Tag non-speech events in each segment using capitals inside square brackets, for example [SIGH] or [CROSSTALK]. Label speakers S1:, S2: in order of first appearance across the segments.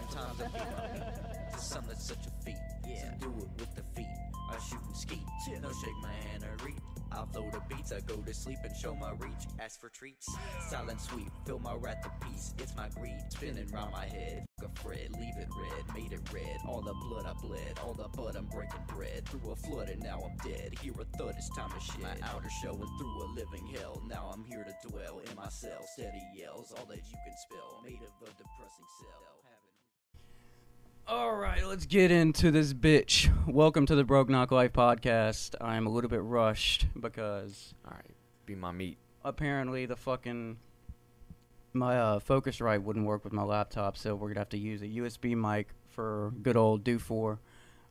S1: [LAUGHS]
S2: Son, that's such a feat.
S1: Yeah.
S2: So do it with the feet. I shoot and ski.
S1: Yeah.
S2: No shake my hand or reach. I flow the beats. I go to sleep and show my reach. Ask for treats. Silent sweep. Fill my rat to peace. It's my greed. Spinning round my head. Fuck a Fred. Leave it red. Made it red. All the blood I bled. All the blood I'm breaking bread. Through a flood and now I'm dead. Hear a thud. It's time to shit. My outer shell and through a living hell. Now I'm here to dwell in my cell. Steady yells. All that you can spell. Made of a depressing cell. Haven't-
S3: All right, let's get into this bitch. Welcome to the Broke Knock Life podcast. I'm a little bit rushed because
S1: All right, be my meat.
S3: apparently the fucking my uh, Focusrite wouldn't work with my laptop, so we're gonna have to use a USB mic for good old Do For,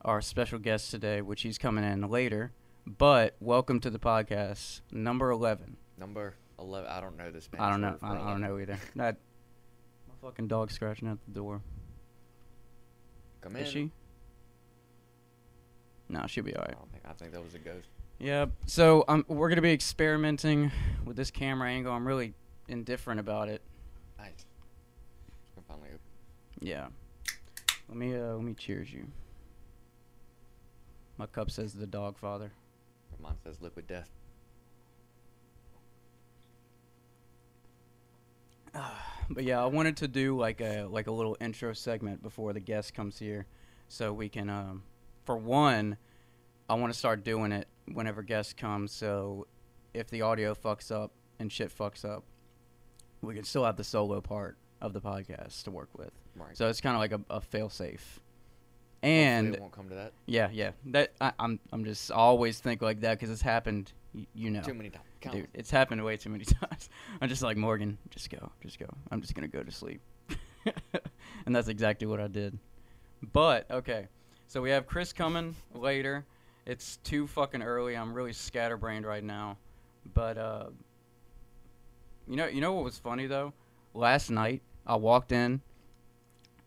S3: our special guest today, which he's coming in later. But welcome to the podcast, number eleven.
S1: Number eleven. I don't know this.
S3: I don't know.
S1: man's
S3: I
S1: word for
S3: don't, I don't
S1: 11.
S3: know either. That my fucking dog scratching at the door.
S1: Come in.
S3: Is she? No, she'll be all
S1: I
S3: right.
S1: don't think. I think that was a ghost.
S3: Yep. So um, we're gonna be experimenting with this camera angle. I'm really indifferent about it.
S1: Nice. I'm finally open.
S3: Yeah. Let me uh, let me cheers you. My cup says the dog father.
S1: Mine says liquid death.
S3: But yeah, I wanted to do like a like a little intro segment before the guest comes here, so we can um, for one, I want to start doing it whenever guests come. So if the audio fucks up and shit fucks up, we can still have the solo part of the podcast to work with.
S1: Right.
S3: So it's kind of like a, a fail safe.
S1: Hopefully
S3: And
S1: it won't come to that
S3: yeah, yeah, that I, I'm I'm just I always think like that because it's happened, y- you know,
S1: too many times. Count.
S3: dude. It's happened way too many [LAUGHS] times. I'm just like Morgan, just go, just go. I'm just gonna go to sleep, [LAUGHS] and that's exactly what I did. But okay, so we have Chris coming later. It's too fucking early. I'm really scatterbrained right now, but uh, you know, you know what was funny though? Last night I walked in.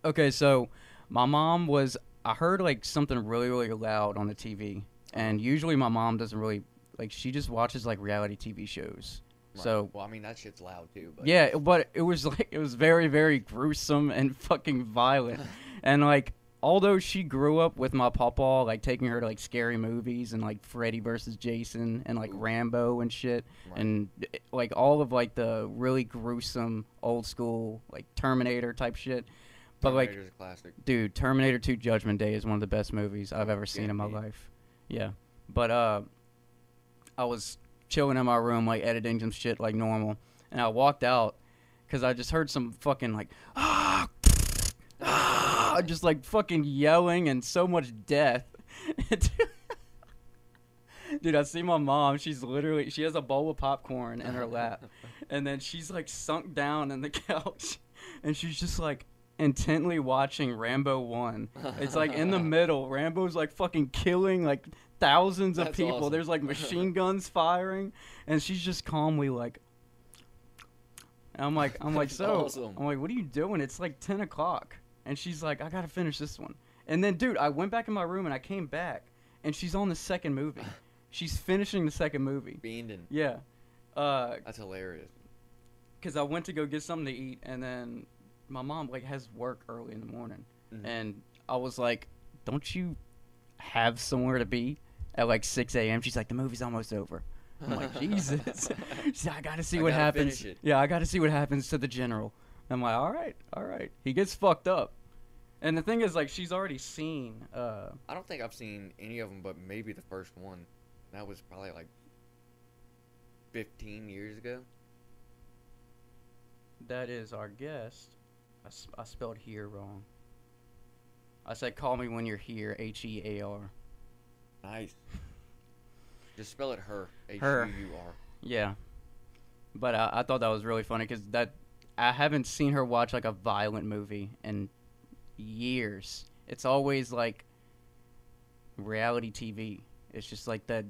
S3: Okay, so my mom was. I heard like something really, really loud on the TV, and usually my mom doesn't really like. She just watches like reality TV shows.
S1: Right.
S3: So
S1: Well, I mean that shit's loud too. But
S3: yeah, but it was [LAUGHS] like it was very, very gruesome and [LAUGHS] fucking
S1: [LAUGHS]
S3: violent. and like, although she grew up with my papa, like taking her to like scary movies and like Freddy versus Jason and like
S1: Ooh.
S3: Rambo and shit,
S1: Right.
S3: and like all of like the really gruesome old school like Terminator type shit. But like,
S1: Terminator's a classic.
S3: dude, Terminator 2 Judgment Day is one of the best movies I've ever seen in my
S1: Guaranteed.
S3: life. Yeah. But uh I was chilling in my room like editing some shit like normal and I walked out cuz I just heard some fucking like ah, ah just like fucking yelling and so much death. [LAUGHS] Dude, I see my mom. She's literally she has a bowl of popcorn in her lap, and then she's like sunk down in the couch, and she's just like intently watching Rambo One. [LAUGHS] It's like
S1: [LAUGHS]
S3: in the middle. Rambo's like fucking killing like thousands of
S1: That's
S3: people.
S1: awesome. [LAUGHS]
S3: There's like machine guns firing, and she's just calmly like. And I'm like,
S1: [LAUGHS]
S3: I'm like,
S1: That's
S3: so,
S1: awesome.
S3: I'm like, what are you doing? It's like ten o'clock, and she's like, I gotta finish this one. And then, dude, I went back in my room and I came back, and she's on the second movie.
S1: [LAUGHS]
S3: She's finishing the second movie.
S1: Beamed and
S3: Yeah, Uh
S1: that's hilarious.
S3: 'cause I went to go get something to eat, and then my mom like has work early in the morning,
S1: Mhm.
S3: and I was like, "Don't you have somewhere to be at like 6 a.m.?" She's like, "The movie's almost over." I'm
S1: [LAUGHS]
S3: like, "Jesus!" [LAUGHS] She's like, "I gotta see
S1: I
S3: what
S1: gotta
S3: happens."
S1: finish it.
S3: Yeah, I gotta see what happens to the general. I'm like, "All right, all right." He gets fucked up, and the thing is, like, she's already seen. uh
S1: I don't think I've seen any of them, but maybe the first one. That was probably like 15 years ago.
S3: That is our guest. I, s- I spelled here wrong. I said, call me when you're here, H E A R.
S1: Nice. Just spell it her. H U
S3: Her.
S1: U R.
S3: Yeah. But I, I thought that was really funny because that I haven't seen her watch like a violent movie in years. It's always like reality TV. It's just like that.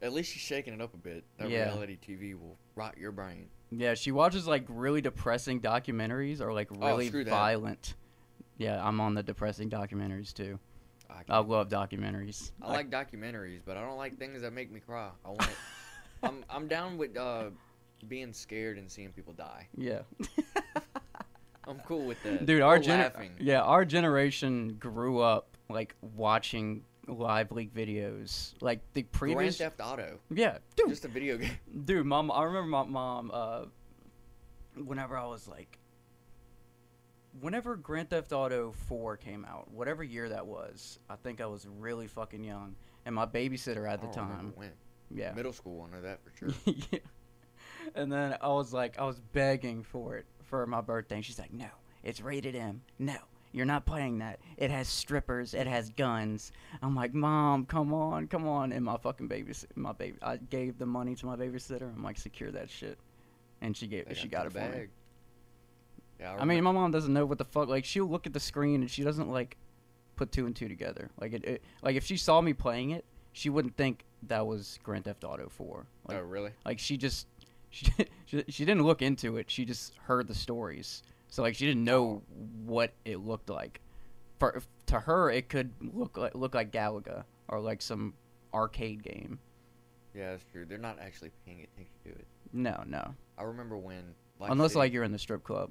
S1: At least she's shaking it up a bit. That
S3: Yeah.
S1: reality TV will rot your brain.
S3: Yeah, she watches like really depressing documentaries or like really
S1: Oh, screw that.
S3: violent. Yeah, I'm on the depressing documentaries too.
S1: I,
S3: I
S1: can't-
S3: love documentaries.
S1: I like documentaries, but I don't like things that make me cry.
S3: [LAUGHS]
S1: I want. I'm I'm down with uh, being scared and seeing people die.
S3: Yeah.
S1: I'm cool with that.
S3: dude our
S1: We're
S3: gener-
S1: laughing.
S3: yeah our generation grew up like watching live leak videos like the
S1: Grand
S3: previous
S1: Theft Auto,
S3: yeah dude
S1: just a video game.
S3: dude mom i remember my mom uh whenever i was like whenever grand theft auto 4 came out whatever year that was i think i was really fucking young and my babysitter at the
S1: I don't remember
S3: time
S1: when.
S3: yeah
S1: Middle school, I know that for
S3: [LAUGHS]
S1: sure.
S3: yeah. And then I was like, I was begging for it for my birthday. And she's like, no, it's rated M. No, you're not playing that. It has strippers. It has guns. I'm like, mom, come on, come on. And my fucking babys, my baby, I gave the money to my babysitter. I'm like, secure that shit. And she gave,
S1: They
S3: she got
S1: to
S3: it
S1: the
S3: for me.
S1: Yeah,
S3: I mean, my mom doesn't know what the fuck. Like, she'll look at the screen and she doesn't like put two and two together. Like, it, it like if she saw me playing it, she wouldn't think that was Grand Theft Auto 4. Like,
S1: oh really?
S3: like she just [LAUGHS] she, she she didn't look into it she just heard the stories so like she didn't know what it looked like for to her it could look like look like galaga or like some arcade game
S1: Yeah, that's true. They're not actually paying attention to it.
S3: no no
S1: I remember when.
S3: unless
S1: City-
S3: like you're in the strip club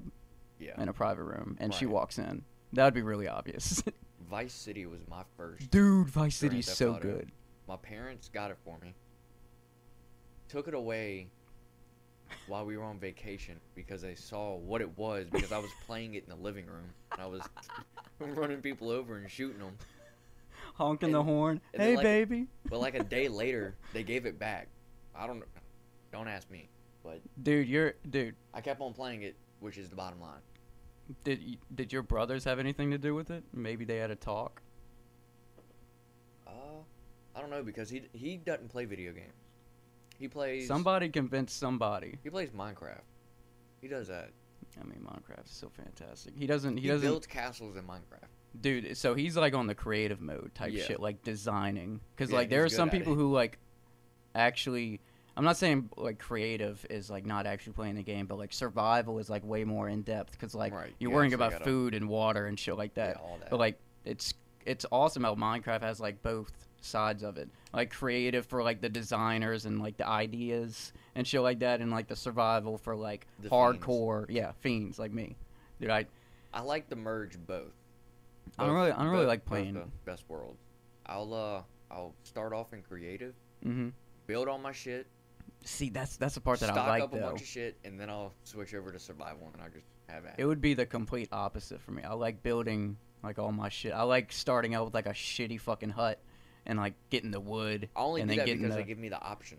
S1: yeah,
S3: in a private room and she
S1: Right.
S3: walks in that would be really obvious [LAUGHS]
S1: Vice City was my first.
S3: dude vice city
S1: Grand
S3: is
S1: Theft
S3: so
S1: Auto.
S3: good
S1: My parents got it for me. Took it away while we were on vacation because they saw what it was because I was playing it in the living room and I was [LAUGHS] running people over and shooting them.
S3: honking the
S1: And-
S3: horn
S1: and then,
S3: hey
S1: like-
S3: baby
S1: But like a day later, they gave it back. I don't don't ask me, but
S3: dude you're dude
S1: I kept on playing it, which is the bottom line.
S3: did y- did your brothers have anything to do with it maybe they had a talk
S1: Uh, I don't know because he he doesn't play video games. He plays
S3: somebody convinced somebody
S1: He plays Minecraft. He does that.
S3: I mean, Minecraft's so fantastic. He doesn't. He,
S1: He,
S3: doesn't.
S1: builds castles in Minecraft.
S3: dude, so he's like on the creative mode type
S1: Yeah.
S3: shit, like designing. Because
S1: Yeah,
S3: like there are
S1: he's
S3: some
S1: good at
S3: people
S1: it.
S3: who like actually. I'm not saying like creative is like not actually playing the game, but like survival is like way more in depth because like
S1: Right,
S3: you're
S1: you
S3: worrying
S1: actually
S3: about
S1: gotta-
S3: food and water and shit like that.
S1: yeah, all that.
S3: But like it's it's awesome how Minecraft has like both sides of it. Like creative for like the designers and like the ideas and shit like that and like the survival for like
S1: The fiends.
S3: hardcore yeah, fiends like me. Dude, I
S1: I like to merge both.
S3: I don't really- I don't really like
S1: both
S3: playing-
S1: the best world. I'll uh I'll start off in creative,
S3: hmm
S1: build all my shit,
S3: See, that's that's the part that
S1: stock
S3: I like
S1: up a
S3: though.
S1: bunch of shit, and then I'll switch over to survival, and then I'll just have at
S3: It would be the complete opposite for me. I like building like all my shit. I like starting out with like a shitty fucking hut and like getting the wood
S1: I only
S3: and
S1: do
S3: then
S1: that
S3: getting
S1: because
S3: the.
S1: they give me
S3: [LAUGHS]
S1: the option.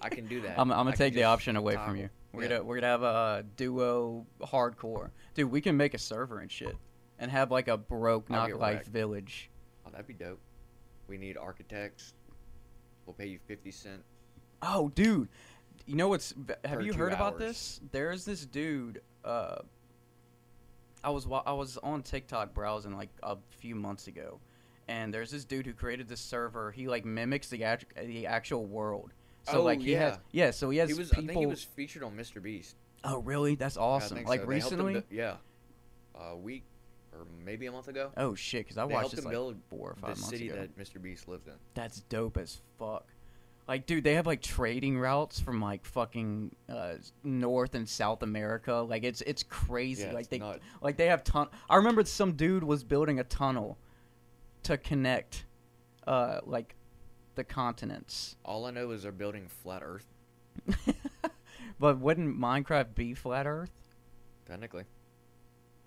S1: I can do that.
S3: I'm, I'm
S1: I
S3: gonna
S1: can
S3: take the
S1: just
S3: option away from
S1: toggle.
S3: you. We're
S1: Yeah.
S3: gonna we're gonna have a duo hardcore, dude. We can make a server and shit, and have like a broke
S1: I'll
S3: knock
S1: get
S3: life
S1: wrecked.
S3: village.
S1: Oh, that'd be dope. We need architects. We'll pay you fifty cent.
S3: Oh, dude, you know what's? Have you
S1: 32
S3: heard about
S1: hours.
S3: this? There's this dude. Uh, I was wa- I was on TikTok browsing like a few months ago, and there's this dude who created this server. He like mimics the act- the actual world. So
S1: Oh,
S3: like he has yeah. So he has
S1: He was.
S3: people.
S1: I think he was featured on Mr. Beast.
S3: oh, really? That's
S1: I
S3: awesome.
S1: think
S3: Like
S1: so. They helped him
S3: recently.
S1: bu- yeah, a week or maybe a month ago.
S3: Oh shit! Because I
S1: They
S3: watched
S1: helped
S3: this
S1: him
S3: like
S1: build
S3: four or
S1: the
S3: five months
S1: city
S3: ago.
S1: that Mr. Beast lives in.
S3: That's dope as fuck. Like, dude, they have like trading routes from like fucking uh, North and South America. Like, it's it's crazy.
S1: Yeah,
S3: like
S1: it's
S3: they
S1: nuts.
S3: like they have ton. I remember some dude was building a tunnel to connect, uh, like the continents. [LAUGHS]
S1: All I know is they're building flat Earth.
S3: But wouldn't Minecraft be flat Earth?
S1: Technically,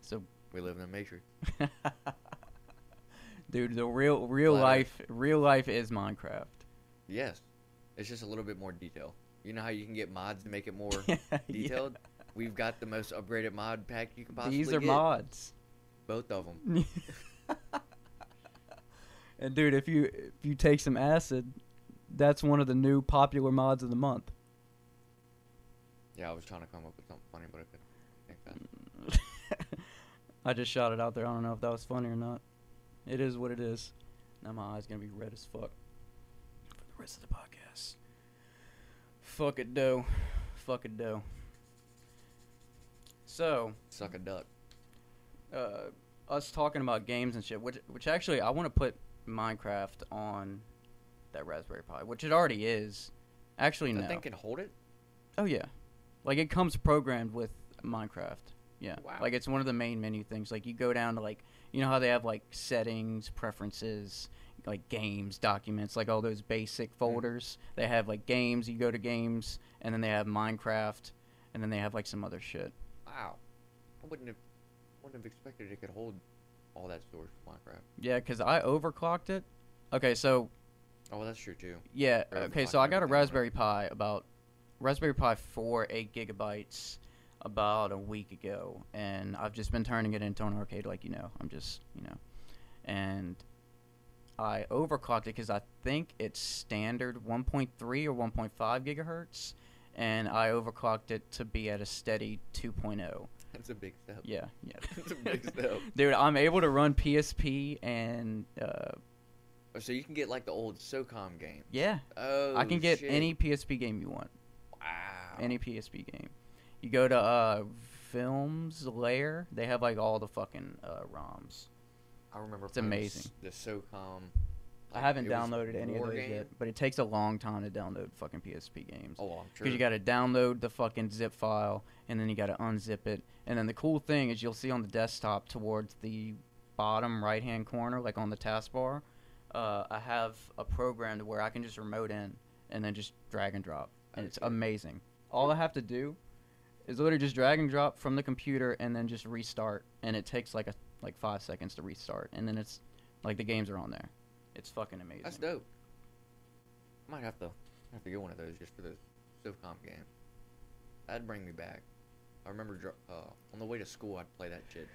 S3: So, [LAUGHS]
S1: we live in a matrix.
S3: dude, the real real
S1: Flat Earth.
S3: life real life is Minecraft. [LAUGHS]
S1: Yes, it's just a little bit more detail. You know how you can get mods to make it more
S3: [LAUGHS] Yeah.
S1: detailed. We've got the most upgraded mod pack you can possibly
S3: These are
S1: get.
S3: mods.
S1: Both of them.
S3: [LAUGHS] and dude, if you if you take some acid, that's one of the new popular mods of the month. [LAUGHS]
S1: Yeah, I was trying to come up with something funny, but I couldn't. Think that.
S3: Mm. I just shot it out there. I don't know if that was funny or not. It is what it is. Now my eyes gonna be red as fuck for the rest of the podcast. Fuck it, dough. Fuck it, dough. So,
S1: Suck a duck.
S3: uh, us talking about games and shit, which which actually I want to put Minecraft on that Raspberry Pi, which it already is. Actually,
S1: That
S3: no.
S1: thing can hold it.
S3: oh yeah, like it comes programmed with Minecraft. Yeah.
S1: Wow.
S3: Like it's one of the main menu things. Like you go down to like you know how they have like settings, preferences, like games, documents, like all those basic folders. They have like games, you go to games, and then they have Minecraft, and then they have like some other shit.
S1: Wow. I wouldn't have wouldn't have expected it could hold all that storage for Minecraft.
S3: Yeah, cuz I overclocked it. Okay, so
S1: Oh, that's true too. [LAUGHS]
S3: yeah,
S1: Or
S3: okay,
S1: overclock
S3: so I got a
S1: everything, right?
S3: Raspberry Pi about Raspberry Pi 4 8 gigabytes about a week ago and I've just been turning it into an arcade like you know. I'm just, you know. And I overclocked it because I think it's standard 1.3 or 1.5 gigahertz, and I overclocked it to be at a steady 2.0.
S1: That's a big step.
S3: Yeah, yeah.
S1: [LAUGHS] That's a big
S3: [LAUGHS]
S1: step.
S3: Dude, I'm able to run PSP and uh,
S1: Oh, So you can get like the old SOCOM game.
S3: yeah,
S1: Oh,
S3: I can get
S1: shit.
S3: any PSP game you want,
S1: Wow.
S3: any PSP game. You go to uh, Films Lair, they have like all the fucking uh, ROMs.
S1: I remember.
S3: It's
S1: playing this-
S3: amazing.
S1: The SOCOM.
S3: I haven't
S1: it was
S3: downloaded any of
S1: war
S3: those
S1: game.
S3: yet, but it takes a long time to download fucking PSP games.
S1: Oh, I'm sure.
S3: because you got to download the fucking zip file and then you got to unzip it. And then the cool thing is you'll see on the desktop towards the bottom right hand corner, like on the taskbar, uh, I have a program to where I can just remote in and then just drag and drop, and it's
S1: Okay.
S3: amazing. All I have to do is literally just drag and drop from the computer and then just restart, and it takes like a like five seconds to restart, and then it's like the games are on there. It's fucking amazing.
S1: That's dope. I might have to have to get one of those just for the SOCOM game. That'd bring me back. I remember dr- uh, on the way to school, I'd play that shit,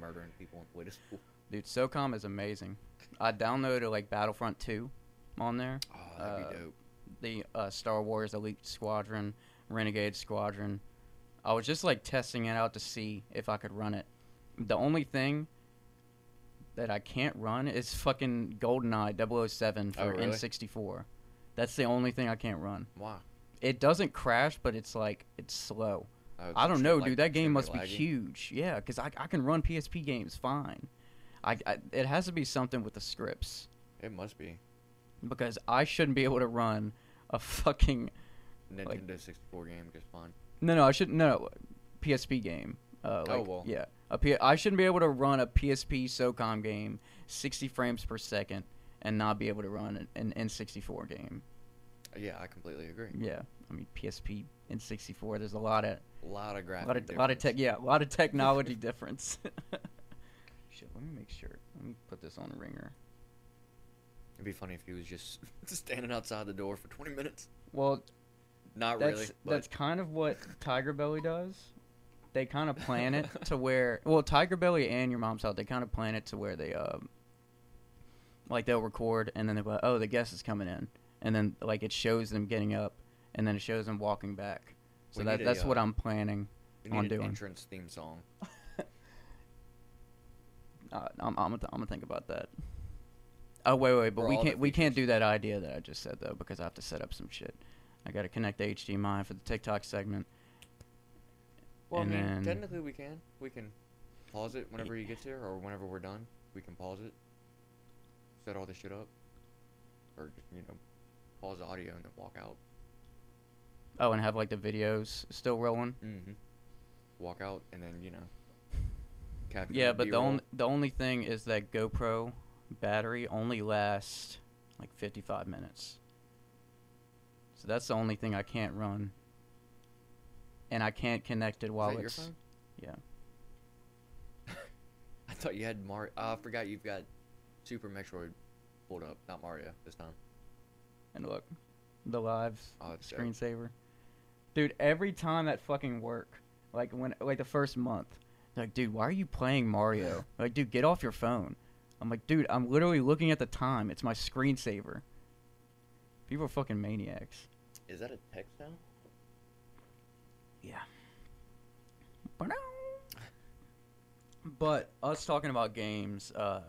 S1: murdering people on the way
S3: [LAUGHS]
S1: to school.
S3: Dude, SOCOM is amazing. I downloaded like Battlefront 2 on there,
S1: Oh, that'd be
S3: Uh,
S1: dope.
S3: the uh, Star Wars Elite Squadron, Renegade Squadron. I was just like testing it out to see if I could run it. The only thing that I can't run is fucking GoldenEye 007 for
S1: Oh, really?
S3: N64. That's the only thing I can't run.
S1: Why?
S3: It doesn't crash, but it's like it's slow.
S1: Oh,
S3: I don't
S1: shit,
S3: know,
S1: like,
S3: dude. That
S1: it's
S3: game
S1: gonna
S3: must be
S1: laggy.
S3: huge. Yeah, because I, I can run PSP games fine. I, I it has to be something with the scripts
S1: It must be
S3: because I shouldn't be able to run a fucking
S1: Nintendo
S3: Like-
S1: 64 game just fine.
S3: no no I shouldn't no PSP game. Uh,
S1: Oh,
S3: like,
S1: well.
S3: yeah. A P- I shouldn't be able to run a PSP SOCOM game 60 frames per second and not be able to run an, an N64 game.
S1: Yeah, I completely agree.
S3: Yeah, I mean PSP N64. There's a lot of
S1: A lot of graphics.
S3: a lot of, lot of tech yeah a lot of [LAUGHS] technology difference shit let me make sure let me put this on ringer
S1: It'd be funny if he was just [LAUGHS] standing outside the door for 20 minutes.
S3: well
S1: Not
S3: that's
S1: Oh, really. But
S3: that's kind of what tiger belly does they kind of plan
S1: [LAUGHS]
S3: it to where well tiger belly and your mom's house they kind of plan it to where they um like they'll record and then they'll go oh the guest is coming in and then like it shows them getting up and then it shows them walking back so
S1: We
S3: that,
S1: need a,
S3: that's what
S1: uh,
S3: i'm planning
S1: we
S3: on
S1: need an
S3: doing.
S1: entrance theme song.
S3: Uh, I'm, I'm, gonna th- I'm gonna think about that. Oh wait, wait, but
S1: For
S3: we
S1: all the
S3: can't we can't do that idea that I just said though because I have to set up some shit. I gotta connect to HDMI for the TikTok segment.
S1: Well,
S3: And
S1: I mean,
S3: then-
S1: technically we can. We can pause it whenever he gets here, or whenever we're done. We can pause it. Set all this shit up, or you know, pause the audio and then walk out.
S3: Oh, and have like the videos still rolling.
S1: Mm-hmm. Walk out and then you know. [LAUGHS] capture
S3: Yeah, but the
S1: B-roll.
S3: only the only thing is that GoPro battery only lasts like 55 minutes. So that's the only thing I can't run. And I can't connect it
S1: Is
S3: while
S1: that your
S3: it's
S1: phone?
S3: yeah.
S1: [LAUGHS] I thought you had Mario. Oh, I forgot you've got Super Metroid pulled up, not Mario this time.
S3: And look, the live
S1: Oh, it's dope.
S3: screensaver. Dude, every time that fucking work, like when like the first month, they're like, dude, why are you playing
S1: [LAUGHS]
S3: Mario? like, dude, get off your phone. I'm like, dude, I'm literally looking at the time. It's my screensaver. People are fucking maniacs.
S1: Is that a text now?
S3: Yeah. But us talking about games, uh,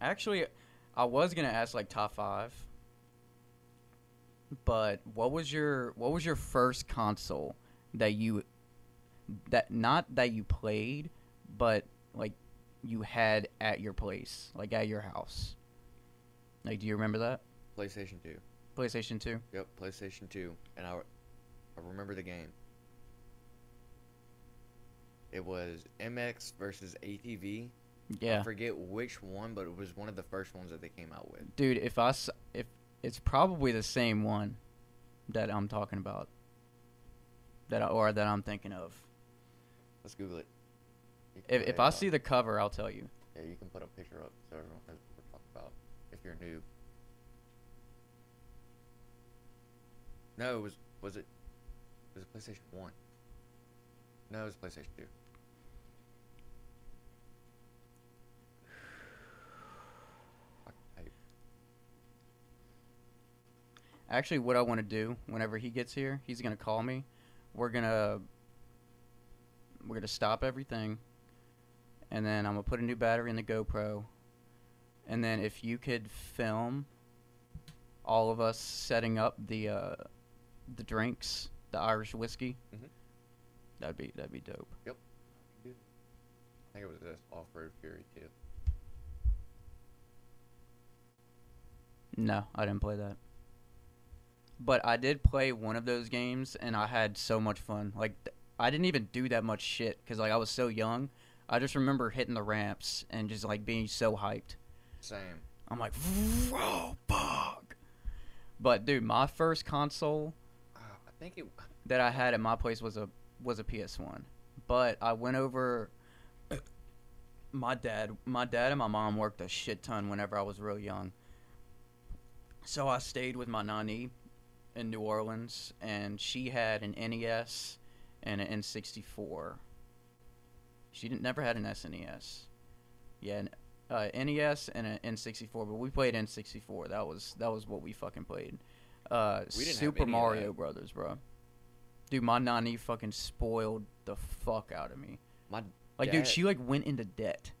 S3: actually, I was gonna ask like top five, but what was your what was your first console that you that not that you played, but like you had at your place, like at your house? Like, do you remember that
S1: PlayStation 2.
S3: PlayStation Two?
S1: Yep, PlayStation 2. And I, I remember the game. It was MX versus ATV. I
S3: Yeah,
S1: forget which one, but it was one of the first ones that they came out with.
S3: dude. If I s- if it's probably the same one that I'm talking about, that I, or that I'm thinking of.
S1: Let's Google it. You can
S3: If
S1: put
S3: if
S1: a,
S3: I
S1: uh,
S3: see the cover, I'll tell you.
S1: yeah, you can put a picture up so everyone knows what we're talking about. If you're new. No, it was was it? It was PlayStation One. No, it was PlayStation Two. [SIGHS] Fucking hype.
S3: Actually, what I want to do whenever he gets here, he's gonna call me. We're gonna we're gonna stop everything, and then I'm gonna put a new battery in the GoPro, and then if you could film all of us setting up the uh, the drinks, the Irish whiskey,
S1: Mhm.
S3: that'd be that'd be dope.
S1: I think it was this Off Road Fury Two.
S3: No, I didn't play that. But I did play one of those games, and I had so much fun. Like th- I didn't even do that much shit because like I was so young. I just remember hitting the ramps and just like being so hyped.
S1: Same.
S3: I'm like, oh fuck! But dude, my first console
S1: Uh, I think it.
S3: that I had at my place was a was a PS1. But I went over my dad my dad and my mom worked a shit ton whenever I was real young. So I stayed with my nanny in New Orleans and she had an NES and an N64. She didn't never had an SNES. Yeah, an uh, NES and an N64, but we played N64. That was that was what we fucking played. Uh,
S1: We didn't have any
S3: Super
S1: of that.
S3: Mario Brothers, bro. Dude, my nanny fucking spoiled the fuck out of me.
S1: My
S3: Like, dude,
S1: dad-
S3: she like went into debt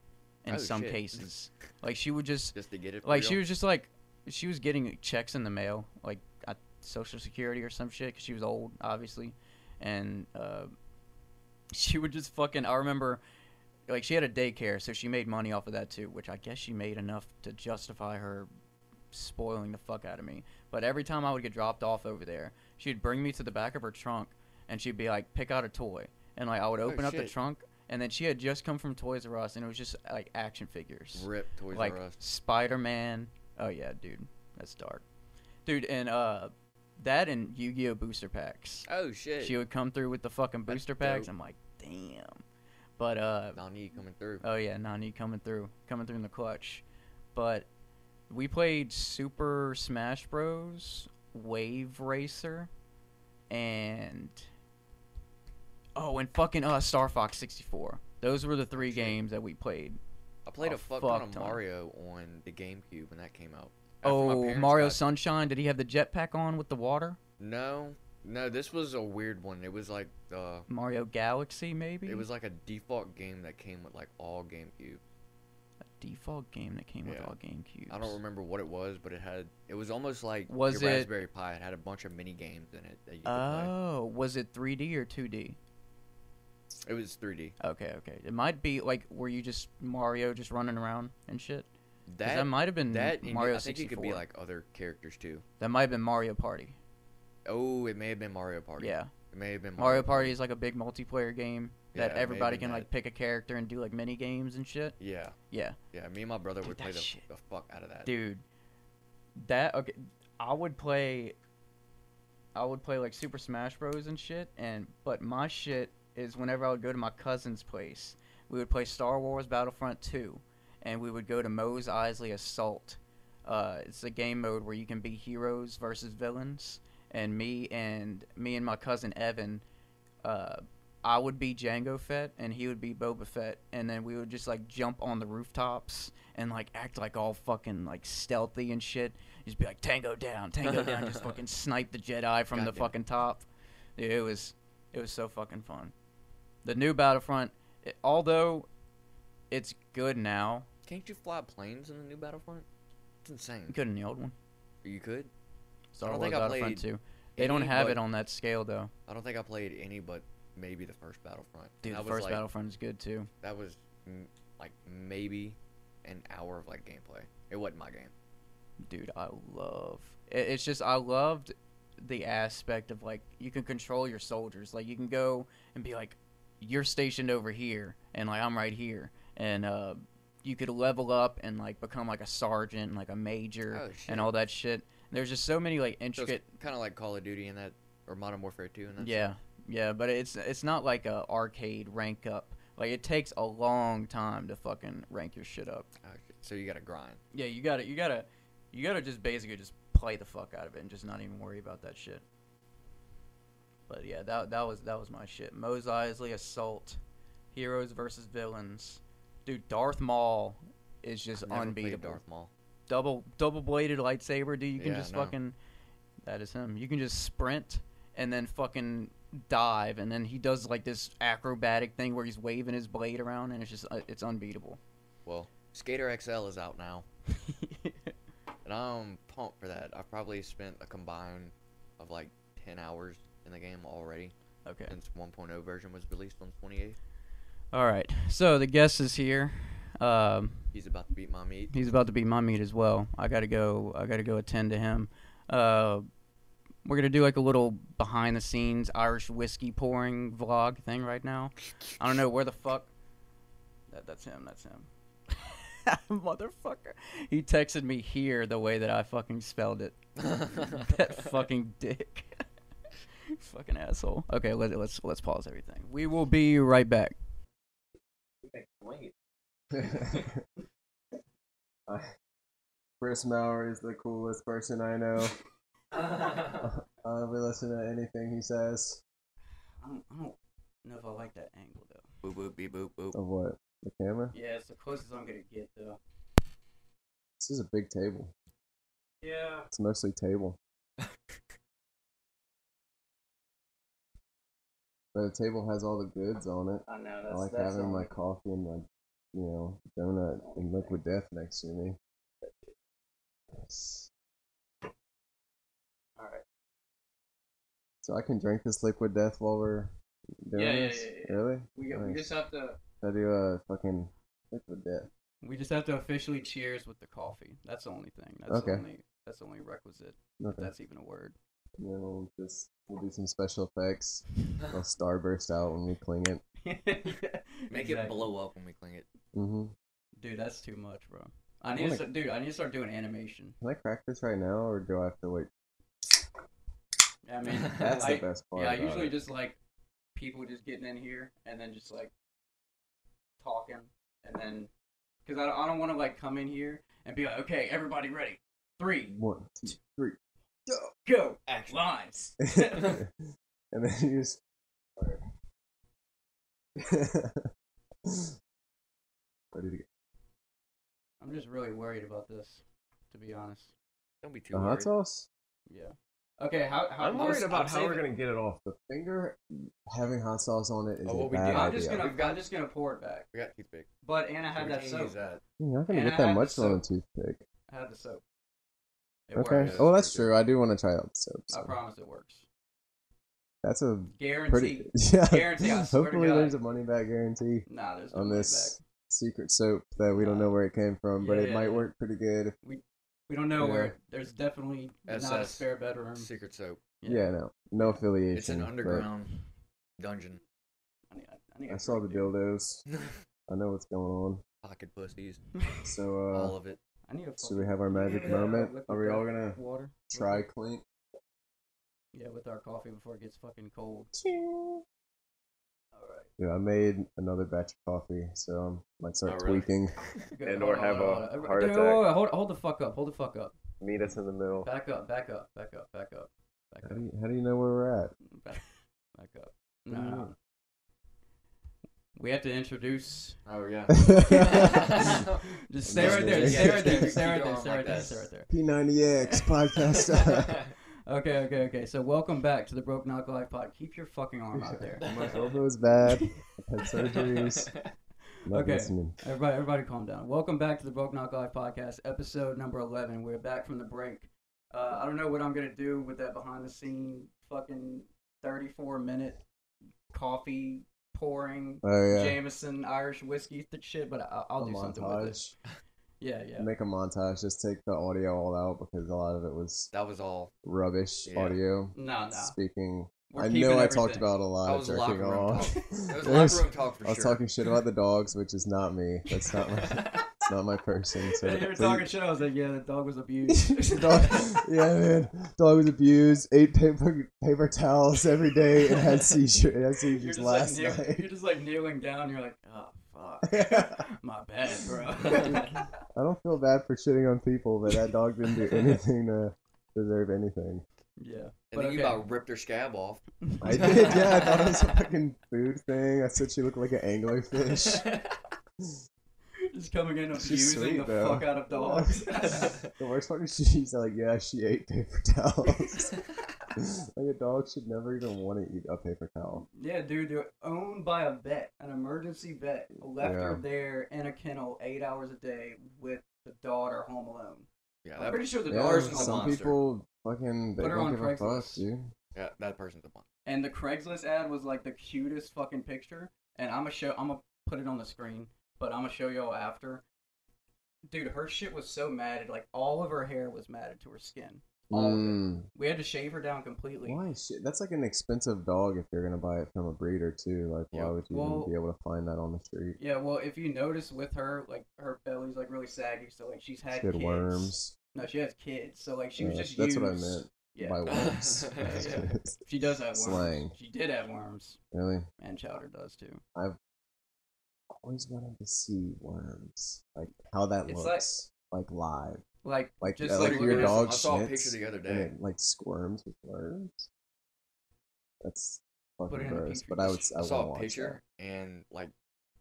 S3: in
S1: Oh,
S3: some
S1: shit.
S3: cases. Like, she would just
S1: Just to get it. for
S3: like she
S1: real?
S3: was just like she was getting checks in the mail, like at Social Security or some shit, 'cause she was old, obviously, and uh, [LAUGHS] she would just fucking. I remember, like she had a daycare, so she made money off of that too, which I guess she made enough to justify her spoiling the fuck out of me. But every time I would get dropped off over there, she'd bring me to the back of her trunk, and she'd be like, "Pick out a toy," and like I would open up the
S1: shit.
S3: trunk. And then she had just come from Toys R Us, and it was just like action figures
S1: Rip Toys
S3: like
S1: R Us.
S3: Spider Man. Oh yeah, dude, that's dark, dude. And uh, that and Yu Gi Oh booster packs.
S1: Oh shit.
S3: She would come through with the fucking
S1: That's
S3: booster packs.
S1: dope.
S3: I'm like, damn. But uh,
S1: Donnie coming through.
S3: oh yeah, Nani coming through, coming through in the clutch. But we played Super Smash Bros, Wave Racer, and oh, and fucking uh, Star Fox 64. Those were the three
S1: Shit.
S3: games that we played.
S1: I played
S3: a
S1: a fuck ton
S3: fuck
S1: of
S3: ton.
S1: Mario on the GameCube when that came out. After my
S3: Oh,
S1: parents
S3: Mario
S1: got-
S3: Sunshine. Did he have the jetpack on with the water?
S1: No, no, this was a weird one. It was like uh,
S3: Mario Galaxy, maybe?
S1: it was like a default game that came with like all GameCube.
S3: a default game that came with
S1: Yeah.
S3: all GameCubes.
S1: I don't remember what it was, but it had. It was almost like
S3: Was it-
S1: your Raspberry Pi. It had a bunch of mini games in it that you could
S3: Oh, was it 3D or 2D?
S1: play. It was 3D.
S3: Okay, okay. It might be like were you just Mario just running around and shit? 'Cause
S1: That
S3: that might have been
S1: that and
S3: Mario
S1: I think
S3: 64.
S1: it could be like other characters too.
S3: that might have been Mario Party.
S1: Oh, it may have been Mario Party.
S3: Yeah.
S1: it may have been
S3: Mario Party is like a big multiplayer game
S1: Yeah, it
S3: that
S1: may have
S3: everybody
S1: been
S3: can
S1: that.
S3: like pick a character and do like mini games and shit.
S1: Yeah,
S3: Yeah.
S1: yeah. Me and my brother
S3: Dude,
S1: would
S3: that
S1: play the,
S3: shit-
S1: the fuck out of that.
S3: dude that okay i would play i would play like super smash bros and shit and but my shit is whenever i would go to my cousin's place we would play star wars battlefront 2 and we would go to Mos Eisley Assault. Uh, it's a game mode where you can be heroes versus villains, and me and me and my cousin Evan, uh, I would be Django Fett and he would be Boba Fett, and then we would just like jump on the rooftops and like act like all fucking like stealthy and shit. Just be like Tango down, Tango down,
S1: [LAUGHS]
S3: just fucking snipe the Jedi from the
S1: Goddamn.
S3: fucking top. Dude, it was it was so fucking fun. The new Battlefront, it, although it's good now,
S1: Can't you fly planes in the new Battlefront? It's insane.
S3: Good in the old one.
S1: You could.
S3: Star
S1: don't
S3: Wars
S1: think I
S3: Battlefront
S1: played
S3: 2. They don't
S1: any
S3: have
S1: but-
S3: it on that scale though.
S1: I don't think I played any but maybe the first Battlefront.
S3: Dude,
S1: that
S3: the first
S1: was like,
S3: Battlefront is good too.
S1: That was mm, like maybe an hour of like gameplay. It wasn't my game.
S3: Dude, I love. It, it's just I loved the aspect of like you can control your soldiers. Like you can go and be like, you're stationed over here and like I'm right here and uh you could level up and like become like a sergeant and like a major
S1: Oh, shit.
S3: and all that shit. There's just so many like
S1: So
S3: intricate
S1: it's kind of like Call of Duty and that, or Modern Warfare 2 and that.
S3: yeah, yeah, but it's it's not like a arcade rank up. Like it takes a long time to fucking rank your shit up.
S1: Oh, shit. So you gotta grind.
S3: Yeah, you gotta you gotta you gotta just basically just play the fuck out of it and just not even worry about that shit. But yeah, that that was that was my shit. Mos Eisley assault, heroes versus villains. Dude, Darth Maul is just
S1: I've never played
S3: unbeatable.
S1: Darth Maul.
S3: Double double bladed lightsaber, dude. You can
S1: Yeah,
S3: just
S1: I know.
S3: fucking that is him. You can just sprint and then fucking dive and then he does like this acrobatic thing where he's waving his blade around and it's just uh, it's unbeatable.
S1: [LAUGHS] Well, Skater XL is out now, and I'm pumped for that. I've probably spent a combined of like 10 hours in the game already
S3: okay.
S1: since 1.0 version was released on 28th.
S3: All right. So the guest is here. Um,
S1: He's about to beat my meat. [LAUGHS]
S3: he's about to be my meet as well. I gotta go. I gotta go attend to him. Uh, we're gonna do like a little behind the scenes Irish whiskey pouring vlog thing right now. I don't know where the fuck. That, that's him. That's him. [LAUGHS] Motherfucker. He texted me here the way that I fucking spelled it. that fucking dick. [LAUGHS] fucking asshole. Okay, let, let's let's pause everything. We will be right back.
S4: [LAUGHS] Uh, Chris Maurer is the coolest person I know. I'll never listen to anything he says.
S3: I don't, I don't know if I like that angle though.
S1: boop boop beep boop boop.
S4: Of what? The camera?
S3: Yeah, it's the closest I'm gonna get though.
S4: This is a big table.
S3: Yeah.
S4: It's mostly [LAUGHS] table. but the table has all the goods on it.
S3: I know.
S4: I like having my coffee and my, you know, donut and liquid death next to me.
S3: Alright.
S4: So I can drink this liquid death while we're doing
S3: Yeah, yeah,
S4: this.
S3: yeah, yeah.
S4: Really?
S3: We, we
S4: Nice.
S3: just have to.
S4: Should I do a fucking liquid death.
S3: We just have to officially cheers with the coffee. That's the only thing. That's
S4: Okay.
S3: The only, that's the only requisite. If
S4: Okay.
S3: that's even a [LAUGHS] word.
S4: And then we'll just we'll do some special
S3: [LAUGHS]
S4: effects. I'll starburst out when we cling it.
S1: Make it blow up when we cling it.
S4: hmm
S3: Dude, that's too much, bro. I need
S4: wanna-
S3: to, start- dude. I need to start doing animation.
S4: Can I crack this right now, or do I have
S3: [LAUGHS]
S4: to wait?
S3: I mean,
S4: [LAUGHS] That's
S3: I,
S4: the best part.
S3: yeah. I
S4: about
S3: usually
S4: it.
S3: just like people just getting in here and then just like talking and then because I, don't- I don't want to like come in here and be like, okay, everybody ready, three,
S4: one, two, three.
S3: go, [LAUGHS]
S1: Action.
S3: lines.
S4: [LAUGHS] and then you just. [LAUGHS] Ready to go.
S3: I'm just really worried about this, to be honest.
S1: Don't be too
S4: The hot
S1: worried.
S4: sauce?
S3: Yeah. Okay. How? how
S5: I'm worried
S3: let's-
S5: about
S3: I'm
S5: how we're
S3: saving-
S5: gonna get it off the.
S4: Finger having hot sauce on it is
S1: Oh, what
S4: a
S1: we
S4: bad
S1: did-
S3: I'm
S4: idea.
S3: just gonna.
S1: We've got-
S3: I'm just gonna pour it back.
S1: We got toothpick.
S3: But and I had
S1: We
S3: that
S1: can
S3: soap.
S1: use that.
S4: You're not gonna
S3: and
S4: get
S3: I
S4: that
S3: had
S4: much
S3: the
S4: on a toothpick.
S3: I had the soap. It
S4: Okay.
S3: works.
S4: Oh, that's true. I do want to try out the soap.
S3: I
S4: so.
S3: promise it works.
S4: That's a
S3: Guarantee.
S4: pretty. [LAUGHS] Yeah.
S3: Guarantee, I swear to
S4: Hopefully,
S3: God.
S4: there's a money back guarantee
S3: Nah, there's no
S4: on
S3: way
S4: this
S3: back.
S4: secret soap that we don't know where it came from, but
S3: Yeah,
S4: it
S3: yeah,
S4: might
S3: yeah.
S4: work pretty good. if-
S3: We don't know where.
S4: Yeah.
S3: There's definitely not a
S1: SS.
S3: spare
S4: Um,
S3: bedroom.
S1: Secret soap.
S4: Yeah. no, no affiliation.
S1: It's an
S4: but
S1: underground dungeon. [LAUGHS]
S3: I, need, I, need
S4: I saw the dildos. I know what's going on.
S1: Pocket pussies.
S4: So, uh,
S1: all of it.
S3: I need a.
S4: should we have our magic
S3: Yeah,
S4: moment?
S3: liquid
S4: Are we all
S3: death.
S4: gonna
S3: water?
S4: try Clint?
S3: Yeah, with our coffee before it gets fucking cold. All right.
S4: Dude, I made another batch of coffee, so I um, might start
S1: Oh, really?
S4: tweaking.
S3: Good,
S5: And
S3: hold
S5: or have
S3: hold
S5: a
S3: hold
S5: heart
S3: Dude,
S5: attack.
S3: whoa, whoa, hold, hold the fuck up. Hold the fuck up.
S4: Meet us in the middle.
S3: Back up. Back up. Back up. Back up. Back
S4: How
S3: up.
S4: do you, how do you know where we're at?
S3: Back, back up.
S5: Mm-hmm.
S4: What
S3: No,
S4: do you
S3: no.
S4: want?
S3: We have to introduce.
S1: Oh yeah.
S3: [LAUGHS]
S4: [LAUGHS]
S3: Just stay right there.
S4: Just
S3: Stay right
S4: keep
S3: there.
S5: [LAUGHS]
S4: your
S3: Stay right there.
S1: arm
S3: Stay
S1: like
S3: right there.
S1: this.
S3: Stay right there.
S4: P90X podcast.
S3: [LAUGHS]
S4: [LAUGHS]
S3: Okay, okay, okay. So welcome back to the Broke Knock Life Pod. Keep your fucking arm
S5: [LAUGHS]
S3: out there.
S4: My elbow's bad. I've had surgeries.
S3: [LAUGHS]
S4: Not
S3: Okay.
S4: listening.
S3: Everybody, everybody, calm down. Welcome back to the Broke Knock Life Podcast, episode number eleven. We're back from the break. Uh, I don't know what I'm gonna do with that behind the scene fucking 34 minute coffee pouring
S4: Oh yeah.
S3: Jameson Irish whiskey th- shit, but I- I'll
S4: A
S3: do something with it.
S4: montage.
S3: Yeah, yeah.
S4: Make a montage. Just take the audio all out because a lot of it was
S1: that was all.
S4: rubbish
S1: Yeah.
S4: audio.
S3: No, no.
S4: Speaking
S3: We're
S4: I
S3: keeping
S4: know I
S3: everything.
S4: talked about a lot
S1: That
S4: of
S1: was
S4: jerking
S1: locker room
S4: off.
S1: talk. That
S4: [LAUGHS]
S1: was
S4: It was-
S1: locker room talk for
S4: I was
S1: sure.
S4: talking shit about the dogs, which is not me. That's not my. It's not my person.
S3: [LAUGHS]
S4: So
S3: You were
S4: please-
S3: talking shit. I was like, yeah, the dog was
S4: [LAUGHS]
S3: abused.
S4: dog, yeah, man. Dog was abused. Ate paper paper towels every day and had seizure.
S3: [LAUGHS]
S4: Had
S3: You're
S4: seizures
S3: just,
S4: last
S3: like, kneel-
S4: night.
S3: you're just like kneeling down. You're like, oh fuck, [LAUGHS] my bad, bro.
S4: [LAUGHS]
S3: [LAUGHS]
S4: I don't feel bad for shitting on people, but that dog didn't do anything to deserve anything.
S3: yeah.
S1: I
S3: But
S1: think you
S3: okay.
S1: about ripped her scab off.
S4: I did. Yeah, I thought it was a fucking food thing. I said she looked like an anglerfish. [LAUGHS]
S3: Just coming in
S4: She's
S3: abusing
S4: sweet,
S3: the
S4: though.
S3: fuck out of
S4: [LAUGHS]
S3: dogs. [LAUGHS]
S4: the worst part is [LAUGHS] she's like, yeah, she ate paper towels. [LAUGHS] like a dog should never even want to eat a paper towel.
S3: yeah, dude, they're owned by a vet, an emergency vet, left her
S4: Yeah.
S3: there in a kennel eight hours a day with the daughter home alone.
S1: Yeah,
S3: I'm
S1: that,
S3: pretty sure the
S4: Yeah,
S3: daughter's
S1: ours is
S3: is
S1: a
S4: some
S1: monster.
S4: people fucking they
S3: Put her
S4: don't
S3: on
S4: give a fuck,
S3: Craigslist.
S4: dude.
S1: yeah, that person's a monster.
S3: and the Craigslist ad was like the cutest fucking picture. And I'm gonna show, I'm gonna put it on the screen, but I'm gonna show y'all after. Dude, her shit was so matted, like all of her hair was matted to her skin. All of it.
S4: Mm.
S3: We had to shave her down completely.
S4: Why shit? That's like an expensive dog if you're gonna buy it from a breeder too. Like, why
S1: Yeah,
S4: would you
S3: well-
S4: even be able to find that on the street?
S3: Yeah, well, if you notice with her, like her belly's like really saggy, so like she's had
S4: She had
S3: kids.
S4: worms.
S3: No, she has kids, so like she was
S4: Yeah,
S3: just
S4: that's
S3: used.
S4: what I meant
S3: Yeah, [LAUGHS]
S4: by worms. [LAUGHS]
S1: Yeah.
S3: she does have worms.
S4: Slang.
S3: She did have worms,
S4: Really?
S3: and Chowder does too.
S4: Always wanted to see worms, like how that
S3: It's like-
S4: looks, like live.
S3: Like,
S4: Like,
S3: just
S4: yeah,
S3: like,
S4: like
S3: looking
S4: your
S3: at-
S4: dog
S1: I saw a
S4: shits
S1: picture the other
S4: and
S1: day.
S4: it like squirms with worms. That's
S3: it
S4: fucking
S3: in a
S4: gross.
S3: petri
S4: But I
S3: dish.
S4: would, I,
S1: I saw
S4: wouldn't
S1: a
S4: watch
S1: picture and like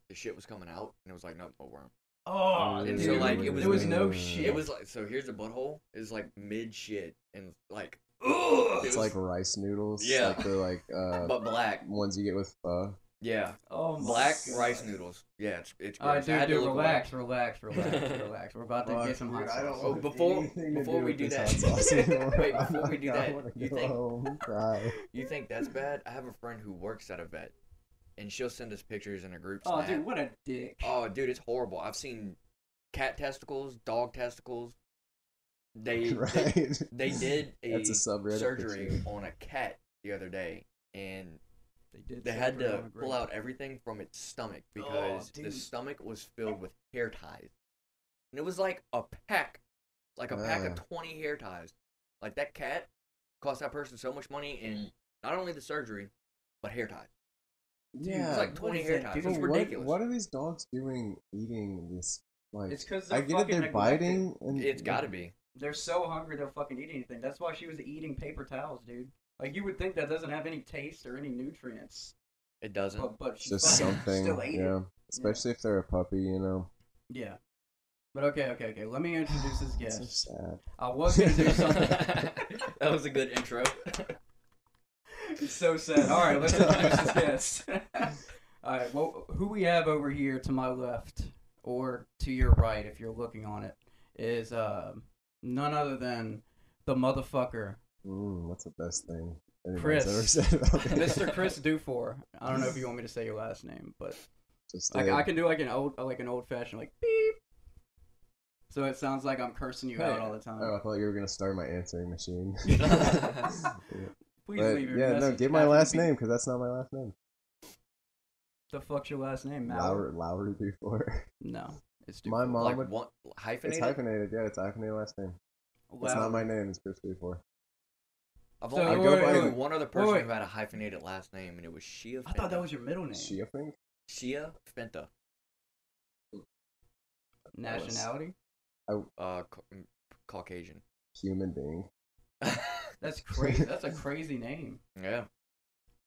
S1: the shit was coming out and it was like nothing but worm.
S3: Oh,
S1: And
S3: dude,
S1: so, like, it was-
S3: there was no
S4: it
S3: shit.
S1: It was like so. Here's the butthole is like mid shit and like ugh,
S4: that. It's like rice noodles.
S1: Yeah.
S4: like they're like
S1: [LAUGHS]
S4: uh,
S1: but black.
S4: ones you get with uh, pho.
S1: Yeah,
S3: oh my
S1: black
S3: God.
S1: rice noodles. Yeah, it's it's.
S3: All right,
S1: gross. I had
S3: dude,
S1: to
S3: dude
S1: look Oh, away.
S3: relax, relax, relax,
S1: [LAUGHS]
S3: relax. We're about to get some hot sauce.
S1: want- before- before we do that- [LAUGHS] Wait, before we do that, you think-
S4: Cry.
S1: You think that's bad? I have a friend who works at a vet, and she'll send us pictures in a group
S3: Oh,
S1: snap.
S3: dude, what a dick.
S1: Oh, dude, it's horrible. I've seen cat testicles, dog testicles. [LAUGHS]
S3: [LAUGHS]
S1: They they,
S4: [LAUGHS] right?
S1: they did a,
S4: That's a subreddit
S1: surgery
S4: picture.
S1: on a cat the other day, and
S3: they did.
S1: they
S3: set
S1: had
S3: her
S1: to
S3: on a
S1: pull
S3: grill.
S1: out everything from its stomach because the
S3: Oh, dude.
S1: stomach was filled with hair ties, and it was like a pack, like a pack of
S4: Ah.
S1: twenty hair ties. Like that cat cost that person so much money, and not only the surgery, but hair ties.
S4: Yeah,
S1: It's like
S3: What
S1: twenty
S3: is
S1: hair
S3: that
S1: ties.
S3: doing?
S1: It's
S4: But what-
S1: ridiculous.
S4: What, are these dogs doing eating this? Like,
S3: It's because
S4: I get it. They're biting,
S3: Mm,
S4: and
S1: It's got to be.
S3: They're so hungry they'll fucking eat anything. That's why she was eating paper towels, dude. Like you would think that doesn't have any taste or any nutrients,
S1: It
S3: [LAUGHS]
S1: doesn't.
S3: but but she
S4: just
S3: fucking
S4: something.
S3: still ate
S4: yeah,
S3: it.
S4: especially if they're a puppy, you know.
S3: Yeah. But okay, okay, okay. Let me introduce this
S4: [LAUGHS] That's
S3: guest.
S4: So sad.
S3: I was gonna do
S4: [LAUGHS]
S3: something
S1: [LAUGHS] that was a good
S3: [LAUGHS]
S1: intro.
S3: It's so sad. All right, let's introduce this guest. [LAUGHS] All right, well, who we have over here to my left, or to your right, if you're looking on it, is uh, none other than the motherfucker,
S4: Mm, that's the best thing anyone's
S3: Chris.
S4: ever said
S3: [LAUGHS]
S4: about me.
S3: Mr. Chris Dufour. I don't know if you want me to say your last name, but
S4: [LAUGHS] Just
S3: I,
S4: did.
S3: I can do like an old, like an old fashioned like beep. So it sounds like I'm cursing you out
S4: Hey.
S3: all the time.
S4: Oh, I thought you were gonna start my
S3: [LAUGHS]
S4: answering machine. [LAUGHS]
S3: Please
S4: But,
S3: leave your
S4: yeah, no,
S3: message
S4: give my
S3: after the
S4: last
S3: beep.
S4: name because that's not my last name.
S3: The fuck's your last name, Mauer?
S4: Lowry, Lowry before. [LAUGHS]
S3: No, it's Dufour.
S4: my mom
S1: like
S4: would.
S1: one hyphenated.
S4: It's hyphenated. Yeah, it's a hyphenated last name. It's
S3: Lauer.
S4: not my name. It's Chris before.
S1: I've
S3: So,
S1: only I
S4: wait,
S1: go
S4: wait,
S1: by
S4: wait.
S1: one other person
S3: wait.
S1: who had a hyphenated last name, and it was Shia.
S3: I thought that
S1: Fenta.
S3: was your middle name.
S4: She, I think.
S1: Shia Fenta.
S3: Nationality?
S1: Uh, ca- mm, Caucasian. [LAUGHS]
S4: Human being.
S3: That's crazy. That's a crazy name.
S1: yeah,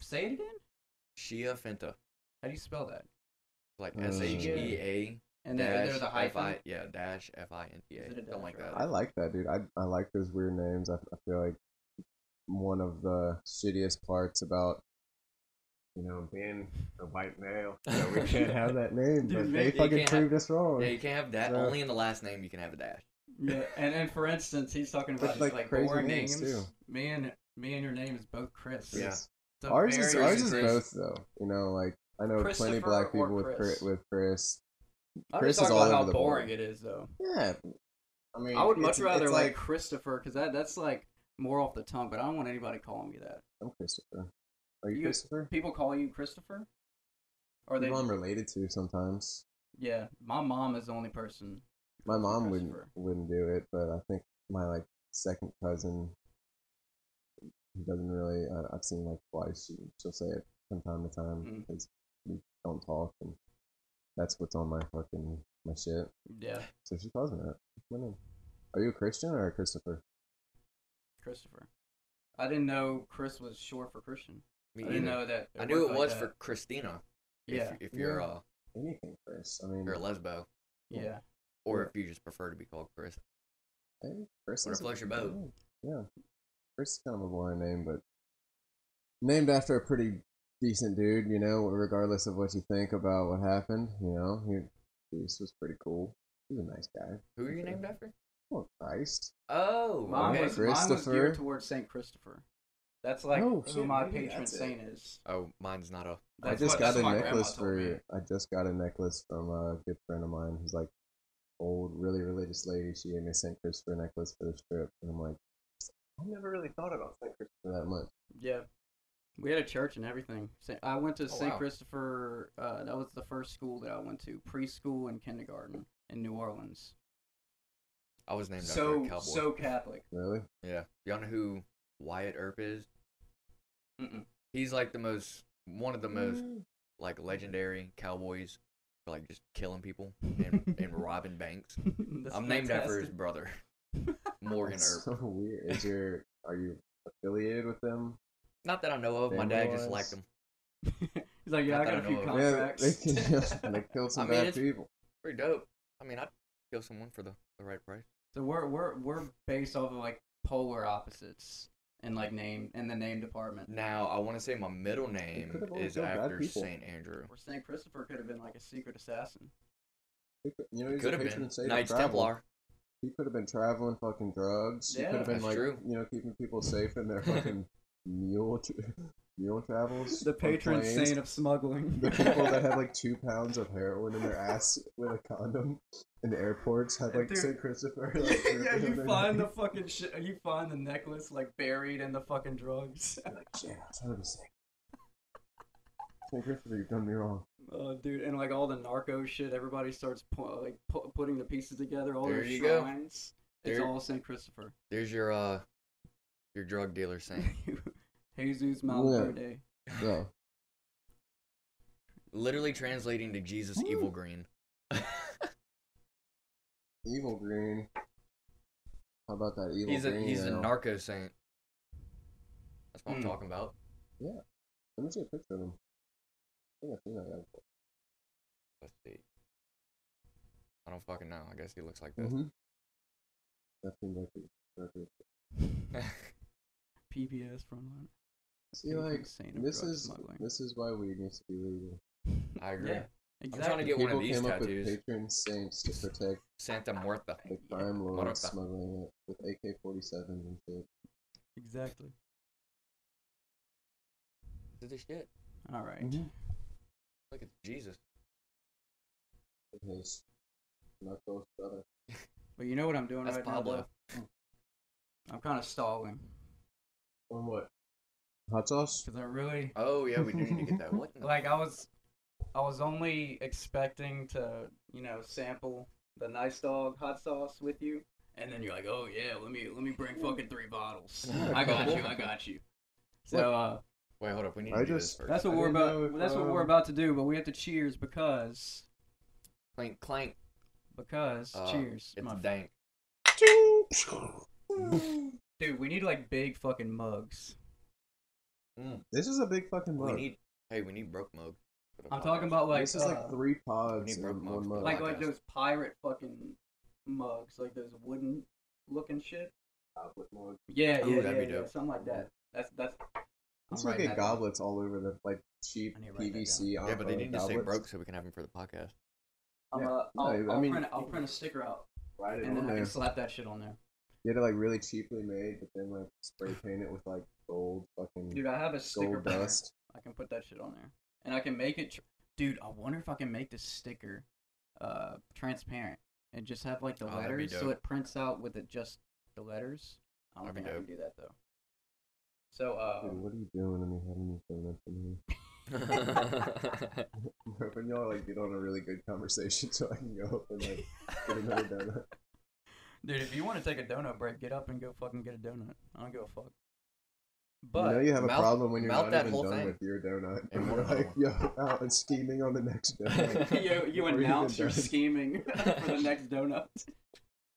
S3: Say it again.
S1: Shia Fenta.
S3: How do you spell that?
S1: Like
S4: Uh,
S1: S H E A
S3: And then
S1: dash
S3: there's a
S1: F
S3: hyphen.
S1: I yeah dash F I N T
S3: Is it a dash
S1: A something like
S3: or a
S1: that.
S4: I like that, dude. I I like those weird names. I, I feel like one of the shittiest parts about you know being a white male [LAUGHS] that
S3: [LAUGHS]
S4: we can't have that name,
S3: Dude,
S4: but
S3: you
S4: they fucking
S1: can't have-
S4: proved us wrong.
S1: Yeah, you can't have that.
S4: So-
S1: Only in the last name you can have a dash.
S3: Yeah. And and for instance, he's talking about
S4: That's
S3: just,
S4: like
S3: like,
S4: crazy
S3: boring
S4: names,
S3: names. Me and me and your name is both Chris.
S1: Yeah.
S4: It's-
S3: It's a
S4: Ours is
S3: very-
S4: ours is
S1: Chris.
S4: both though. You know, like I know plenty of
S3: Christopher
S4: black
S3: or
S4: people
S3: Chris?
S4: with Chris. with Chris.
S3: I'm
S4: Chris
S3: just
S4: is
S3: talking
S4: all
S3: about how
S4: over the board.
S3: boring it is, though.
S4: Yeah, I mean,
S3: I would much
S4: it's-
S3: rather
S4: it's
S3: like, Christopher, because that that's like more off the tongue. But I don't want anybody calling me that.
S4: I'm Christopher. Are you,
S3: You-
S4: Christopher?
S3: People call you Christopher? Or they
S4: People I'm related to sometimes.
S3: Yeah, my mom is the only person.
S4: My
S3: called me
S4: mom wouldn't
S3: Christopher.
S4: wouldn't do it, but I think my like second cousin who doesn't really. Uh, I've seen like twice. She, she'll say it from time to time
S3: Mm.
S4: because we don't talk, and that's what's on my fucking my shit.
S3: Yeah,
S4: So she calls me that. That's my name. Are you a Christian or a Christopher?
S3: Christopher. I didn't know Chris was short for Christian.
S1: Me
S3: I didn't
S1: either.
S3: know that.
S1: I knew it
S3: worked like
S1: was
S3: that.
S1: for Christina. If,
S3: Yeah,
S1: If you're
S4: Yeah.
S1: uh,
S4: Anything, Chris. I mean,
S1: you're a lesbo,
S3: yeah.
S1: or
S4: Yeah.
S1: if you just prefer to be called Chris.
S4: Hey, Chris
S1: Wanna
S4: is a
S1: flush your
S4: good
S1: boat?
S4: name. Yeah. Chris is kind of a boring name, but named after a pretty decent dude, you know, regardless of what you think about what happened, you know. He this was pretty cool. He was a nice guy.
S1: Who are you
S4: Okay.
S1: named after?
S4: Oh Christ.
S1: Oh,
S3: Mine
S1: okay.
S3: was, mine was
S4: Christopher.
S3: geared towards Saint Christopher. That's like
S4: Oh,
S3: who
S4: shit,
S3: my
S4: maybe
S3: patron
S4: that's it.
S3: saint is.
S1: Oh, mine's not a.
S4: I
S3: That's
S4: just
S3: what-
S4: got
S3: that's
S4: a
S3: what my grandma
S4: necklace
S3: told me.
S4: for I just got a necklace from a good friend of mine who's like old, really religious lady. She gave me a St. Christopher necklace for this trip and I'm like I never really thought about St. Christopher that much.
S3: Yeah. We had a church and everything. Sa- I went to
S1: Oh,
S3: St.
S1: wow.
S3: Christopher. Uh, that was the first school that I went to, preschool and kindergarten in New Orleans.
S1: I was named after
S3: So
S1: a cowboy.
S3: so Catholic. [LAUGHS]
S4: Really?
S1: yeah. Y'all know who Wyatt Earp is?
S3: Mm-mm.
S1: He's like the most, one of the most
S4: Mm.
S1: like
S4: Mm-hmm.
S1: legendary cowboys, for, like just killing people
S4: [LAUGHS]
S1: and, and robbing banks.
S3: That's
S1: I'm named after his
S3: fantastic.
S1: brother, Morgan
S4: That's
S1: Earp.
S4: so weird. Is your are you affiliated with them?
S1: Not that I know of. My dad just liked
S4: Family-wise.
S1: him.
S3: He's like, yeah, I got
S1: Not that I
S3: a few
S1: know of.
S4: Yeah, they,
S3: contracts. [LAUGHS]
S4: can, they killed some
S1: I mean,
S4: bad
S1: it's-
S4: people.
S1: Pretty dope. I mean, I'd kill someone for the, the right price.
S3: so we're we're we're based off of like polar opposites in like name in the name department.
S1: Now, I want to say my middle
S4: could
S1: name
S4: have all
S1: is
S4: killed bad
S1: after
S4: people.
S1: St. Andrew.
S3: Or St. Christopher could have been like a secret assassin.
S4: He could- You know, he's
S1: Could
S4: a
S1: have
S4: patron
S1: been
S4: saint of
S1: Knights
S4: travel.
S1: Templar.
S4: He could have been traveling fucking drugs. He
S3: Yeah.
S4: could have been
S1: That's
S4: like
S1: true.
S4: you know keeping people safe in their fucking mule tra- mule travels.
S3: The
S4: on
S3: patron
S4: planes.
S3: saint of smuggling.
S4: The people that have like two pounds of heroin in their ass with a condom in airports have like
S3: Dude.
S4: St. Christopher. Like,
S3: [LAUGHS] yeah,
S4: dripping on
S3: you
S4: their
S3: find the
S4: neck.
S3: fucking shit. You find the necklace like buried in the fucking drugs.
S4: Like, yeah, I was trying to be sick. St. Christopher, you've done me wrong.
S3: Oh, dude, and like all the narco shit, everybody starts pu- like pu- putting the pieces together. All
S1: There
S3: their
S1: you go.
S3: shrines. It's
S1: There-
S3: all Saint Christopher. [LAUGHS]
S1: There's your uh, your drug dealer
S4: [LAUGHS]
S1: saint.
S3: Jesus
S4: Yeah.
S3: Malverde.
S4: Yeah.
S1: Literally translating to Jesus Evil Green.
S4: Evil Green. How about that Evil
S1: he's a
S4: Green?
S1: he's a
S4: now?
S1: narco saint. That's what I'm
S3: Hmm.
S1: talking about.
S4: Let me see a picture of him. I think I've seen that guy before.
S1: Let's see. I don't fucking know. I guess he looks like this.
S4: Mm-hmm.
S3: Mm-hmm.
S1: [LAUGHS]
S4: That seems like a- like a-
S3: PBS frontline.
S4: See, like,
S3: saint of
S4: this
S3: drug
S4: is
S3: smuggling.
S4: this is why weed needs to be legal.
S1: I agree.
S3: Yeah, exactly.
S1: trying to get- one of
S4: People
S1: these
S4: came up with
S1: tattoos.
S4: patron saints to protect
S1: Santa Marta.
S4: the crime
S1: What
S4: lords
S1: up, though?
S4: smuggling it with AK-47s and shit.
S3: exactly.
S1: Look at this shit.
S3: All right.
S4: Mm-hmm.
S1: Look at Jesus.
S4: With his knuckles, brother.
S3: But you know what I'm doing
S1: That's
S3: right now?
S1: Pablo.
S3: though? I'm kind of stalling
S4: On what?
S1: [LAUGHS]
S4: Hot sauce?
S3: because I really
S1: Oh yeah, we do need to get that. What?
S3: [LAUGHS]
S1: in the-
S3: like I was I was only expecting to, you know, sample the nice dog hot sauce with you. And then you're like, Oh yeah, let me let me bring fucking three
S4: [LAUGHS]
S3: bottles. I got you, I got you. So uh,
S1: Wait, hold up. We need
S4: I
S1: to do
S4: just-
S1: this first.
S3: that's what
S4: I
S3: we're
S4: didn't know
S3: about
S4: if,
S3: that's what we're
S4: um,
S3: about to do, but we have to cheers because
S1: Clank clank.
S3: because
S1: Uh,
S3: cheers.
S1: It's
S3: my-
S1: dank.
S3: dude, we need like big fucking mugs.
S4: This is a big fucking
S1: We
S4: mug.
S1: need. Hey, we need broke mug. for the
S3: I'm talking
S1: podcast.
S3: about like
S4: this is
S3: uh,
S4: like three
S1: we
S4: pods
S1: need
S4: in
S1: broke
S4: one
S1: mugs,
S4: mug.
S1: but
S3: like like
S1: podcast.
S3: those pirate fucking mugs, like those wooden looking shit.
S4: Goblet mug.
S3: Yeah,
S1: Ooh,
S3: yeah,
S1: that'd
S3: yeah,
S1: be
S3: yeah,
S1: dope.
S3: something like that. That's that's.
S4: Let's
S3: I'm
S4: look
S3: writing
S4: at
S3: that down.
S4: goblets all over the like cheap
S3: I need to write that
S4: PVC.
S1: Yeah, but they
S4: uh,
S1: need to stay
S4: goblets.
S1: broke so we can have them for the podcast. [LAUGHS]
S3: I'm,
S4: Yeah.
S3: uh,
S4: No,
S3: I'll,
S4: I
S3: I'll
S4: mean-
S3: print, I'll print a sticker out
S4: Write it
S3: and
S4: on
S3: then I
S4: there.
S3: can slap that shit on there.
S4: Get it like really cheaply made, but then like spray paint it with like gold fucking
S3: Dude, I have a sticker
S4: gold
S3: banner.
S4: dust.
S3: I can put that shit on there, and I can make it. Tr- Dude, I wonder if I can make the sticker, uh, transparent and just have like the
S1: Oh, that'd be
S3: letters, so
S1: dope.
S3: it prints out with it just the letters. I don't
S1: That'd be
S3: think I can do that though. So, uh,
S4: Dude, what are you doing to me having me [LAUGHS] coming up in here?
S1: Oh,
S4: I'm hoping y'all like get on a really good conversation [LAUGHS] so I can go up and like get another
S1: [LAUGHS]
S4: donut.
S3: dude, if you want to take a donut break, get up and go fucking get a donut. I don't give a fuck.
S4: You
S3: But
S4: know you have a
S1: mouth-
S4: problem when you're
S1: mouth
S4: not
S1: that
S4: even
S1: whole
S4: done
S1: thing.
S4: with your donut.
S1: And
S4: [LAUGHS] you're
S1: one other
S4: like,
S1: one.
S4: yo, out and scheming on the next donut.
S3: [LAUGHS]
S1: [LAUGHS]
S3: you, you
S4: Before even
S3: announce you're
S4: done.
S3: scheming [LAUGHS] for the next donut.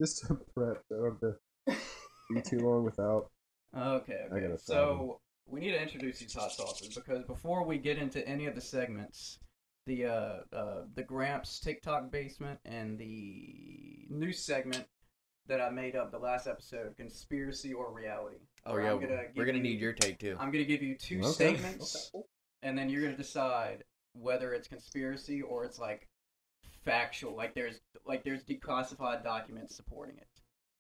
S4: Just to prep, I don't
S1: [LAUGHS]
S4: have to be too long without.
S3: Okay.
S4: I got
S3: okay.
S4: a
S3: So we need to introduce these hot sauces because before we get into any of the segments, the uh, uh the Gramps TikTok basement and the new segment that I made up the last episode, conspiracy or reality.
S1: oh
S3: where
S1: yeah,
S3: I'm gonna
S1: we're
S3: give
S1: gonna
S3: you-
S1: need your take too.
S3: I'm gonna give you two
S4: Okay.
S3: statements, and then you're gonna decide whether it's conspiracy or it's like factual, like there's like there's declassified documents supporting it.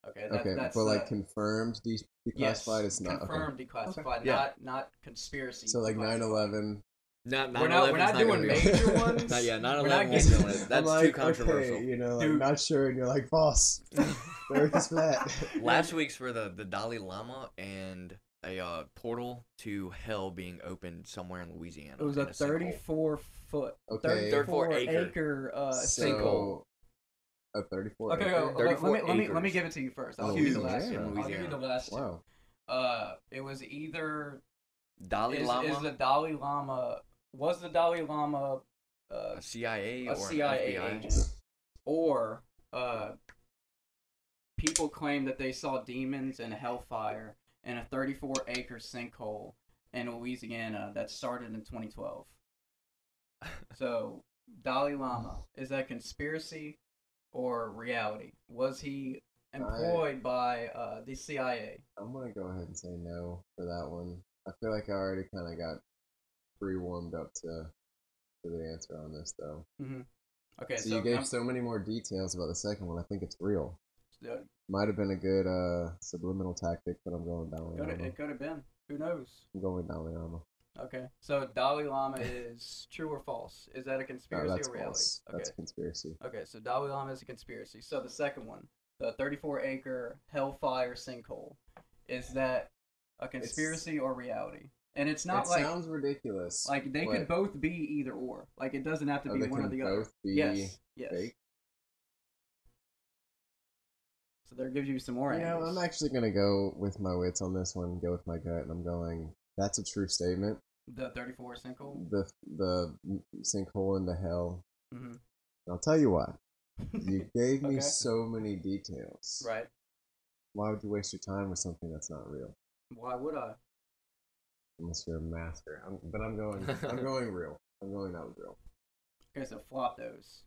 S3: Okay. That,
S4: Okay,
S3: That's
S4: but
S3: the-
S4: like confirmed, de- declassified,
S3: Yes,
S4: it's not. okay.
S3: confirmed declassified,
S1: Yeah.
S3: not not conspiracy.
S4: So like 9
S3: declassified.
S4: 11.
S1: Not,
S3: We're not- we're
S1: 9/11's
S3: not
S1: gonna
S3: doing
S1: be on.
S3: major ones.
S1: Not, yeah, not
S3: We're not
S1: 11 won't
S3: getting- [LAUGHS]
S1: be on it. That's too controversial.
S4: you know, like,
S3: Dude.
S4: not sure, and you're like,
S3: [LAUGHS]
S4: boss, the earth is [LAUGHS] flat.
S1: Last week's were the, the Dalai Lama and a uh, portal to hell being opened somewhere in Louisiana.
S3: It was
S1: in
S3: a
S1: sinkhole.
S3: 34 foot,
S4: Okay,
S3: 34
S1: 34
S3: acre,
S1: acre.
S3: uh,
S4: so,
S3: sinkhole.
S4: A 34.
S3: Okay, oh,
S4: acre?
S3: go, go, let,
S1: 34
S3: me, let me let me
S1: acres.
S3: give it to you first. I'll give you the last.
S4: Louisiana.
S3: I'll give you the last. two.
S4: Wow.
S3: Uh, it was either
S1: Dalai
S3: is,
S1: Lama,
S3: is the Dalai Lama was the Dalai Lama uh,
S1: a CIA
S3: a
S1: or
S3: CIA
S1: an FBI.
S3: agent, or uh, people claim that they saw demons and hellfire in a 34 acre sinkhole in Louisiana that started in [LAUGHS] 2012. so, Dalai Lama, is that conspiracy or reality? Was he employed by uh, the CIA?
S4: I'm gonna go ahead and say no for that one. I feel like I already kind of got pre warmed up to to the answer on this though.
S3: Okay,
S4: so,
S3: so,
S4: you gave
S3: num-
S4: so many more details about the second one. I think it's real.
S3: uh,
S4: Might have been a good uh subliminal tactic, but I'm going Dalai
S3: could-
S4: Lama.
S3: it could have been. Who knows?
S4: I'm going Dalai Lama.
S3: Okay, so Dalai
S4: [LAUGHS]
S3: Lama is true or false? Is that a
S4: No,
S3: conspiracy
S4: that's
S3: or reality?
S4: false.
S3: Okay.
S4: That's a conspiracy.
S3: Okay, so Dalai Lama is a conspiracy. So the second one, the 34 acre hellfire sinkhole, is that a conspiracy or reality? And it's not
S4: it
S3: like
S4: sounds ridiculous.
S3: like they could
S4: but-
S3: both be either or. Like it doesn't have to
S4: Oh,
S3: be
S4: they
S3: one or
S4: can
S3: the other.
S4: both be
S3: yes, yes.
S4: fake?
S3: So there gives you some more
S4: You know,
S3: angles.
S4: I'm actually gonna go with my wits on this one. Go with my gut, and I'm going. That's a true statement.
S3: The 34 sinkhole.
S4: The the sinkhole into hell
S3: hmm
S4: And I'll tell you why.
S3: [LAUGHS]
S4: Mm. You gave me
S3: Okay.
S4: so many details.
S3: Mm-hmm. Right.
S4: Why would you waste your time with something that's not real?
S3: Why would I?
S4: Unless you're a master. I'm, but I'm going.
S3: [LAUGHS]
S4: I'm going real. I'm going that was real.
S3: Okay, so flop those.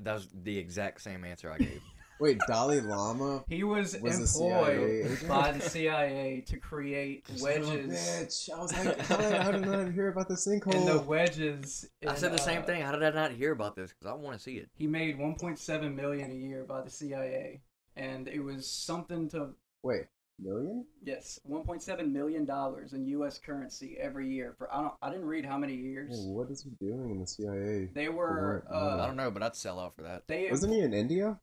S1: That was the exact same answer
S3: [LAUGHS]
S1: I gave.
S4: Wait, Dalai Lama.
S3: He was,
S4: Was a CIA
S3: employed
S4: agent?
S3: by
S4: [LAUGHS]
S3: the CIA to create
S4: Son of a
S3: wedges.
S4: Bitch. I was like, how did, [LAUGHS] how did I not hear about the
S3: And the
S4: sinkhole?
S3: wedges.
S1: I
S3: in,
S1: said the same
S3: uh,
S1: thing. How did I not hear about this? Because I want to see it.
S3: He made 1.7 million a year by the CIA, and it was something to
S4: Wait, million?
S3: yes, 1.7 million dollars in U.S. currency every year for I don't I didn't read how many years.
S4: Well, what is he doing in the CIA?
S3: They were
S1: I
S4: Lord,
S3: uh,
S1: don't know, but I'd sell out for that.
S3: they
S4: Wasn't he in India?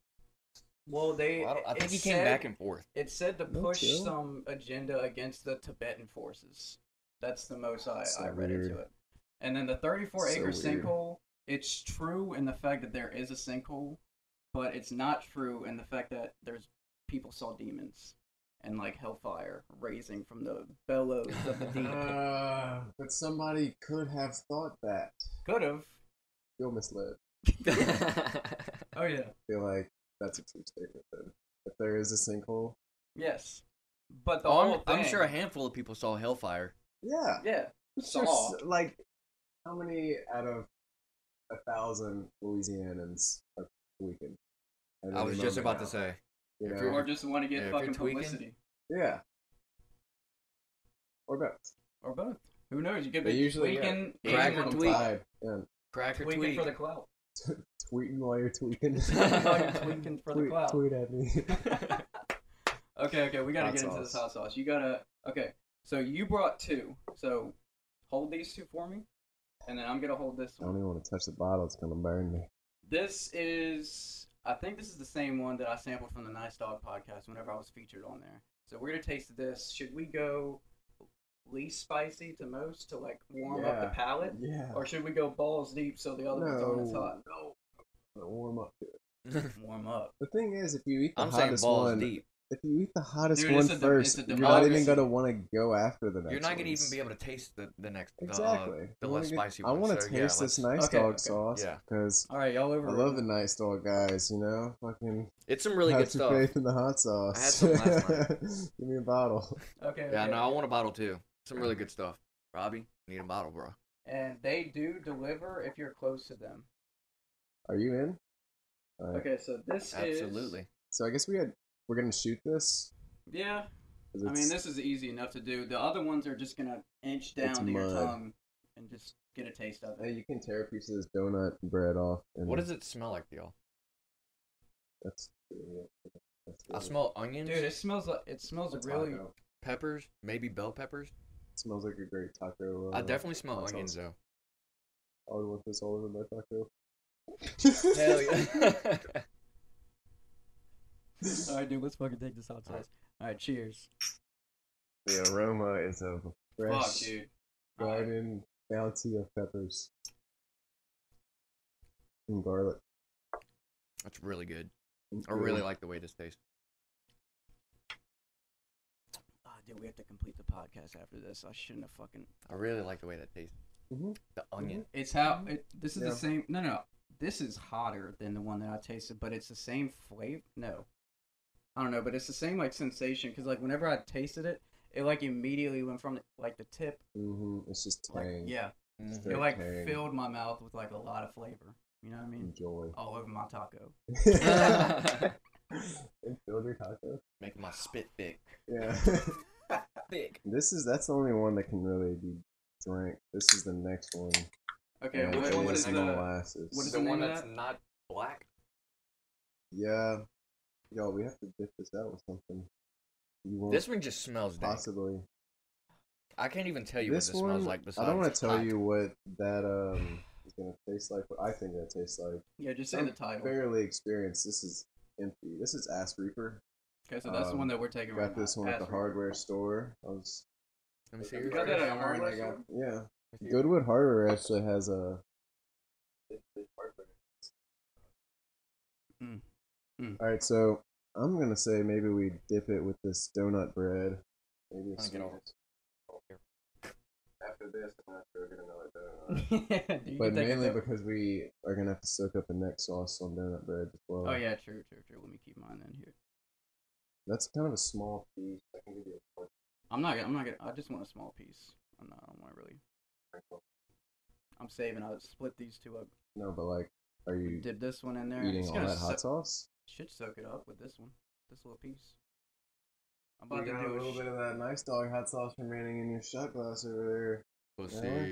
S3: well they
S1: Well, I, don't, I
S3: it
S1: think he
S3: said-
S1: came back and forth.
S3: it said to
S4: No
S3: push
S4: chill.
S3: some agenda against the Tibetan forces. That's the most I,
S4: So
S3: I read into
S4: weird.
S3: it. And then the 34 acre
S4: So weird.
S3: sinkhole, it's true in the fact that there is a sinkhole, but it's not true in the fact that there's people saw demons and like hellfire raising from the bellows of the deep. [LAUGHS]
S4: Uh, but somebody could have thought that.
S3: Could have.
S4: Feel misled.
S3: Oh yeah.
S4: Feel like that's a true statement. Then, if there is a sinkhole,
S3: Yes. But the
S1: Oh, I'm-
S3: whole
S1: I'm,
S3: thing-
S1: sure a handful of people saw Hellfire.
S4: yeah,
S3: [LAUGHS] Yeah.
S4: It's
S3: Saw.
S4: just, like how many out of a thousand Louisianans are tweaking? And
S1: I
S4: then
S1: was
S4: you
S1: just
S4: remember
S1: about to
S4: now,
S1: say.
S4: you
S1: if
S4: know?
S1: you're-
S3: Or just want to
S1: Yeah,
S3: get
S1: if you're
S3: fucking
S1: tweaking.
S3: publicity
S4: yeah, or both.
S3: or both. Who knows? You could
S4: They
S3: be
S4: usually
S3: tweaking,
S1: yeah. Crack
S3: tweaking
S1: or
S3: on
S1: tweak.
S3: top,
S4: Tied. Yeah.
S1: Crack or
S3: tweaking
S1: tweak.
S3: for the clout.
S4: tweeting while you're tweaking.
S1: [LAUGHS]
S4: [LAUGHS]
S3: Tweaking for the
S4: tweet,
S3: clout.
S4: tweet at me. [LAUGHS]
S3: [LAUGHS] okay, okay, we gotta
S4: Hot
S3: get into this hot
S4: sauce.
S3: sauce. You gotta. Okay, so you brought two. So hold these two for me, and then I'm gonna hold this
S4: I don't e-
S3: one.
S4: even want to touch the bottle; it's gonna burn me.
S3: This is. I think this is the same one that I sampled from the Nice Dog podcast whenever I was featured on there. So we're gonna taste this. Should we go least spicy to most to like warm up
S4: Yeah.
S3: the palate,
S4: Yeah.
S3: or should we go balls deep so the other one's
S4: No.
S3: hot? No,
S4: Gotta warm up to it.
S3: warm up.
S4: The thing is, if you eat
S1: [LAUGHS]
S4: the
S1: I'm saying
S4: hottest
S1: balls
S4: one,
S1: deep.
S4: if you eat the hottest
S3: Dude,
S4: one
S3: it's a dem-
S4: first,
S3: it's a
S4: you're not even
S3: democracy.
S4: gonna want to go after the next.
S1: You're not gonna even
S4: ones.
S1: be able to taste the, the next the, uh,
S4: exactly. You
S1: the
S4: wanna
S1: less
S4: get-
S1: spicy
S4: I
S1: one.
S4: want to
S1: so, yeah,
S4: taste
S1: let's-
S4: this nice
S3: Okay,
S4: dog
S3: okay.
S4: sauce
S1: Yeah.
S4: because
S3: All right, y'all
S4: I
S3: over.
S4: love the nice dog guys. You know, fucking
S1: It's some really
S4: have
S1: good
S4: your
S1: stuff.
S4: faith in the hot sauce.
S1: some last night.
S4: [LAUGHS] Give me
S1: [LAUGHS]
S4: a bottle.
S3: Okay.
S1: Yeah,
S3: okay.
S1: no, I want a bottle too. Some really good stuff. Robbie, need a bottle, bro.
S3: And they do deliver if you're close to them.
S4: Are you in? All right.
S3: Okay, so this is
S1: Absolutely.
S4: So I guess we had we're gonna shoot this.
S3: Yeah,
S4: 'cause
S3: I
S4: it's-
S3: mean, this is easy enough to do. The other ones are just gonna inch down
S4: It's
S3: to your
S4: mud.
S3: tongue and just get a taste of
S4: Hey,
S3: it.
S4: uh, you can tear a piece of this donut bread off. And
S1: What does it smell like, y'all?
S4: That's, that's
S1: I smell onions,
S3: Dude, it smells like it smells
S4: That's
S3: really.
S4: taco.
S1: peppers, maybe bell peppers.
S4: It smells like a great taco.
S1: I
S4: uh,
S1: definitely smell
S4: that
S1: onions
S4: sounds-
S1: though.
S4: I would want this all over my
S3: [LAUGHS]
S4: taco.
S1: Hell
S4: [LAUGHS]
S1: yeah.
S3: All right, dude, let's fucking take this hot
S1: All right.
S3: sauce. All right, cheers.
S4: the aroma is of fresh
S3: Fuck, dude. All right.
S4: garden bounty of peppers and garlic.
S1: That's really good. I really like the way this tastes.
S3: Ah, dude, we have to complete the podcast after this. I shouldn't have fucking.
S1: I really like the way that tastes.
S4: Mhm.
S1: The onion.
S3: It's how it, this is
S4: Mm-hmm. Yeah.
S3: the same. No, no, no. this is hotter than the one that I tasted, but it's the same flavor. No, I don't know, but it's the same like sensation because like whenever I tasted it, it like immediately went from like the tip,
S4: hmm It's just
S3: like
S4: tang.
S3: yeah,
S1: Mhm.
S4: Very
S3: it like
S4: tang.
S3: filled my mouth with like a lot of flavor. You know what I mean? [LAUGHS]
S4: [LAUGHS] Enjoy.
S3: All over my taco.
S4: And filled your taco.
S1: Mm-hmm. [LAUGHS] Making my spit thick.
S4: Yeah.
S3: [LAUGHS]
S1: Thick.
S4: this is that's the only one that can really be drank. This is the next one.
S3: Okay,
S4: and
S1: what-
S4: it
S1: what is
S4: isn't
S1: the-
S4: gonna last. It's-
S3: what is
S1: the
S3: the
S1: one
S3: name of
S1: that's
S3: that?
S1: not black.
S4: Yeah. Yo, we have to dip this out with something. You want
S1: This one just smells dank.
S4: possibly.
S1: I can't even tell you
S4: this
S1: what this
S4: one,
S1: smells like besides
S4: I don't want
S1: it's
S4: to tell
S1: hot.
S4: you what that um is gonna taste like. What I think that tastes like.
S3: Yeah, just say
S4: I'm
S3: the title.
S4: Fairly experienced. This is empty. This is Ass Reaper.
S3: Okay, so that's the
S4: Um,
S3: one that we're taking right
S4: Got this
S3: now.
S4: one at the
S3: Ass- [LAUGHS]
S4: hardware store. I was.
S1: Let me see.
S4: You
S1: your
S3: got that
S1: face.
S3: at a hardware
S4: I
S3: store?
S4: got- Yeah.
S1: Let me see your-
S4: Goodwood Hardware actually has a.
S3: Mm. Mm.
S4: All right, so I'm gonna say maybe we dip it with this donut bread. Maybe
S1: I'll get over here.
S4: After this, I'm not sure we're gonna know donut.
S3: yeah, dude, [LAUGHS] you
S4: But
S3: can take a
S4: mainly
S3: dip.
S4: because we are gonna have to soak up the neck sauce on donut bread as well.
S3: Oh yeah, true, true, true. Let me keep mine in here.
S4: That's kind of a small piece. I can give you a large
S3: I'm not. I'm not gonna. I just want a small piece. I'm not. I don't want to really.
S4: triangle.
S3: I'm saving. I'll split these two up.
S4: No, but like, are you
S3: Dip this one in there. and
S4: eating
S3: it's
S4: all
S3: gonna
S4: that hot
S3: soak-
S4: sauce?
S3: Should soak it up with this one. This little piece. I'm about to do a sh-
S4: of that nice dog hot sauce remaining in your shot glass over
S1: Pussy.
S4: there.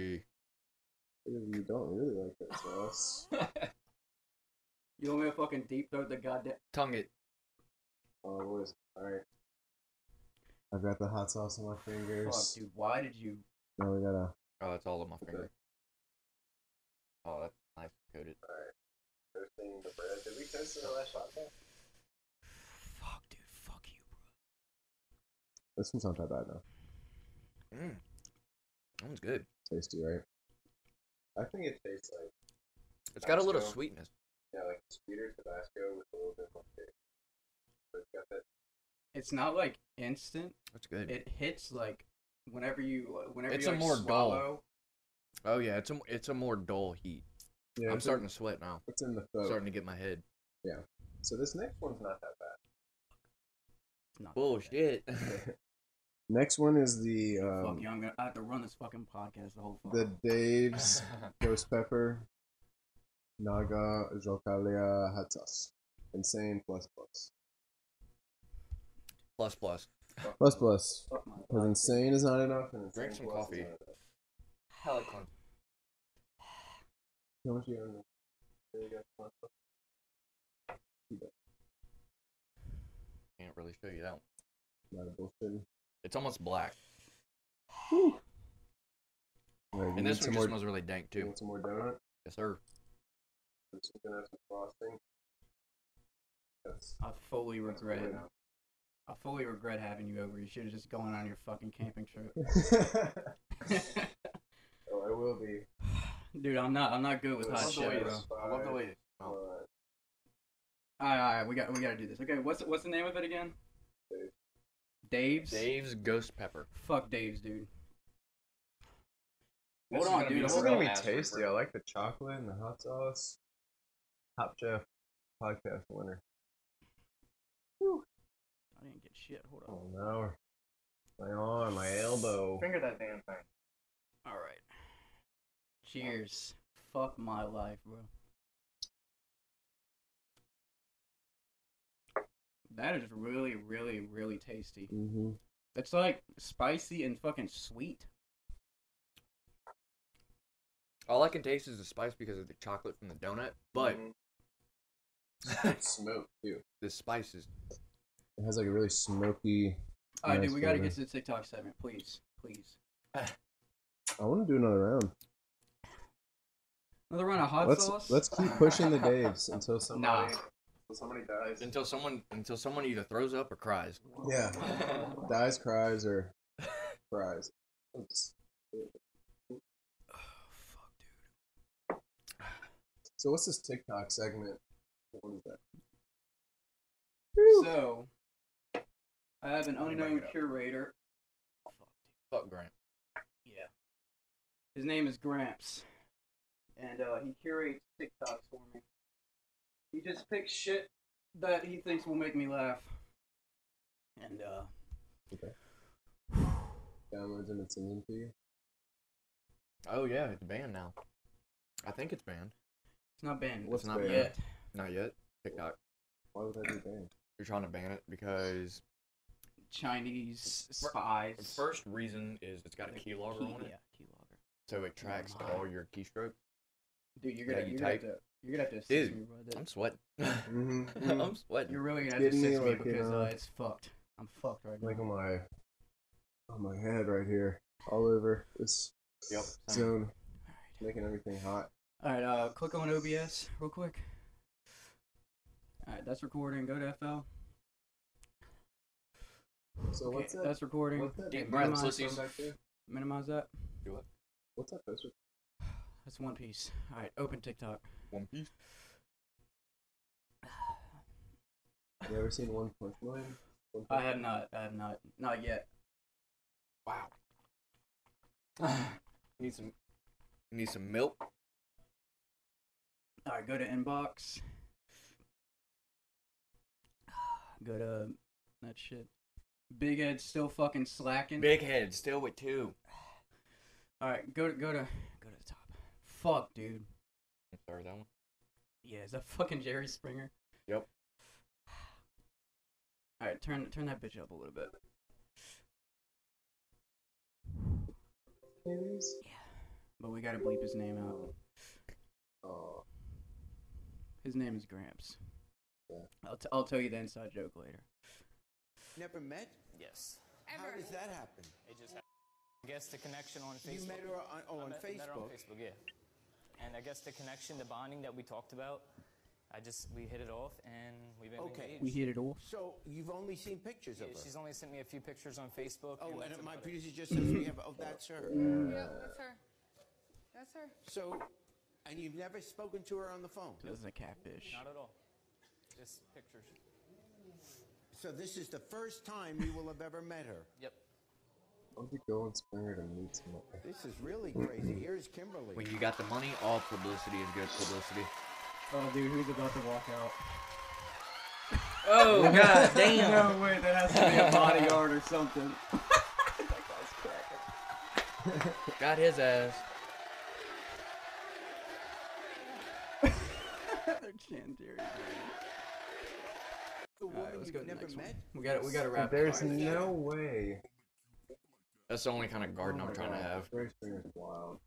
S4: You don't really like that [SIGHS] sauce.
S3: [LAUGHS] You want me to fucking deep throat the goddamn?
S1: Tongue it.
S4: Oh, boys. All right. I've got the hot sauce on my
S3: Fuck,
S4: fingers.
S3: dude. Why did you?
S4: now we gotta.
S1: Oh, it's all on my
S4: finger.
S1: finger. Oh, that's nice coated.
S4: Toasting the bread. Did we toast the last shot?
S3: Fuck, dude. Fuck you,
S4: This one's not that bad now.
S1: Mm. That one's good.
S4: Tasty, right? I think it tastes like.
S1: It's got a little
S4: Tabasco.
S1: sweetness.
S4: Yeah, like sweeter Tabasco with a little bit of kick. But it's got that.
S3: bro. It's not like instant.
S1: That's good.
S3: It hits like whenever you. Whenever
S1: It's
S3: you
S1: a
S3: like,
S1: more dull.
S3: swallow.
S1: oh yeah, it's a it's a more dull heat.
S4: Yeah,
S1: I'm
S4: it's
S1: starting to sweat now.
S4: In, it's in the
S1: I'm
S4: throat.
S1: Starting to get my head.
S4: So this next one's not that bad.
S3: It's not that bad.
S4: [LAUGHS]
S1: Bullshit. [LAUGHS]
S4: Next one is the
S3: Fuck
S4: um,
S3: you. I'm gonna. I have to run this fucking podcast the whole.
S4: the
S3: fucking-
S4: Dave's Ghost Pepper Naga Jocalia Hot Sauce. Insane plus plus.
S1: plus plus.
S4: Plus plus.
S3: Fuck my.
S4: Because insane is not enough. And
S1: Drink
S4: insane
S1: some
S4: plus is
S1: coffee.
S4: not enough.
S1: Helicon.
S4: How much you got in there? There you go, plus plus.
S1: Can't really show you that one.
S4: Not a bullshit.
S1: It's almost black.
S4: Alright, you
S1: And
S4: need
S1: this one
S4: some
S1: just
S4: more,
S1: smells really dank
S4: you
S1: too.
S4: want some more donut?
S1: Yes, sir.
S4: This one's gonna have some frosting. Yes.
S3: I fully [LAUGHS]
S4: That's
S3: regret
S4: good.
S3: I fully regret having you over. You should have just gone on your fucking camping trip.
S4: [LAUGHS] oh, it will be.
S3: Dude, I'm not. I'm not good with
S4: I
S3: hot
S4: love the way
S3: shit, bro.
S4: this- I love the way
S1: it
S4: Alright,
S3: All right, all right, we got we got to do this. Okay, what's what's the name of it again?
S4: Dave.
S3: Dave's.
S1: Dave's ghost pepper.
S3: Fuck Dave's, dude. Hold
S1: This is
S3: on,
S1: gonna be
S3: dude.
S1: a
S4: This
S3: hold
S4: is
S1: real
S4: gonna be
S1: ass
S4: tasty.
S1: ripper.
S4: I like the chocolate and the hot sauce. Top Chef podcast winner.
S3: I didn't get shit. Hold on.
S4: Oh no. My arm, my elbow.
S5: Finger that damn thing.
S3: All right. Cheers. Fuck my life, bro. That is really, really, really tasty.
S4: Mm-hmm.
S3: It's like spicy and fucking sweet.
S1: All I can taste is the spice because of the chocolate from the donut,
S4: Mm-hmm.
S1: but
S4: Smoke too.
S1: the spice is
S4: It has like a really smoky.
S3: All right,
S4: Nice
S3: dude, we gotta
S4: flavor.
S3: get to the TikTok segment, please, please.
S4: I want to do another round.
S3: Another round of hot
S4: let's
S3: sauce.
S4: let's keep pushing the Daves until somebody
S3: Nah.
S4: until somebody dies.
S1: until someone until someone either throws up or cries.
S4: Yeah, dies, cries, or cries. Oops.
S3: Oh, fuck, dude.
S4: So what's this TikTok segment? What is that?
S3: So, I have an
S1: Let me bring
S3: unknown
S1: it up.
S3: curator. Fuck,
S1: Fuck Grant.
S3: dude. Yeah. His name is Gramps, and uh, he curates TikToks for me. He just picks shit that he thinks will make me laugh, and uh,
S4: Downloads and it's in to you.
S1: Oh yeah, it's banned now. I think it's banned.
S3: it's not banned
S4: What's
S1: not
S4: banned?
S3: yet.
S1: Not yet. TikTok.
S4: Why would that be
S3: [LAUGHS]
S4: banned?
S1: You're trying to ban it because
S3: Chinese
S1: Fir-
S3: spies.
S1: the first reason is it's got a keylogger on it,
S3: Yeah, keylogger.
S1: so it tracks
S3: my.
S1: all your keystrokes.
S3: Dude, you're
S1: Yeah,
S3: gonna,
S1: you
S3: you are gonna have
S1: type-
S3: to, you're gonna have to assist
S1: Dude,
S3: me, bro. That-
S1: I'm sweating. [LAUGHS]
S4: Mm-hmm.
S1: I'm sweating.
S3: You're really gonna have to
S4: Getting me
S3: assist me
S4: like, you
S3: because
S4: know.
S3: uh, it's fucked. I'm fucked right now.
S4: like on my on my head right here, all over this
S1: Yep.
S4: zone,
S3: Alright.
S4: making everything hot.
S3: All right, uh, click on OBS real quick. All right, that's recording. Go to FL.
S4: So
S3: Okay,
S4: what's that?
S3: That's recording.
S4: what's that?
S1: Deep
S4: Deep
S1: breaths,
S3: minimize,
S1: let's use-
S4: back there?
S3: minimize that.
S4: What's that poster?
S3: That's one piece. All right, open TikTok.
S1: One Piece.
S4: You ever seen One Punch Man? One
S3: I
S4: Punch-
S3: have not. I have not. Not yet.
S1: Wow. [SIGHS] need some. Need some milk.
S3: All right, go to inbox. [SIGHS] Go to that shit. Big Ed still fucking slacking.
S1: Big head, still with two.
S3: All right, go to go to go to the top. Fuck, dude.
S1: I'm sorry, that one.
S3: Yeah, is that fucking Jerry Springer? [SIGHS]
S1: Yep.
S3: All right, turn turn that bitch up a little bit.
S4: Series?
S3: But we gotta bleep his name out.
S4: Oh,
S3: His name is Gramps.
S4: Yeah.
S3: I'll, t- I'll tell you the inside joke later.
S6: Never met?
S7: Yes.
S6: How does that happen?
S7: It just happened. I guess the connection on Facebook.
S6: You met her on, oh,
S7: I
S6: on
S7: met- met her on
S6: Facebook.
S7: Facebook, yeah. And I guess the connection, the bonding that we talked about, I just, we hit it off and we've been
S6: Okay.
S7: engaged.
S3: We hit it all.
S6: So you've only seen pictures
S7: Yeah,
S6: of her.
S7: she's only sent me a few pictures on Facebook.
S6: Oh, and
S7: that's
S6: my
S7: about it.
S6: producer just says we have. Oh, that's her.
S8: Yeah, that's her. That's her.
S6: So, and you've never spoken to her on the phone.
S3: This is a catfish.
S7: Not at all. Just pictures.
S6: So this is the first time you will have ever met her.
S7: Yep.
S4: I'll be going Springer to meet someone.
S6: This is really crazy. Here's Kimberly.
S1: When you got the money, all publicity is good publicity.
S3: Oh, dude, who's about to walk out? [LAUGHS]
S1: Oh god damn!
S3: No, wait, that has to be a bodyguard or [LAUGHS] something.
S1: [LAUGHS] got his ass.
S3: [LAUGHS] They're Jerry.
S6: the
S3: All
S6: woman
S3: right, let's go
S6: you've
S3: to the
S6: never
S3: next
S6: met.
S3: one. We got we got to wrap.
S4: There's
S3: this up.
S4: no way.
S1: That's the only kind of garden
S3: Oh
S1: I'm trying to have.
S4: Jerry Springer's wild.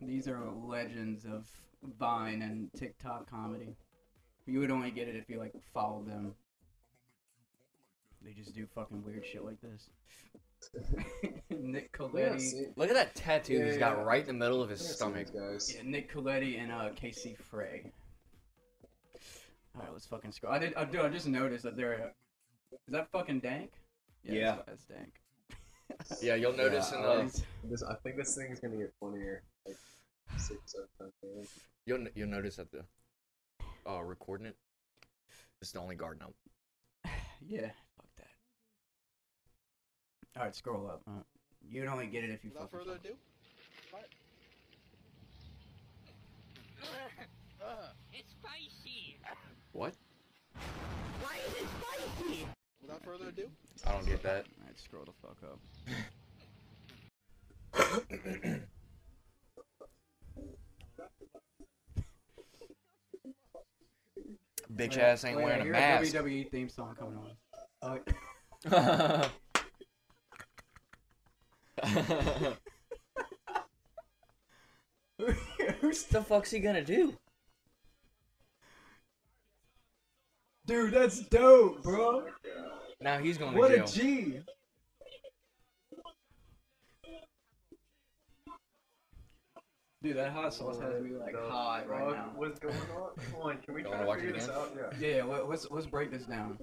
S3: These are legends of Vine and TikTok comedy. You would only get it if you like followed them. They just do fucking weird shit like this. [LAUGHS] Nick
S4: Yeah,
S3: Coletti.
S4: see,
S1: Look at that tattoo he's got
S4: Yeah.
S1: right in the middle of his
S4: I've seen
S1: stomach.
S4: these guys.
S3: Yeah, Nick Coletti and uh, Casey Frey. All right, let's fucking scroll. I did. uh, I do. I just noticed that there. Is that fucking dank?
S5: Yeah.
S3: That's, that's dank.
S1: Yeah, you'll notice
S4: Yeah,
S1: in
S4: I
S1: the
S4: like- This, I think this thing's gonna get funnier. Like six, seven times. in.
S1: you'll n- you'll notice that the uh recording it. It's the only guard note.
S3: Yeah. Fuck that. All right, scroll up. Uh, you'd only get it if you.
S9: Without
S3: fucking
S9: further
S3: fuck.
S9: ado, what? uh,
S1: What?
S9: without further ado,
S1: I don't get that.
S3: All right, scroll the fuck up.
S1: Bitch
S3: Oh, yeah.
S1: ass ain't
S3: Oh, yeah,
S1: wearing a
S3: you're
S1: mask.
S3: WWE theme song coming on. Oh, who's-
S1: the fuck's he gonna do?
S3: [LAUGHS] Dude, that's dope, bro.
S1: Now he's going to
S3: What a
S1: jail.
S3: G. Dude, that hot sauce has me like hot right now.
S4: What's going on?
S3: [LAUGHS]
S4: Come on, can we
S1: Y'all
S4: try to
S1: watch it
S4: figure this
S1: again?
S4: out? Yeah.
S3: Yeah, yeah, let- let's let's break this down.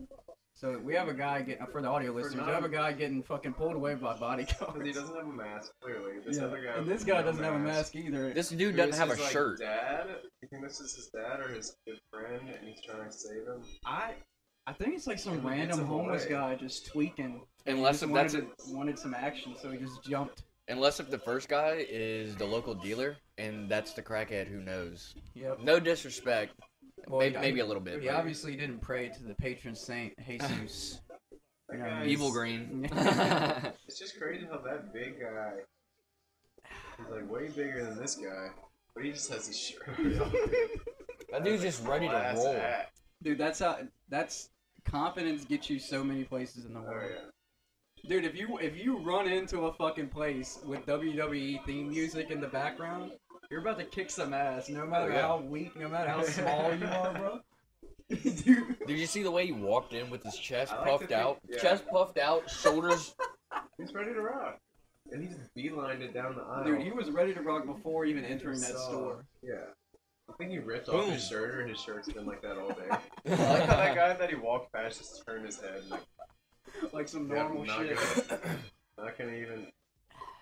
S3: So we have a guy getting for the audio listeners. We have a guy getting fucking pulled away by body
S4: Because he
S3: guards.
S4: doesn't have a mask, clearly. This
S3: Yeah.
S4: other guy.
S3: And
S4: with
S3: this guy
S4: no
S3: doesn't have a mask either.
S1: This dude
S4: Maybe
S1: doesn't
S4: this
S1: have a
S4: is, like,
S1: shirt.
S4: Dad. You think this is his dad or his good friend, and he's trying to save him?
S3: I I think it's like some
S4: It's
S3: random
S4: a
S3: homeless
S4: way.
S3: guy just tweaking.
S1: Unless
S3: Just
S1: if that's
S3: wanted,
S1: a,
S3: wanted some action, so he just jumped.
S1: unless if the first guy is the local dealer and that's the crackhead who knows.
S3: Yep.
S1: No disrespect.
S3: Well,
S1: maybe,
S3: I-
S1: maybe a little bit.
S3: He
S1: but
S3: obviously didn't pray to the patron saint
S1: [LAUGHS]
S3: Jesus. [LAUGHS]
S4: That
S3: Yeah,
S4: guy's-
S1: Evil [LAUGHS] green.
S4: It's just crazy how that big guy. He's like way bigger than this guy, but he just has his shirt. on.
S1: that dude's just [LAUGHS] ready to
S4: Class
S1: roll.
S4: act.
S3: Dude, that's how that's confidence gets you so many places in the
S4: Oh
S3: world.
S4: yeah.
S3: Dude, if you if you run into a fucking place with WWE theme music in the background, you're about to kick some ass, no matter
S1: Oh, yeah.
S3: how weak, no matter how small you are, bro. Dude,
S1: Did you see the way he walked in with his chest
S4: I like to
S1: puffed
S4: think-
S1: out?
S4: yeah.
S1: Chest puffed out, shoulders.
S4: He's ready to rock, and he's beelined it down the aisle.
S3: dude, he was ready to rock before even entering that
S4: Saw-
S3: store.
S4: Yeah. I think he ripped off
S1: Boom.
S4: his shirt, and his shirt's been like that
S1: [LAUGHS]
S4: all day. I like how that guy that he walked past just turned his head. Like,
S3: Like some
S4: yeah,
S3: normal
S4: not
S3: shit.
S4: [LAUGHS] Gonna, not gonna even.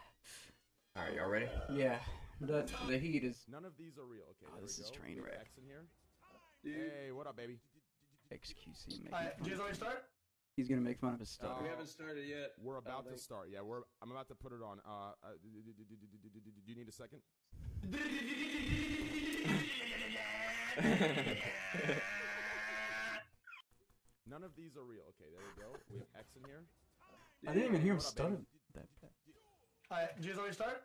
S1: [LAUGHS] All right, y'all [LAUGHS] ready?
S3: Yeah, the the heat is
S9: none of these are real. Okay,
S3: Oh,
S9: there
S3: this
S9: we
S3: is
S9: go.
S3: train
S9: We got
S3: wreck.
S9: X in here. Hey, what up, baby?
S3: XQC. Making
S5: Uh,
S3: fun.
S5: did you already start?
S3: He's gonna make fun of his stuff.
S9: Oh.
S5: We haven't started yet.
S9: We're about to
S5: think-
S9: start. Yeah, we're. I'm about to put it on. Uh, uh, d- d- d- d- d- d- d- d- d- do you need a second? None of these are real. Okay, there we go. We have X in here.
S3: I didn't even hear him
S9: What up, baby?
S3: stutter that bad.
S5: Uh, did you already start?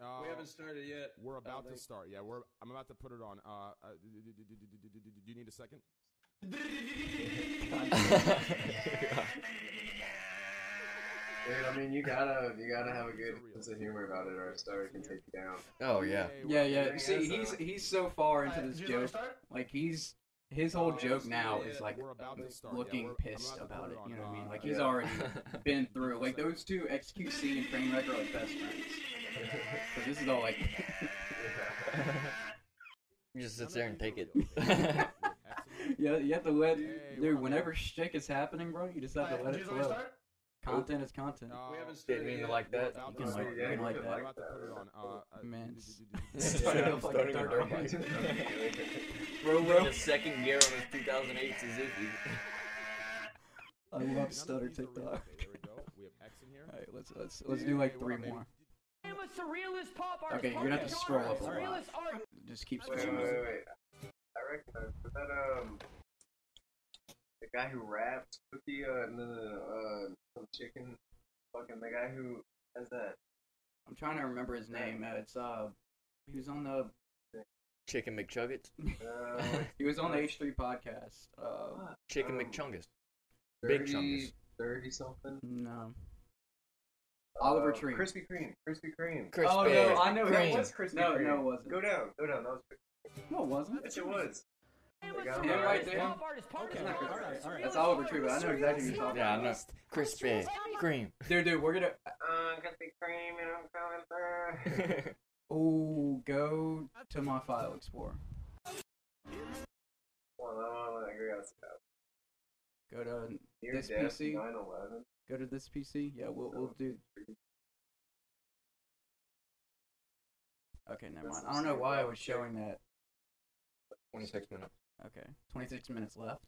S9: Uh,
S5: We haven't started yet. I
S9: We're
S5: don't
S9: about to
S5: think.
S9: start. Yeah, we're. I'm about to put it on. Uh, uh, d- d- d- d- d- d- d- d- d- do you need a second?
S4: Dude, I mean, you gotta, you gotta have a good
S9: Surreal.
S4: sense of humor about it, or a star can take you down.
S1: [LAUGHS] Oh yeah.
S9: Hey, what
S3: Yeah,
S9: up,
S3: yeah.
S9: baby?
S3: See, he's he's so far into
S5: Uh,
S3: this
S5: did you already
S3: joke.
S5: start?
S3: Like he's
S9: Oh,
S3: his whole joke now is like
S9: We're about to start. Yeah,
S3: looking
S9: we're- I'm
S3: pissed
S9: about to
S3: about
S9: put
S3: it.
S9: it
S3: You
S9: on,
S3: know what I mean?
S9: uh,
S3: Like he's
S4: yeah.
S9: [LAUGHS]
S3: already been through. Like those two, XQC and Trainwreck are like best friends. So this is all like, [LAUGHS]
S1: He just
S9: None
S1: sits there and
S9: of these
S1: take
S9: are
S1: it.
S9: real. We have X in
S1: [LAUGHS]
S9: here.
S3: yeah, you have to let
S9: Hey, what
S3: dude.
S9: up,
S3: Whenever shtick is happening, bro, you just have to
S5: Uh,
S3: let
S5: did
S3: it
S5: you already
S3: flow.
S5: start?
S3: Content is content.
S9: Uh,
S5: We haven't
S1: Didn't
S5: started
S1: mean
S5: yet.
S1: to like that.
S9: about
S3: You
S9: to
S3: can
S9: start.
S3: like-
S4: you can like
S9: we're
S4: that.
S9: about to put it on, uh, uh,
S3: Man,
S9: d- d-
S3: [LAUGHS] [LAUGHS] it's
S9: d- d-
S3: starting
S1: Yeah,
S3: off like
S1: starting
S3: a dirt
S1: off [LAUGHS]
S3: bike.
S1: like Bro, bro. The second gear on his 2008 Suzuki.
S3: I
S9: None
S3: love
S9: of
S3: stutter
S9: these are real.
S3: TikTok.
S9: Okay, there we go. We have X in here.
S3: All right, let's let's let's do like
S9: Hey, what
S3: three
S9: up, baby?
S3: more.
S10: I'm a surrealist pop artist.
S3: Okay, you're gonna have to scroll up a lot.
S10: Surrealist art.
S3: Just keep
S4: Wait, wait,
S3: scrolling.
S4: wait, wait. I recognize was that um the guy who rapped Cookie uh, and then uh, some chicken fucking the guy who has that
S3: I'm trying to remember his name. Uh, It's uh, he was on the
S1: Chicken McChuggets.
S4: uh,
S3: he was on the H3 podcast. Uh,
S1: Chicken
S4: Um,
S1: McChungus. Big
S4: 30,
S1: chungus.
S4: 30 something
S3: no. Oliver
S4: Uh,
S3: Tree.
S4: Krispy Kreme Krispy Kreme
S1: Crispy.
S3: oh no, I know
S1: Cream.
S3: that was Chris.
S4: Krispy
S3: No,
S4: Kreme.
S3: no, it wasn't.
S4: go down go down that was
S3: No, it wasn't.
S4: yes it was
S10: I'm
S4: The
S10: a
S4: guy
S10: surrealist
S4: who
S3: Him right
S4: rapped-
S3: there.
S10: pop artist. Pop
S5: Okay,
S10: artist.
S5: all right, all right.
S3: That's Oliver Tree, but I know exactly who you're talking
S1: Yeah, I
S3: about.
S1: know. Crispy. Cream.
S3: Dude, dude, we're gonna.
S4: Uh, Krispy Kreme and I'm coming through
S3: [LAUGHS] Oh, go to my file explorer.
S4: One,
S3: Go to
S4: Near
S3: this
S4: death,
S3: PC.
S4: 9/11.
S3: Go to this PC. Yeah, we'll we'll do. Okay, never mind. I don't know why I was showing that.
S1: 26 minutes.
S3: Okay, 26 minutes left.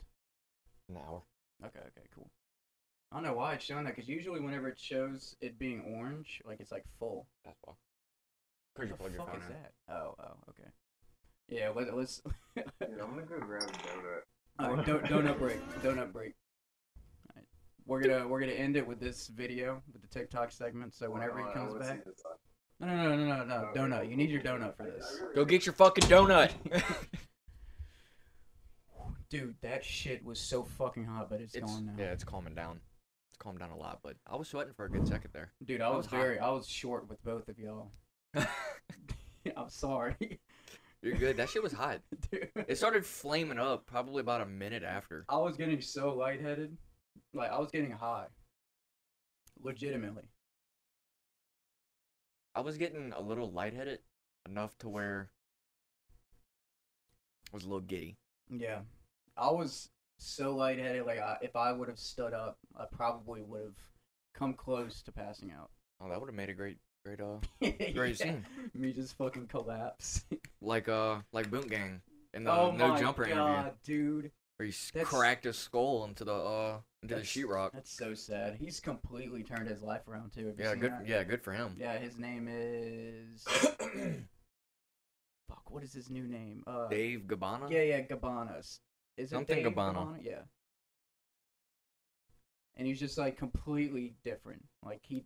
S1: An hour.
S3: Okay, okay, cool. I don't know why it's showing that because usually whenever it shows it being orange, like it's like full.
S1: That's why. Could you
S3: What
S1: plug
S3: the
S1: your
S3: fuck
S1: phone
S3: is
S1: in?
S3: that? Oh, oh, okay. Yeah, let, let's. [LAUGHS]
S4: Dude, I'm gonna go grab a donut.
S3: All right, don't donut break. Donut break. All right. We're gonna we're gonna end it with this video with the TikTok segment. So whenever he
S4: Hold on, I
S3: comes
S4: wanna see
S3: back,
S4: this. I-
S3: no no no no no no donut. You need your donut for this,
S1: Go get your fucking donut.
S3: dude. That shit was so fucking hot, but it's,
S1: it's,
S3: gone now.
S1: yeah, it's calming down. It's calmed down a lot, but I was sweating for a good second there.
S3: Dude, I
S1: That
S3: was
S1: was hot.
S3: very I was short with both of
S1: [LAUGHS]
S3: y'all. [LAUGHS] I'm sorry, [LAUGHS]
S1: You're good. That shit was hot.
S3: dude.
S1: It started flaming up probably about a minute after.
S3: I was getting so lightheaded, like I was getting high. Legitimately,
S1: I was getting a little lightheaded, enough to where I was a little giddy.
S3: yeah. I was so lightheaded, like I, if I would have stood up, I probably would have come close to passing out. [LAUGHS]
S1: Oh, that would have made a great, great, uh,
S3: Great
S1: scene.
S3: Me just fucking collapse.
S1: like, uh, like Boot Gang in the
S3: oh
S1: [LAUGHS] No
S3: my
S1: Jumper interview,
S3: god, dude,
S1: where he s
S3: that's-
S1: cracked his skull into the, uh, into the
S3: That's-
S1: sheetrock.
S3: that's so sad. He's completely turned his life around too. Have you
S1: Yeah,
S3: seen
S1: good.
S3: that?
S1: Yeah, good for him.
S3: Yeah, his name
S1: [COUGHS]
S3: is. Fuck, what is his new name? Uh,
S1: Dave Gabbana.
S3: Yeah, yeah, Gabanas. Is it
S1: Something
S3: Dave
S1: Gabbana.
S3: Gabbana? Yeah. And he's just like completely different. Like he,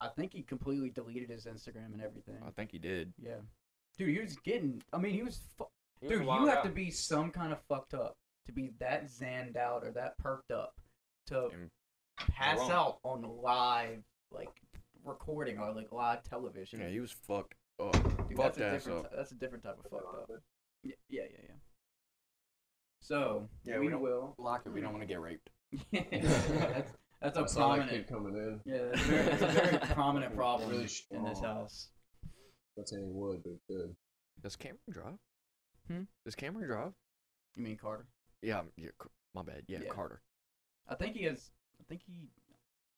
S3: I think he completely deleted his Instagram and everything.
S1: I think he did.
S3: Yeah, dude, he was getting. I mean, he was. Fu-
S7: He was
S3: dude, you
S7: wild
S3: have
S7: out.
S3: to be some kind of fucked up to be that zanned out or that perked up to
S1: And-
S3: pass
S1: wrong.
S3: out on live like recording or like live television.
S1: Yeah, he was fucked up.
S3: Dude,
S1: fucked
S3: that's a
S1: ass
S3: different.
S1: up.
S3: ty- that's a different type of fucked up. Yeah, yeah, yeah, yeah. So
S1: Yeah,
S3: we,
S1: we don't- [LAUGHS]
S3: will. [LAUGHS]
S1: Block it. We don't want to get raped.
S3: that's that's a
S4: I saw that
S3: prominent.
S4: kid coming in.
S3: Yeah, that's a very, it's a very prominent
S4: Really Oh.
S3: problem in this
S4: strong.
S3: house.
S4: Not saying he would, but good.
S1: Does Cameron drive?
S3: Hmm?
S1: Does Cameron drive?
S3: You mean Carter?
S1: Yeah, I'm- yeah, C- my bad. Yeah,
S3: Yeah.
S1: Carter.
S3: I think he has. I think he.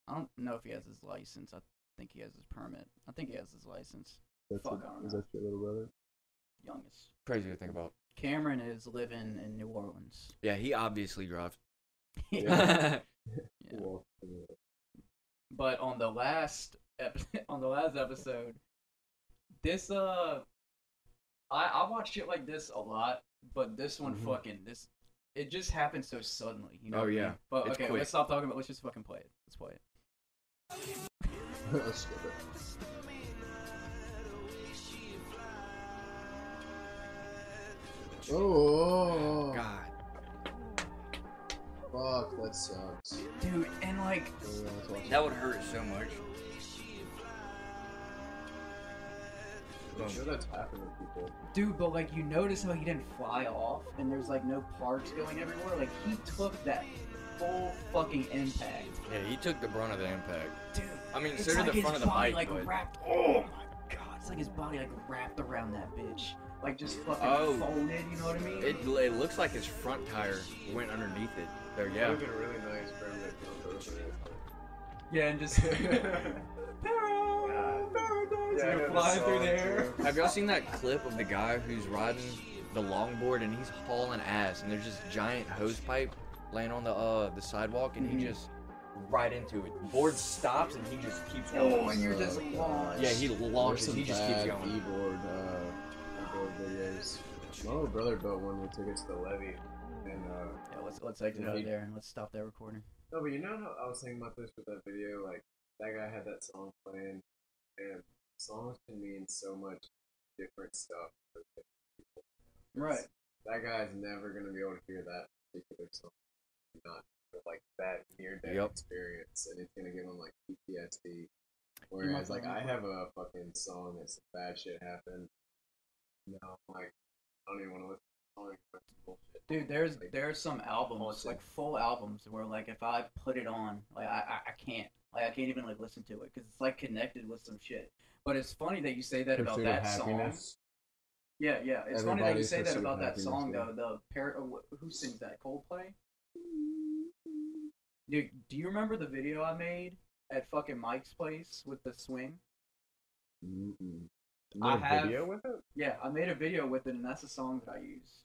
S3: I don't know if he has his license. I think he has his permit. I think he has his license.
S4: That's
S3: Fuck, I
S4: your,
S3: don't
S4: is
S3: know.
S4: that your little brother?
S3: Youngest.
S1: Crazy to think about.
S3: Cameron is living in New Orleans.
S1: Yeah, he obviously drives.
S4: Yeah.
S3: Yeah.
S4: Well, yeah.
S3: [LAUGHS] But on the last episode, [LAUGHS] on the last episode, this uh, I I watch shit like this a lot, but this one
S1: Mhm.
S3: fucking this, it just happened so suddenly, you know.
S1: Oh,
S3: what I mean?
S1: yeah.
S3: But
S1: It's
S3: okay,
S1: quick.
S3: let's stop talking about. Let's just fucking play it. Let's play it.
S4: [LAUGHS] Let's skip it. Oh,
S1: God.
S4: fuck, that sucks.
S3: Dude, and like,
S4: Oh, yeah, I was watching-
S1: That would hurt so much.
S4: I'm sure that's happened to people.
S3: dude, but like, you notice how he didn't fly off, and there's like no parts going everywhere. Like he took that full fucking impact,
S1: Yeah, he took the brunt of the impact.
S3: dude.
S1: I mean,
S3: It's
S1: so did
S3: like
S1: the
S3: his
S1: front of the
S3: body,
S1: mic,
S3: like
S1: but
S3: wrapped. Oh my god! It's like his body like wrapped around that bitch, like just fucking
S1: Oh.
S3: folded. You know what I mean?
S1: it, it looks like his front tire went underneath it. So yeah.
S4: Would've been really nice for him to come over and-
S3: yeah, and
S1: [LAUGHS]
S3: just [LAUGHS]
S4: Yeah, I know the
S3: flying through
S4: song,
S3: the air.
S4: too.
S1: Have y'all seen that clip of the guy who's riding the longboard and he's hauling ass and there's this giant hose pipe laying on the uh the sidewalk and
S4: Mm-hmm.
S3: Mhm.
S1: he just right into it. Board stops and he just keeps
S3: Oh,
S1: going.
S3: and you're just
S4: Uh,
S3: launched.
S1: yeah, he
S4: There's
S1: launches.
S4: some
S1: He just keeps
S4: bad
S1: going.
S4: E-board, uh, e-board videos. My little brother built one we took it to the levee, and uh,
S3: Yeah, let's let's exit
S4: Yeah,
S3: out
S4: he-
S3: of there and let's stop that recording.
S4: No, but you know how I was thinking about this with that video? Like, that guy had that song playing, and songs can mean so much different stuff. for different people.
S3: Right.
S4: That guy's never going to be able to hear that particular song. Not with, like that near death
S1: Yep.
S4: experience, and it's going to give him like PTSD.
S3: might
S4: Whereas, like,
S3: be
S4: I
S3: right.
S4: have a fucking song that's bad shit happened. No, like, I don't even want to listen to the song. it's bullshit.
S3: Dude, there's
S4: Like,
S3: there's some albums, like full albums, where like if I put it on, like I, I, I can't, like I can't even like listen to it because it's like connected with some shit. But it's funny that you say that about
S4: Pursuit of
S3: that song.
S4: Happiness.
S3: Yeah, yeah. It's funny that you
S4: Everybody's
S3: say that
S4: Pursuit of
S3: about that
S4: Happiness,
S3: song
S4: yeah.
S3: though. The pair, who sings that? Coldplay. Dude, do you remember the video I made at fucking Mike's place with the swing?
S4: Mm-mm.
S3: I
S4: Made a
S3: have-
S4: video with it?
S3: Yeah, I made a video with it, and that's the song that I used.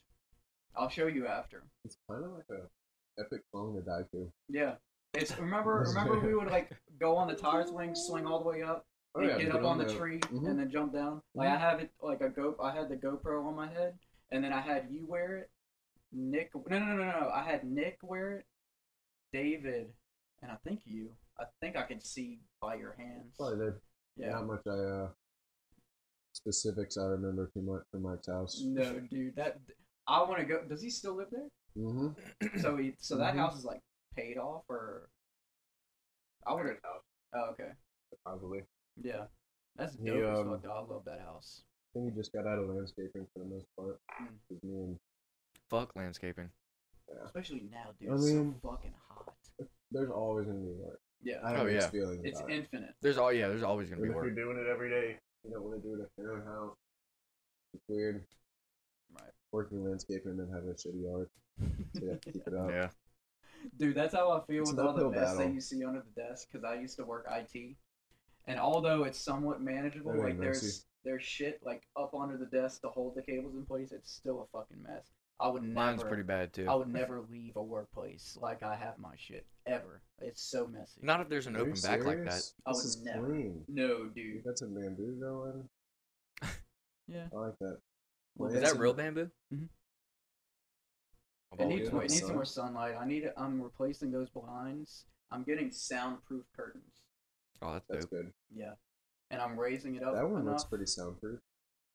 S3: I'll show you after.
S4: It's kind of like a epic song to die to.
S3: Yeah, it's remember remember we would like go on the tire swing, swing all the way up,
S4: Oh,
S3: and
S4: yeah,
S3: get
S4: put
S3: up
S4: it
S3: on
S4: on
S3: the,
S4: the-
S3: tree
S4: Mhm.
S3: and then jump down. Like I have it like a go. I had the GoPro on my head, and then I had you wear it. Nick, no, no, no, no, no. I had Nick wear it. David, and I think you. I think I can see by your hands.
S4: Probably there.
S3: Yeah.
S4: Not much I uh specifics I remember too much from Mike's house.
S3: No, dude, that I want to go. Does he still live there?
S4: [CLEARS THROAT] Mm-hmm.
S3: So he, so that
S4: Mhm.
S3: house is like paid off, or I would have. Oh, okay.
S4: Probably. I
S3: Yeah, that's
S4: He,
S3: dope as
S4: um,
S3: fuck, though. I love that house.
S4: think he just got out of landscaping for the most part. 'Cause me and
S1: Fuck landscaping.
S3: Especially now, dude.
S4: I
S3: it's
S4: mean-
S3: so fucking hot.
S4: there's always gonna be work.
S3: Yeah,
S4: I have
S1: Oh,
S4: a mixed
S1: yeah.
S4: feeling
S3: it's
S4: about it.
S3: infinite.
S1: There's all yeah. There's always gonna
S4: Even
S1: be
S4: if
S1: work.
S4: you're doing it every day, you don't want to do it at your own house. It's weird.
S3: Right.
S4: Working landscaping and then having a shitty yard. So you have to keep it
S1: [LAUGHS]
S4: up.
S1: Yeah.
S3: Dude, that's how I feel
S4: It's
S3: with
S4: an
S3: all the
S4: uphill
S3: mess that
S4: battle.
S3: you see under the desk because I used to work IT, and although it's somewhat manageable,
S4: That ain't
S3: like there's
S4: messy.
S3: there's shit like up under the desk to hold the cables in place. It's still a fucking mess. I would never.
S1: Mine's pretty bad too.
S3: I would never leave a workplace like I have my shit ever. It's so messy.
S1: Not if there's an
S4: Are you
S1: open back like that.
S4: serious?
S3: I
S4: This
S3: would
S4: is
S3: never.
S4: clean.
S3: No, dude.
S4: That's a bamboo going.
S3: Yeah.
S4: I like that.
S3: Well,
S4: Well,
S1: Is
S4: it's
S1: that real bamboo?
S3: Mhm.
S1: Of
S3: It
S1: all
S3: needs,
S1: the
S3: more, it
S1: ones.
S3: needs some more sunlight. I need. I'm replacing those blinds. I'm getting soundproof curtains.
S1: Oh, that's
S4: That's
S1: dope.
S4: good.
S3: Yeah, and I'm raising it up.
S4: That one
S3: enough.
S4: looks pretty soundproof.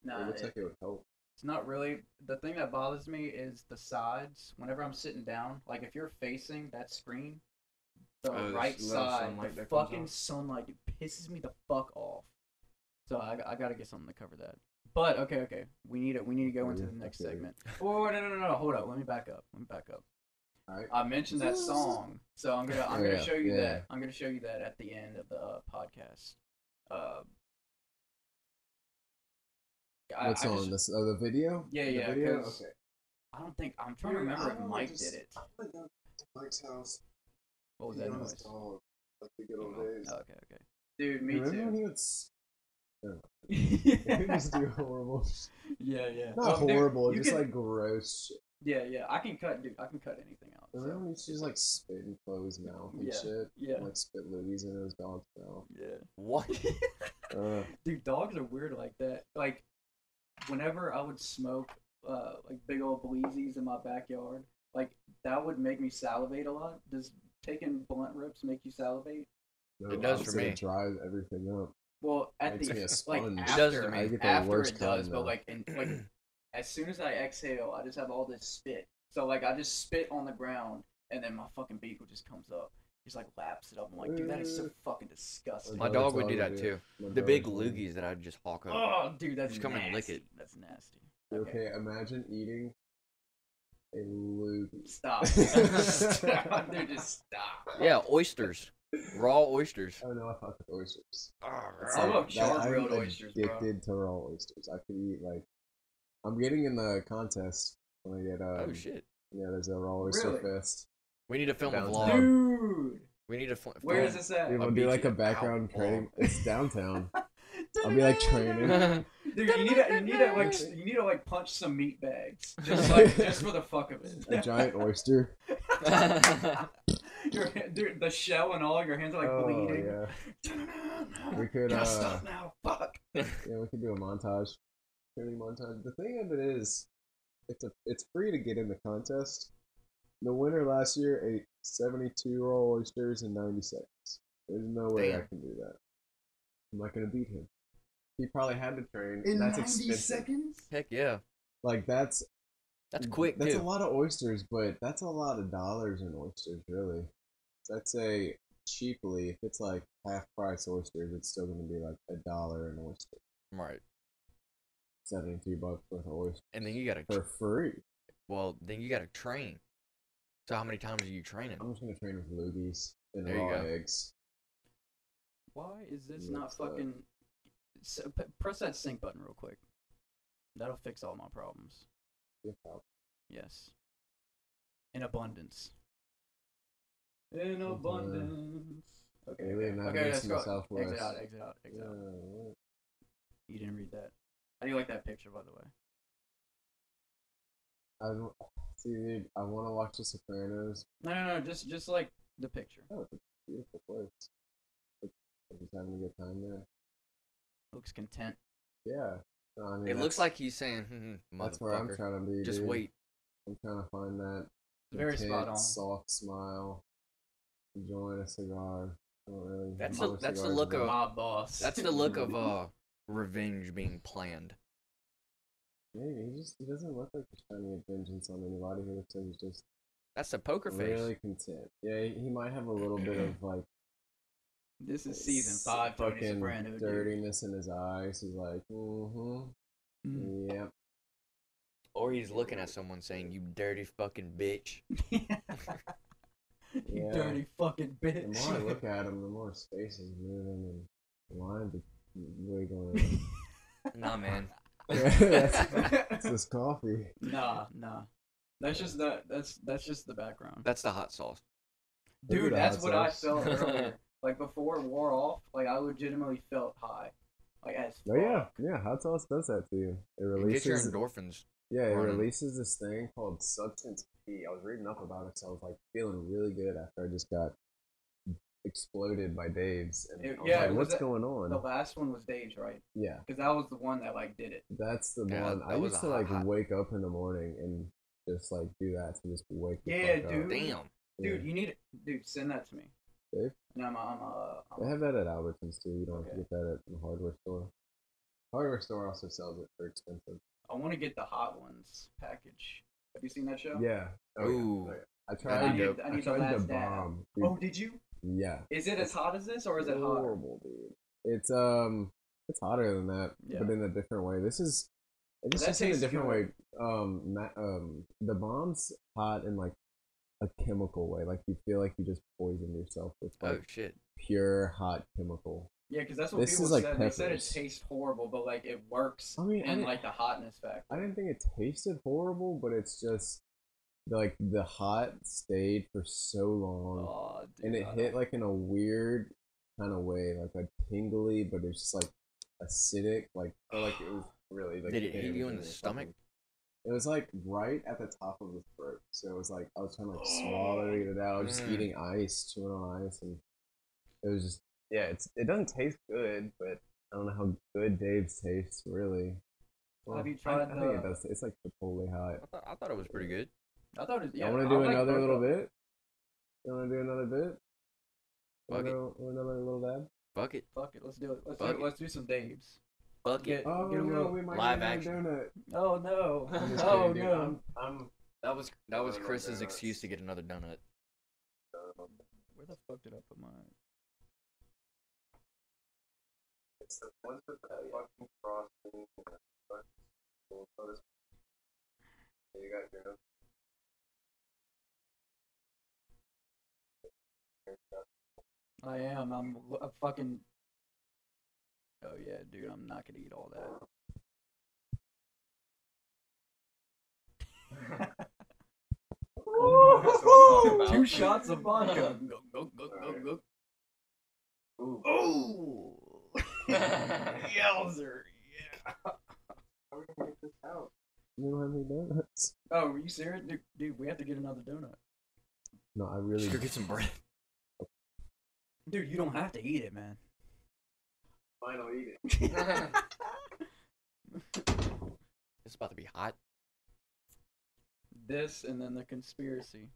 S3: Nah,
S4: it looks
S3: it-
S4: like it would help.
S3: it's not really. The thing that bothers me is the sides. Whenever I'm sitting down, like if you're facing that screen, the
S1: Oh, there's
S3: right
S1: a lot of
S3: side,
S1: sunlight
S3: the
S1: that comes
S3: fucking
S1: off.
S3: sunlight it pisses me the fuck off. So I, I gotta get something to cover that. But okay, okay, we need it. We need to go
S4: Oh,
S3: into
S4: yeah,
S3: the next
S4: okay.
S3: segment. Whoa, whoa, no, no, no, no, hold up. Let me back up. Let me back up.
S4: Alright.
S3: I mentioned that song, so I'm gonna I'm
S4: Oh,
S3: gonna
S4: yeah,
S3: show you
S4: yeah.
S3: that. I'm gonna show you that at the end of the uh, podcast. Uh, I-
S4: What's
S3: I
S4: on
S3: just-
S4: this? Oh, the video?
S3: Yeah,
S4: The
S3: yeah,
S4: video?
S3: 'cause-
S4: Okay.
S3: I don't think I'm trying to
S4: Dude, I
S3: remember if
S4: wanna
S3: Mike
S4: just-
S3: did it.
S4: I wanna go to Mike's house.
S3: What was
S4: be
S3: that
S4: on
S3: noise?
S4: his dog, Like the good
S3: Oh,
S4: old days.
S3: okay, okay. Dude, me
S4: Remember when
S3: too.
S4: he would s- [LAUGHS]
S3: yeah,
S4: he used to do horrible
S3: [LAUGHS]
S4: [LAUGHS]
S3: yeah.
S4: Not
S3: Oh, dude,
S4: horrible,
S3: you
S4: just
S3: can-
S4: like gross shit.
S3: yeah, yeah. I can cut, dude. I can cut anything out. so,
S4: Remember when he used to just like spit in Chloe's mouth and
S3: Yeah,
S4: shit?
S3: yeah.
S4: Like spit loogies in his dog's mouth.
S3: Yeah.
S1: What?
S4: Uh,
S3: [LAUGHS] Dude, dogs are weird like that. Like, whenever I would smoke, uh, like big old bleezies in my backyard, like that would make me salivate a lot. Does taking blunt rips make you salivate?
S4: no,
S1: It does for
S4: honestly,
S1: me.
S4: It dries everything up.
S3: Well, at
S4: Makes
S3: the
S4: me a
S3: like
S4: sponge.
S3: after,
S1: It does to me.
S4: I get the
S3: after
S4: worst
S3: it does,
S4: kind,
S3: but
S4: though.
S3: like in, like
S1: [CLEARS THROAT]
S3: as soon as I exhale, I just have all this spit. So like I just spit on the ground, and then my fucking beagle just comes up. Just like laps it up. I'm like, dude, that
S4: Uh,
S3: is so fucking disgusting.
S1: My
S4: Another
S1: dog would
S4: dog
S1: do
S4: would
S1: that
S4: do
S1: too.
S4: My
S1: The
S4: dog
S1: big
S4: would do that.
S1: loogies that I'd just hawk up.
S3: Oh, dude, that's
S1: Just come
S3: nasty.
S1: and lick it.
S3: That's nasty. Okay,
S4: Okay, imagine eating a loogie.
S3: stop.
S4: [LAUGHS]
S3: [LAUGHS] stop. Dude, just stop.
S1: Yeah, oysters. Raw oysters.
S4: Oh no, I fuck with oysters.
S3: Ah, I
S4: Like,
S3: love
S4: that-
S3: char grilled
S4: I'm
S3: oysters, bro.
S4: addicted to raw oysters. I could eat like I'm getting in the contest when I get um,
S1: Oh shit.
S4: Yeah, there's a raw oyster
S3: Really?
S4: fest.
S1: We need to film a
S4: Downtown.
S1: vlog.
S3: Dude,
S1: We need to fl- film.
S3: where is this at?
S4: Dude, we'll
S1: I'll beat
S4: do like
S1: you
S4: a background
S1: out,
S4: training.
S1: Paul.
S3: [LAUGHS]
S4: It's downtown. I'll be like training.
S3: Dude, you need to, you need to like,
S4: [LAUGHS]
S3: s- you need to like punch some meat bags, just like, just for the fuck of
S4: A
S3: it.
S4: giant oyster.
S3: your, hand- dude, the shell and all, your hands are like
S4: oh
S3: bleeding. [LAUGHS]
S4: yeah,
S3: We
S4: We
S3: [LAUGHS]
S4: could,
S3: Gotta
S4: uh,
S3: stop now. Fuck.
S4: yeah. We can do a montage. Training montage. The thing of it is, it's a it's free to get in the contest. The winner last year ate 72 raw oysters in 90 seconds. There's no way I
S1: Damn.
S4: can do that. I'm not gonna beat him. He probably had to train. that's expensive.
S1: Heck yeah.
S4: Like that's
S1: That's quick
S4: Mm, That's
S1: too.
S4: a lot of oysters, but that's a lot of dollars in oysters, really. So I'd say cheaply, if it's like half price oysters, it's still going to be like a dollar an oyster,
S1: Right.
S4: seventy two bucks worth of oyster
S1: And then you gotta
S4: for free.
S1: well, then you gotta train. So how many times are you training?
S4: I'm just going to train with loogies and
S1: There you
S4: raw
S1: go.
S4: eggs.
S3: Why is this
S4: Yeah,
S3: not
S4: it's, uh,
S3: fucking? S- p- press that sync button real quick. That'll fix all my problems.
S4: Yeah, probably.
S3: Yes. In abundance. In
S4: Mhm.
S3: abundance. Okay,
S4: We live
S3: okay,
S4: not
S3: okay, let's
S4: against in the
S3: go.
S4: Southwest.
S3: Exit out, exit out, exit out.
S4: Yeah,
S3: You didn't read that. I do like that picture, by the way.
S4: I don't- see, dude, I want to watch The Sopranos.
S3: No, no, no, just just like the picture.
S4: Oh, it's a beautiful place. Like, I'm just having a good time there.
S3: Looks content.
S4: Yeah. No, I mean,
S1: It looks
S4: that's-
S1: like he's saying, hmm,
S4: that's where I'm
S1: motherfucker.
S4: trying to be.
S1: Just
S4: dude.
S1: wait.
S4: I'm trying to find that
S3: Very spot
S4: content,
S3: on.
S4: soft smile, enjoying a cigar. I don't really.
S1: That's
S4: know
S1: the
S4: what
S1: that's the
S4: cigars
S1: look
S4: are
S1: of
S4: about.
S3: Mob boss.
S1: that's the look of uh revenge being planned.
S4: Maybe he just he doesn't look like he's trying to get vengeance on anybody. He looks like he's just
S1: That's the poker face.
S4: really content. Yeah, he, he might have a little
S3: [CLEARS THROAT]
S4: bit of like
S3: [LAUGHS] This is season five. Tony
S4: fucking
S3: Soprano. dude.
S4: dirtiness in his eyes. He's like, mm-hmm,
S3: [LAUGHS] Mm.
S4: yep.
S1: Or he's looking at someone saying, "You dirty fucking bitch."
S3: you [LAUGHS]
S4: Yeah.
S3: dirty fucking
S4: The more I
S3: bitch.
S4: look at him, the more space is moving and lines are wiggling.
S1: Nah,
S4: [LAUGHS]
S1: man.
S4: Yeah,
S3: [LAUGHS]
S4: that's- it's this coffee.
S3: nah, nah. That's just that. That's that's just the background.
S1: That's the hot sauce.
S4: Look at
S3: Dude,
S4: the
S3: that's
S4: hot
S3: what I
S4: sauce. [LAUGHS]
S3: felt earlier. like before it wore off, like I legitimately felt high. Like as
S4: Oh yeah,
S3: fuck.
S4: yeah. Hot sauce does that to you. It
S1: You Get your
S4: releases.
S1: endorphins.
S4: Yeah, it
S1: running.
S4: releases this thing called substance P. I was reading up about it, so I was like feeling really good after I just got exploded by Dave's. And
S3: It-
S4: I was
S3: yeah,
S4: like,
S3: it was
S4: what's
S3: that-
S4: going
S3: The
S4: on?
S3: last one was Dave's, right?
S4: Yeah,
S3: Because that was the one that like did it.
S4: that's the
S1: Yeah,
S4: one.
S1: that
S4: I
S1: was
S4: used
S1: a
S4: to
S1: hot-
S4: like
S1: hot-
S4: wake up in the morning and just like do that to just wake the
S3: Yeah,
S4: fuck
S3: dude.
S4: up.
S1: Damn.
S4: Yeah.
S3: Dude, you need it. Dude, send that to me.
S4: Dave?
S3: And I'm, I'm, uh,
S4: They
S3: I'm
S4: have that at Albertsons too. You don't have
S3: Okay.
S4: to get that at the hardware store. Hardware store also sells it for expensive.
S3: I want to get the hot ones package. Have you seen that show?
S4: Yeah. Oh, yeah.
S1: Ooh.
S4: Oh, yeah. I
S3: I
S4: tried.
S3: need-
S4: the-
S3: I
S4: I,
S3: need the
S4: tried the
S3: last dab.
S4: bomb. dude.
S3: Oh, did you?
S4: Yeah.
S3: Is it as hot as this, or is it hot?
S4: horrible, dude. It's um, it's hotter than that,
S3: Yeah.
S4: but in a different way. This is it's
S3: that
S4: just in a
S3: tastes
S4: different
S3: good.
S4: way. Um, ma- um, the bomb's hot in like a chemical way. Like you feel like you just poisoned yourself with like
S1: Oh shit.
S4: pure hot chemical.
S3: Yeah, because that's what
S4: This
S3: people
S4: is like
S3: said. They said it
S4: peppers.
S3: tastes horrible, but like it works,
S4: I mean, I
S3: and
S4: didn't-
S3: like the hotness factor.
S4: I didn't think it tasted horrible, but it's just like the hot stayed for so long.
S3: Oh, dude,
S4: and it
S3: I
S4: hit
S3: don't-
S4: like in a weird kind of way, like a tingly, but it's just like acidic, like or like
S1: [SIGHS]
S4: it was really like.
S1: Did it hit
S4: damaging
S1: you in the
S4: or
S1: stomach?
S4: something. It was like right at the top of the throat, so it was like I was trying to like swallow it out. I was just
S1: Mm.
S4: eating ice, chewing on ice, and it was just yeah. It's it doesn't taste good, but I don't know how good Dave's tastes really. Well,
S3: Have you
S4: I-
S3: tried
S4: I, think it
S3: the-
S4: does. It's like Chipotle hot.
S1: I thought, I thought it was pretty good.
S3: I thought it. Yeah,
S4: I want
S3: I
S4: to do
S3: like
S4: another
S3: both
S4: little
S3: of-
S4: bit. You want to do another bit?
S1: Fuck it.
S4: Another, another little dab?
S1: Fuck it.
S3: Fuck it, let's do it. Let's do,
S1: Fuck
S3: it.
S1: it.
S3: let's do some Dave's.
S1: Fuck
S3: Get,
S1: it.
S3: get a little-
S4: Oh, might
S1: live
S4: be doing
S1: action.
S3: [LAUGHS]
S4: Donut.
S3: Oh no!
S4: I'm
S3: [LAUGHS]
S4: just
S3: oh
S4: kidding, dude.
S3: no!
S4: I'm, I'm
S1: That was that was
S4: Another
S1: Chris's
S4: donut.
S1: excuse to get another donut.
S3: Where the fuck did I put mine?
S4: it's the ones with the fucking frosting. and the fucking cool colors. Yeah, You got your
S3: I am. I'm a fucking. Oh yeah, dude. I'm not gonna eat all that. Two shots of vodka. Oh. Yowzer. Yeah.
S4: You don't have any donuts?
S3: [LAUGHS] Oh, are you serious, dude, dude? We have to get another donut.
S4: No, I really.
S1: Just go get
S4: [LAUGHS]
S1: some bread.
S3: Dude, you don't have to eat it, man.
S4: Fine, I'll eat it.
S7: [LAUGHS]
S3: [LAUGHS]
S1: It's about to be hot.
S3: This and then the conspiracy.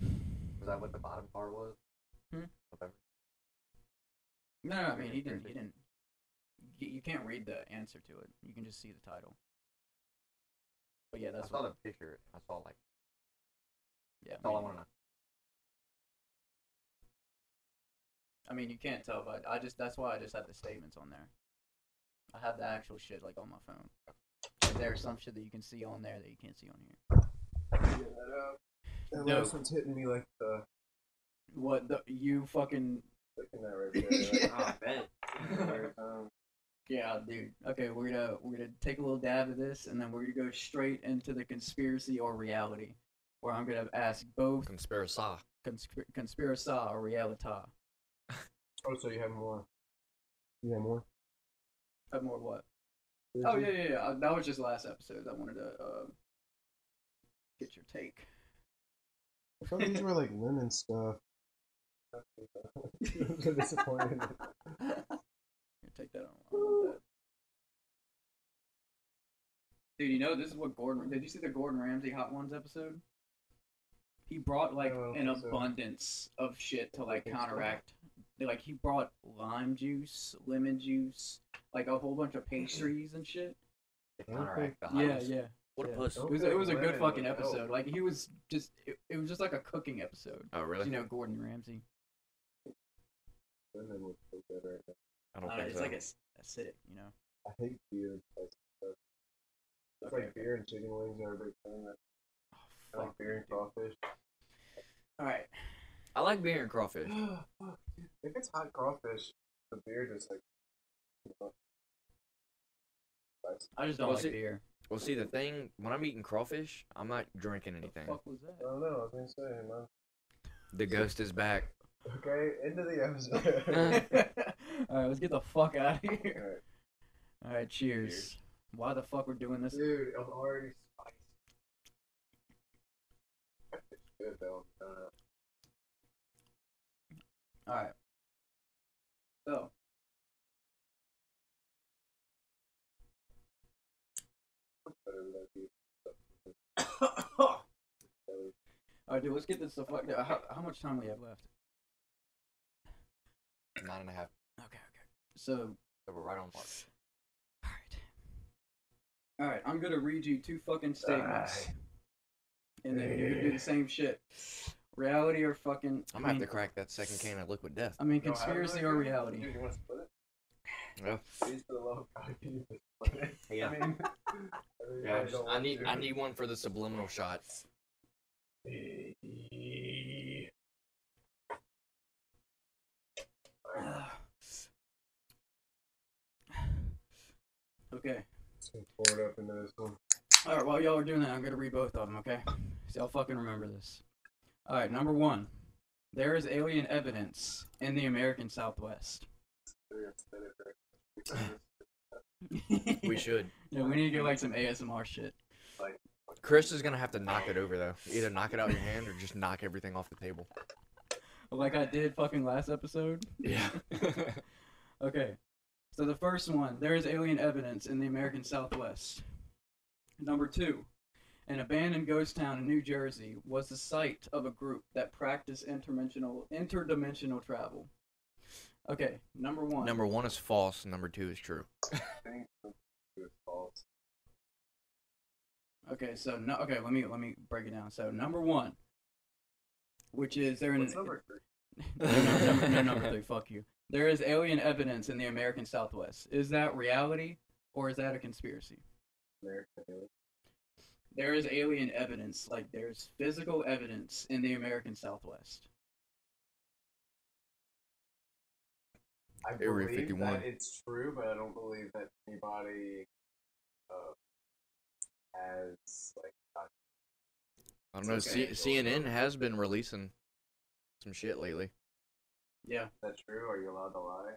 S1: Was that what the bottom part was?
S3: Hmm? No, I mean he didn't. He didn't. You, you can't read the answer to it. You can just see the title. But yeah, that's what.
S1: the picture. I saw like
S3: Yeah, I mean,
S1: want to know.
S3: I mean, you can't tell, but I just that's why I just have the statements on there. I have the actual shit like on my phone. Like, There's some shit that you can see on there that you can't see on here.
S4: That
S3: No.
S4: last one's hitting me like the.
S3: What the you fucking
S4: Looking
S3: [LAUGHS]
S4: at right there. oh,
S1: I bet.
S4: Every time.
S3: yeah, dude. Okay, we're gonna we're gonna take a little dab of this, and then we're gonna go straight into the conspiracy or reality. where I'm gonna ask both
S1: Conspiracy.
S3: conspir- conspiracy or reality.
S4: Oh, so you have more. You have more?
S3: Have more what? Oh yeah, yeah, yeah. Uh, That was just last episode. I wanted to uh, get your take.
S4: I thought these were like lemon stuff.
S3: [LAUGHS]
S4: [LAUGHS] I'm disappointed.
S3: Here, take that on. I want that. Dude, you know this is what Gordon. Did you see the Gordon Ramsay Hot Ones episode? He brought like
S4: No, I don't
S3: an
S4: think Oh, so.
S3: abundance of shit to like
S4: think so.
S3: counteract. Like he brought lime juice, lemon juice, like a whole bunch of pastries and shit.
S4: Okay.
S1: Counteract the
S3: Yeah,
S1: highs.
S3: yeah.
S1: What a
S3: yeah.
S1: puss.
S3: It was, it was a good
S4: Okay,
S3: fucking
S4: well,
S3: episode. Like he was just, it, it was just like a cooking episode.
S1: Oh really?
S3: You know, Gordon Ramsay.
S4: Lemon would feel good right now.
S1: I
S3: I
S1: don't
S3: don't know,
S1: think
S3: it's
S1: so.
S3: like ac- acidic, you know.
S4: I hate beer and spicy stuff. It's
S3: Okay.
S4: like beer and chicken wings are a big thing. I
S3: Oh,
S4: like
S3: fuck.
S4: beer and crawfish.
S1: [GASPS]
S3: All right.
S1: I like beer and crawfish.
S4: Fuck, dude. if it's hot crawfish, the beer just like. you know, spicy.
S3: I just don't
S1: Well,
S3: like
S1: see-
S3: beer.
S1: Well, see the thing when I'm eating crawfish, I'm not drinking anything.
S3: What the fuck was that?
S4: I don't know. I was gonna say, man.
S1: The ghost is back.
S4: Okay, end of
S1: [LAUGHS]
S4: the episode.
S3: [LAUGHS] All right, let's get the fuck out of here.
S4: Alright.
S3: All right, cheers.
S4: Cheers.
S3: Why the fuck we're doing this?
S4: Dude, I'm already spiced. Good though. Uh,
S3: All right. So. [COUGHS]
S4: better than that beef.
S3: All right, dude, let's get this the fuck. How, how much time we have left?
S1: Nine and a half.
S3: Okay, okay. So
S1: So we're right on par.
S3: Alright. Alright, I'm gonna read you two fucking statements. and then you're gonna do the same shit. Reality or fucking. I
S1: I'm gonna have
S3: mean,
S1: to crack that second can of liquid death.
S3: I mean,
S4: No, I don't
S3: conspiracy
S4: like
S3: or
S4: it.
S3: reality.
S4: Dude, you want to split it?
S1: Yeah.
S4: Please, for the love of God, can you just split it?
S1: Yeah. [LAUGHS]
S4: I mean, I, really
S1: Yeah, I,
S4: don't
S1: just- I
S4: want
S1: need
S4: to.
S1: I need one for the subliminal shot.
S3: okay.
S4: Pour it up into this one.
S3: Alright, while y'all are doing that, I'm gonna read both of them, okay? So y'all fucking remember this. Alright, number one. There is alien evidence in the American Southwest.
S4: We're gonna split it right.
S1: We should.
S3: [LAUGHS] Yeah, we need to get like some ASMR shit.
S1: Chris is gonna have to knock it over though. Either knock it out your hand or just knock everything off the table.
S3: Like I did fucking last episode.
S1: Yeah.
S3: [LAUGHS] Okay. So the first one, there is alien evidence in the American Southwest. Number two, an abandoned ghost town in New Jersey was the site of a group that practiced interdimensional interdimensional travel. Okay, number one.
S1: number one is false. Number two is true.
S4: Thing is false.
S3: Okay, so no. Okay, let me let me break it down. So number one, which is they're in
S4: What's number three?
S3: [LAUGHS] no, no, number, no, number three. Fuck you. There is alien evidence in the American Southwest. Is that reality or is that a conspiracy?
S4: American alien.
S3: There is alien evidence, like there's physical evidence in the American Southwest.
S4: I
S1: Area
S4: believe
S1: 51.
S4: that it's true, but I don't believe that anybody uh, has like.
S1: I don't know.
S3: Okay.
S1: C- CNN has been releasing some shit lately.
S3: Yeah.
S4: Is that true? Are you allowed to lie?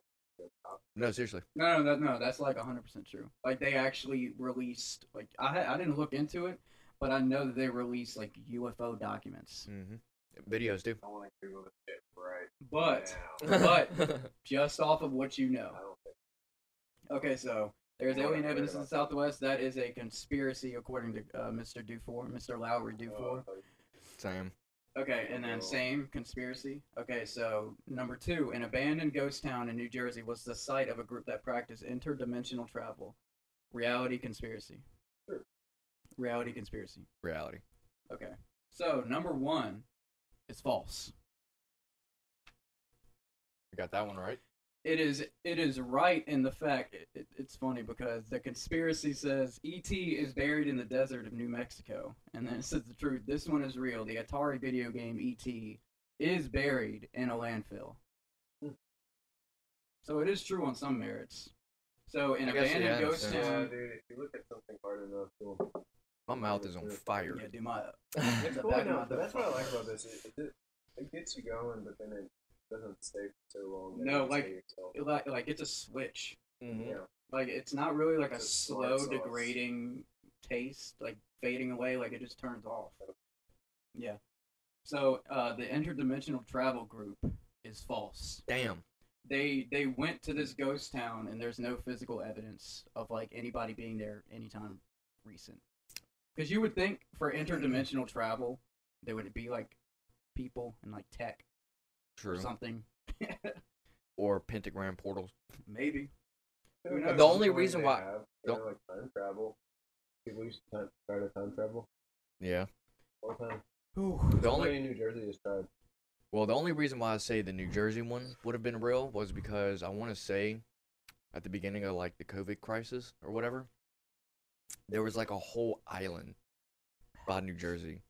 S1: No, seriously.
S3: No, no, that, no, that's like 100% true. Like they actually released, like I, ha- I didn't look into it, but I know that they released like UFO documents.
S1: hmm
S3: Mm-hmm.
S1: Videos do.
S4: I want to Google this shit right
S3: But
S4: now.
S3: But- just off of what you know.
S4: I don't think
S3: Okay, so there's
S4: Yeah,
S3: alien
S4: I'm
S3: evidence in the
S4: worried
S3: Southwest. That is a conspiracy, according to uh, Mr. Dufour, Mr. Lowry
S4: oh, I
S3: Dufour.
S4: thought you-
S1: Sam.
S3: Okay, and then
S4: Oh.
S3: same conspiracy. Okay, so number two, an abandoned ghost town in New Jersey was the site of a group that practiced interdimensional travel. Reality conspiracy.
S4: Sure.
S3: Reality conspiracy.
S1: Reality.
S3: Okay. So number one is false.
S1: You got that one right.
S3: It is it is right in the fact it, it, it's funny because the conspiracy says ET is buried in the desert of New Mexico and then it says the truth this one is real the Atari video game ET is buried in a landfill.
S4: Hmm.
S3: So it is true on some merits. So in
S1: I guess,
S3: abandoned
S1: yeah, in a
S3: ghost
S1: sense.
S4: Yeah,
S3: town
S4: dude, if you look at something hard enough, you'll
S1: My mouth is on fire.
S3: Yeah, dude, my.
S4: It's cool, no, but that's what I like about this. It, it, it gets you going, but then it doesn't stay for so long. that
S3: No,
S4: you
S3: like-
S4: stay yourself.
S3: it like like it's a switch.
S7: Mm-hmm.
S4: yeah.
S3: Like it's not really like a
S4: It's a
S3: slow
S4: slow sauce.
S3: degrading taste, like fading away. Like it just turns off. Yeah. So uh, the interdimensional travel group is false.
S1: Damn.
S3: They they went to this ghost town and there's no physical evidence of like anybody being there anytime recent. Because you would think
S1: Hmm.
S3: for interdimensional travel, there would be like people and like tech or
S1: True.
S3: something.
S1: Or pentagram portals.
S3: Maybe.
S4: I
S3: Who
S4: feel
S3: knows?
S4: like
S1: The
S4: that's
S1: only
S4: the way
S1: reason
S4: they
S1: why-
S4: have,
S1: the-
S4: you know, like time travel. People used to time, try to time travel
S1: Yeah.
S4: all the time.
S1: The
S4: Somebody
S1: only
S4: in New Jersey just tried.
S1: well, the only reason why I say the New Jersey one would have been real was because I want to say, at the beginning of like the COVID crisis or whatever, there was like a whole island by New Jersey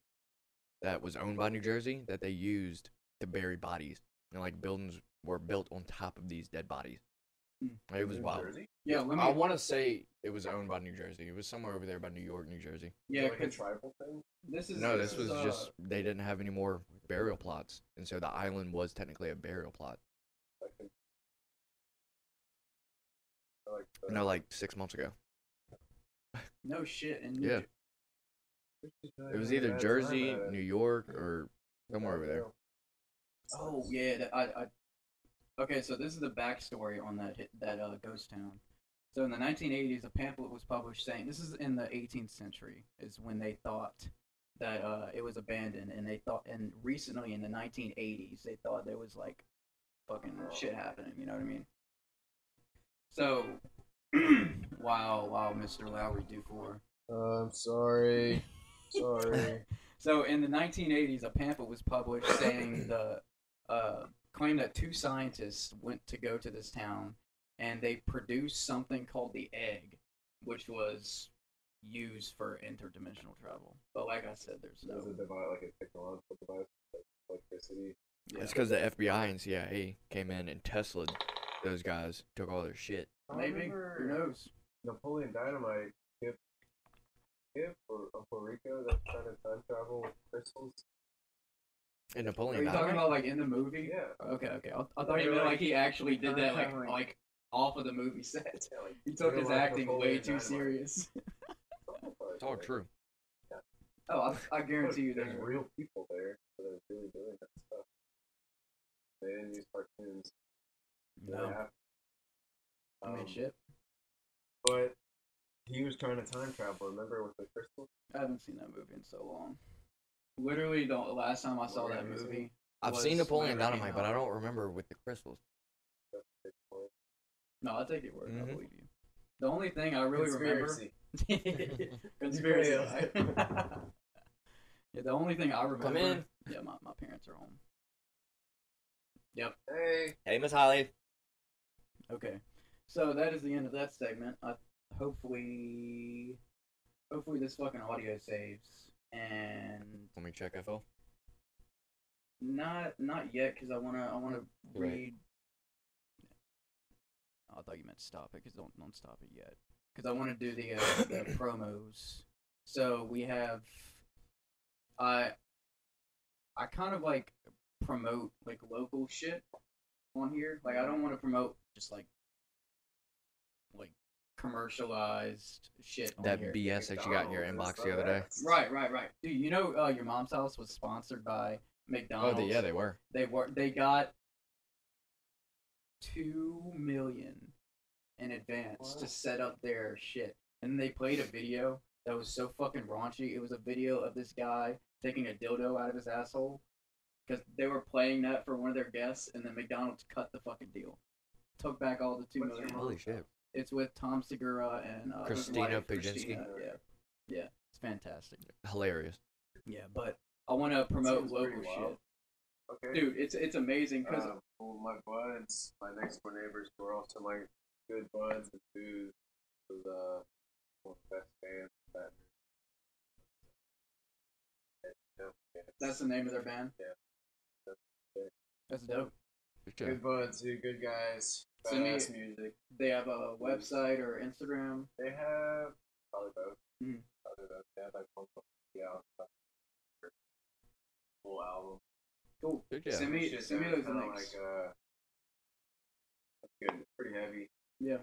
S1: that was owned by New Jersey that they used to bury bodies and like buildings were built on top of these dead bodies.
S3: Hmm.
S1: It was
S4: New
S1: wild.
S4: Jersey?
S3: Yeah, let me.
S1: I want to say it was owned by New Jersey. It was somewhere over there by New York, New Jersey.
S3: yeah,
S4: like a
S3: 'cause
S4: tribal thing.
S3: this is
S1: No, this
S3: is,
S1: was
S3: uh,
S1: just they didn't have any more burial plots, and so the island was technically a burial plot.
S4: Like, a- like uh, the,
S1: No, like six months ago.
S3: no shit. And
S1: Yeah, it was either Jersey, New York, or somewhere over there.
S3: Oh yeah, that, I, I. Okay, so this is the backstory on that hit, that uh, ghost town. So in the 1980s, a pamphlet was published saying this is in the 18th century is when they thought that uh, it was abandoned, and they thought, and recently in the 1980s, they thought there was like fucking shit happening. You know what I mean? So, [CLEARS THROAT] wow, wow, Mr. Lowry Dufour.
S4: I'm Um,
S1: [LAUGHS]
S4: sorry. Sorry.
S3: So in the 1980s, a pamphlet was published
S4: [CLEARS THROAT]
S3: saying the uh, claim that two scientists went to go to this town and they produced something called the egg, which was used for interdimensional travel. But like I said, there's
S4: It was a
S3: no.
S4: device, like a technological device, like electricity.
S3: Yeah.
S1: It's because the FBI and CIA came in and Tesla those guys, took all their shit.
S4: I
S3: Maybe who
S4: remember
S3: knows?
S4: Napoleon Dynamite give give or Uncle Rico that kind of time travel with crystals.
S1: And
S3: Are
S1: Napoleon
S3: you talking
S1: Dynamite.
S3: about like in the movie?
S4: Yeah.
S3: Okay, okay. I, I thought you meant like he actually did that like like off of the movie set. [LAUGHS]
S4: Yeah, like
S3: He took
S4: real
S3: his
S4: life
S3: acting way
S4: Napoleon
S3: too
S4: Dynamite.
S3: serious. [LAUGHS]
S1: It's all true.
S3: Oh, I, I guarantee you
S4: There's
S3: there's
S4: real people there that are really doing that stuff. They didn't use cartoons. They
S3: no.
S4: have-
S3: I mean,
S4: Um,
S3: shit.
S4: But he was trying to time travel. Remember with the crystal?
S3: I haven't seen that movie in so long. Literally, the last time I saw that
S4: Whatever it is.
S3: movie,
S1: I've
S3: was
S1: seen Napoleon
S3: whenever it came
S1: Dynamite, but I
S3: out.
S1: don't remember with the crystals.
S3: No, I'll take your word. I
S1: Mhm.
S3: believe you. The only thing I really
S4: Conspiracy.
S3: remember [LAUGHS]
S1: [LAUGHS]
S3: conspiracy. right? yeah, the only thing I remember.
S1: in.
S3: Yeah, my, my parents are home.
S4: Hey.
S1: Hey, Miss Holly.
S3: Okay, so that is the end of that segment. I hopefully, hopefully this fucking audio saves, and
S1: Let me check FL.
S3: not not yet because I wanna I wanna
S1: Right.
S3: read. Oh, I thought you meant stop it because don't don't stop it yet because I want to do the, uh, [COUGHS] the promos. So we have, I, I kind of like promote like local shit on here. Like I don't want to promote just like like commercialized shit. on
S1: That
S3: here.
S1: BS that you got in your
S4: McDonald's
S1: inbox
S4: and
S1: the other
S4: stuff.
S1: day.
S3: Right, right, right. Dude, you know uh, your mom's house was sponsored by
S1: Oh,
S3: McDonald's.
S1: they, yeah, they were.
S3: They were they got two million in advance to
S4: What?
S3: set up their shit, and they played a video that was so fucking raunchy. It was a video of this guy taking a dildo out of his asshole because they were playing that for one of their guests, and then McDonald's cut the fucking deal, took back all the two
S4: What's
S3: million.
S4: your
S1: Holy shit.
S3: It's with Tom Segura and uh, his
S1: Christina
S3: wife,
S1: Pajenski.
S3: Christina, Yeah, yeah, it's fantastic.
S1: Hilarious.
S3: Yeah, but I want to promote
S4: Seems pretty
S3: local
S4: wild.
S3: shit,
S4: Okay.
S3: dude. It's it's amazing because
S4: Um, well, my buds, my next door neighbors were also my good buds and booze was uh one of the best bands that and, you know, yeah,
S3: That's the name of their band.
S4: Yeah.
S3: That's dope.
S1: Good job.
S4: good buds, dude, good guys,
S3: Send me-
S4: badass music.
S3: They have a website or Instagram.
S4: They have probably both.
S3: Mm.
S4: Other than that, I don't know. Yeah. Full album.
S1: Cool. Yeah.
S3: Send me-
S4: Shit,
S3: send me
S4: that was
S3: those
S4: kinda
S3: links.
S4: Like, uh, that's good. It's pretty heavy.
S3: Yeah.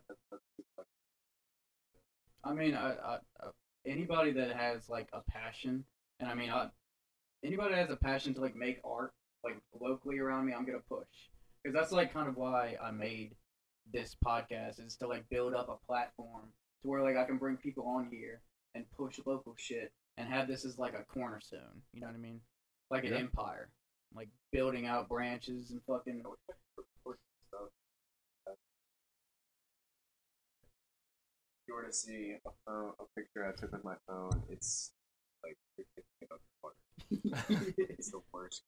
S3: I mean, I, I, I, anybody that has like a passion, and I mean, I, anybody that has a passion to like make art, like locally around me, I'm gonna push because that's like kind of why I made this podcast is to like build up a platform to where like I can bring people on here and push local shit and have this as like a cornerstone. You know what I mean? Like an
S1: Yeah.
S3: empire, like building out branches and fucking.
S4: If you were to see a, phone, a picture I took with my phone, it's like you're kicking up water. it's the worst.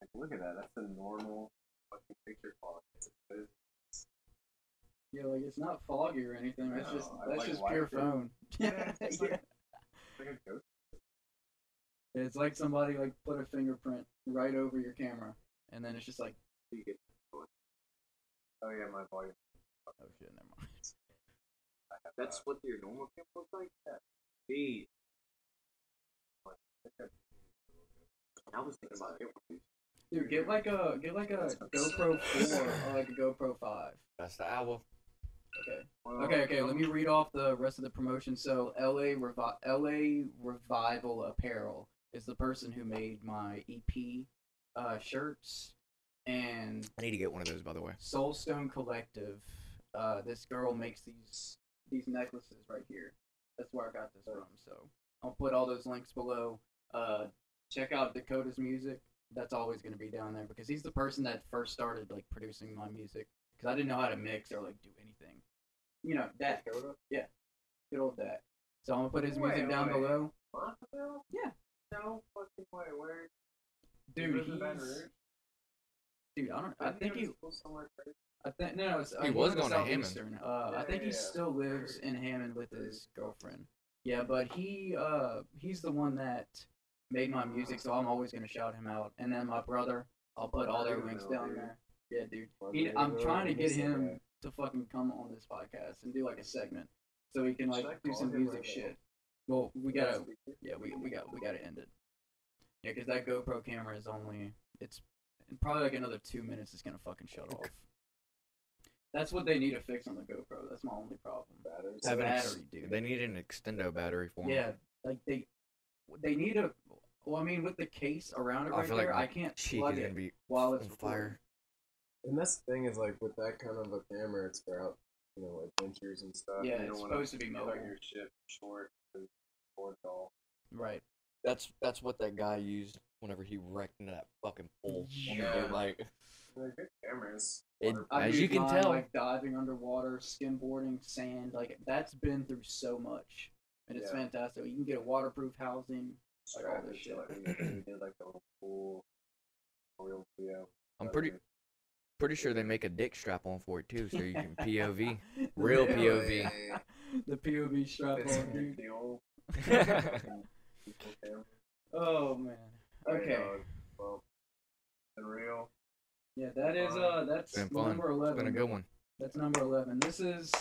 S4: Like, look at that. That's a normal fucking picture quality. It's as good as
S3: Yeah, like it's not foggy or anything. That's
S4: No,
S3: just
S4: I
S3: that's
S4: like
S3: just
S4: white
S3: pure
S4: people.
S3: phone.
S4: Yeah,
S3: [LAUGHS]
S4: it's like-
S3: Yeah.
S4: it's like a ghost.
S3: It's like somebody like put a fingerprint right over your camera, and then it's just like,
S4: You get- Oh yeah, my volume.
S3: oh shit, never mind.
S4: That's what your normal camera looks like. Yeah. Hey. I was thinking about it.
S3: Dude, get like a get like a GoPro four or like a GoPro five.
S1: That's the album.
S3: Okay. Okay. Okay. Let me read off the rest of the promotion. So, LA Revi- LA Revival Apparel is the person who made my EP uh, shirts, and
S1: I need to get one of those, by the way.
S3: Soulstone Collective. Uh, this girl makes these these necklaces right here. That's where I got this from. So I'll put all those links below. Uh, check out Dakota's music. That's always going to be down there because he's the person that first started like producing my music because I didn't know how to mix or like do anything. You know, Dak. Yeah, good old Dak. So I'm gonna put his
S4: Wait,
S3: music down
S4: wait.
S3: below.
S4: Montville?
S3: Yeah.
S4: No fucking way. Where?
S3: Dude,
S4: He lives in Baton
S3: he's-
S4: Rouge?
S3: dude, I don't. I
S4: Didn't
S3: think he
S4: go to school somewhere crazy?
S3: I think no, it's, uh,
S1: He was
S3: goes
S1: going to Hammond.
S3: Southeastern. Uh, I
S4: Yeah,
S3: think he
S4: yeah.
S3: still lives in Hammond with his girlfriend. Yeah, but he uh he's the one that made my music, so I'm always gonna shout him out. And then my brother, I'll put all their links down there. Yeah, dude. He, I'm trying to get him to fucking come on this podcast and do like a segment, so he can like
S4: Should I
S3: do
S4: call
S3: some
S4: him
S3: music
S4: right
S3: shit. Well, we gotta
S4: Speaker?
S3: yeah, we we got we gotta end it. Yeah, because that GoPro camera is only it's in probably like another two minutes. It's gonna fucking shut off. That's what they need to fix on the GoPro. That's my only problem.
S4: Batters.
S3: It's
S1: Have an ex-
S3: battery, dude.
S1: They need an extendo battery for 'em.
S3: yeah, like they they need a. Well, I mean, with the case around it
S1: I
S3: right
S1: feel
S3: there,
S1: like
S3: I
S1: my
S3: can't
S1: cheek
S3: plug
S1: is
S3: it
S1: gonna be
S3: while it's
S1: on fire.
S4: And that's the thing is like with that kind of a camera, it's for out, you know, adventures and stuff.
S3: Yeah,
S4: you
S3: it's
S4: don't wanna
S3: supposed to be
S4: cut
S3: mobile.
S4: Your ship short and board it all.
S3: Right.
S1: That's that's what that guy used whenever he wrecked into that fucking pole. I mean, dude,
S4: Yeah.
S1: [LAUGHS] like
S4: They're good cameras.
S1: it,
S3: I've
S1: as you
S3: used
S1: can
S3: mine,
S1: tell,
S3: like diving underwater, skimboarding, sand, like that's been through so much, and it's
S4: Yeah.
S3: fantastic. You can get a waterproof housing. like all
S4: Strap
S3: this
S4: it to,
S3: shit.
S4: Like, we did like a little pool, a real video.
S1: I'm
S4: But
S1: pretty
S4: it-
S1: pretty sure they make a dick strap on for it too, so
S3: [LAUGHS]
S1: you can POV. Real
S3: Yeah.
S1: POV.
S3: the POV strap
S4: It's
S3: on, dude.
S4: the old people camera.
S3: Oh man.
S4: Alright,
S3: Okay.
S4: dog. Well, the real.
S3: Yeah, that is uh, that's
S1: been fun.
S3: number
S1: it's been a
S3: eleven.
S1: good one.
S3: That's number eleven. This is.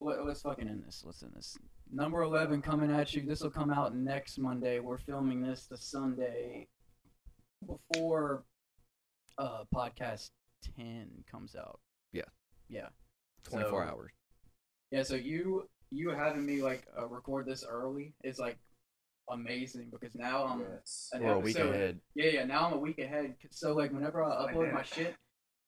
S3: Let, let's fucking end this. Let's end this. Number eleven coming at you. This will come out next Monday. We're filming this the Sunday before uh podcast ten comes out.
S1: Yeah.
S3: Yeah.
S1: Twenty four
S3: So-
S1: hours.
S3: Yeah, so you you having me like uh, record this early is like amazing because now I'm
S4: yes.
S3: an
S1: We're a week
S3: episode-
S1: ahead.
S3: Yeah, yeah. Now I'm a week ahead. c- So like whenever I
S4: Like
S3: upload
S4: that.
S3: my shit,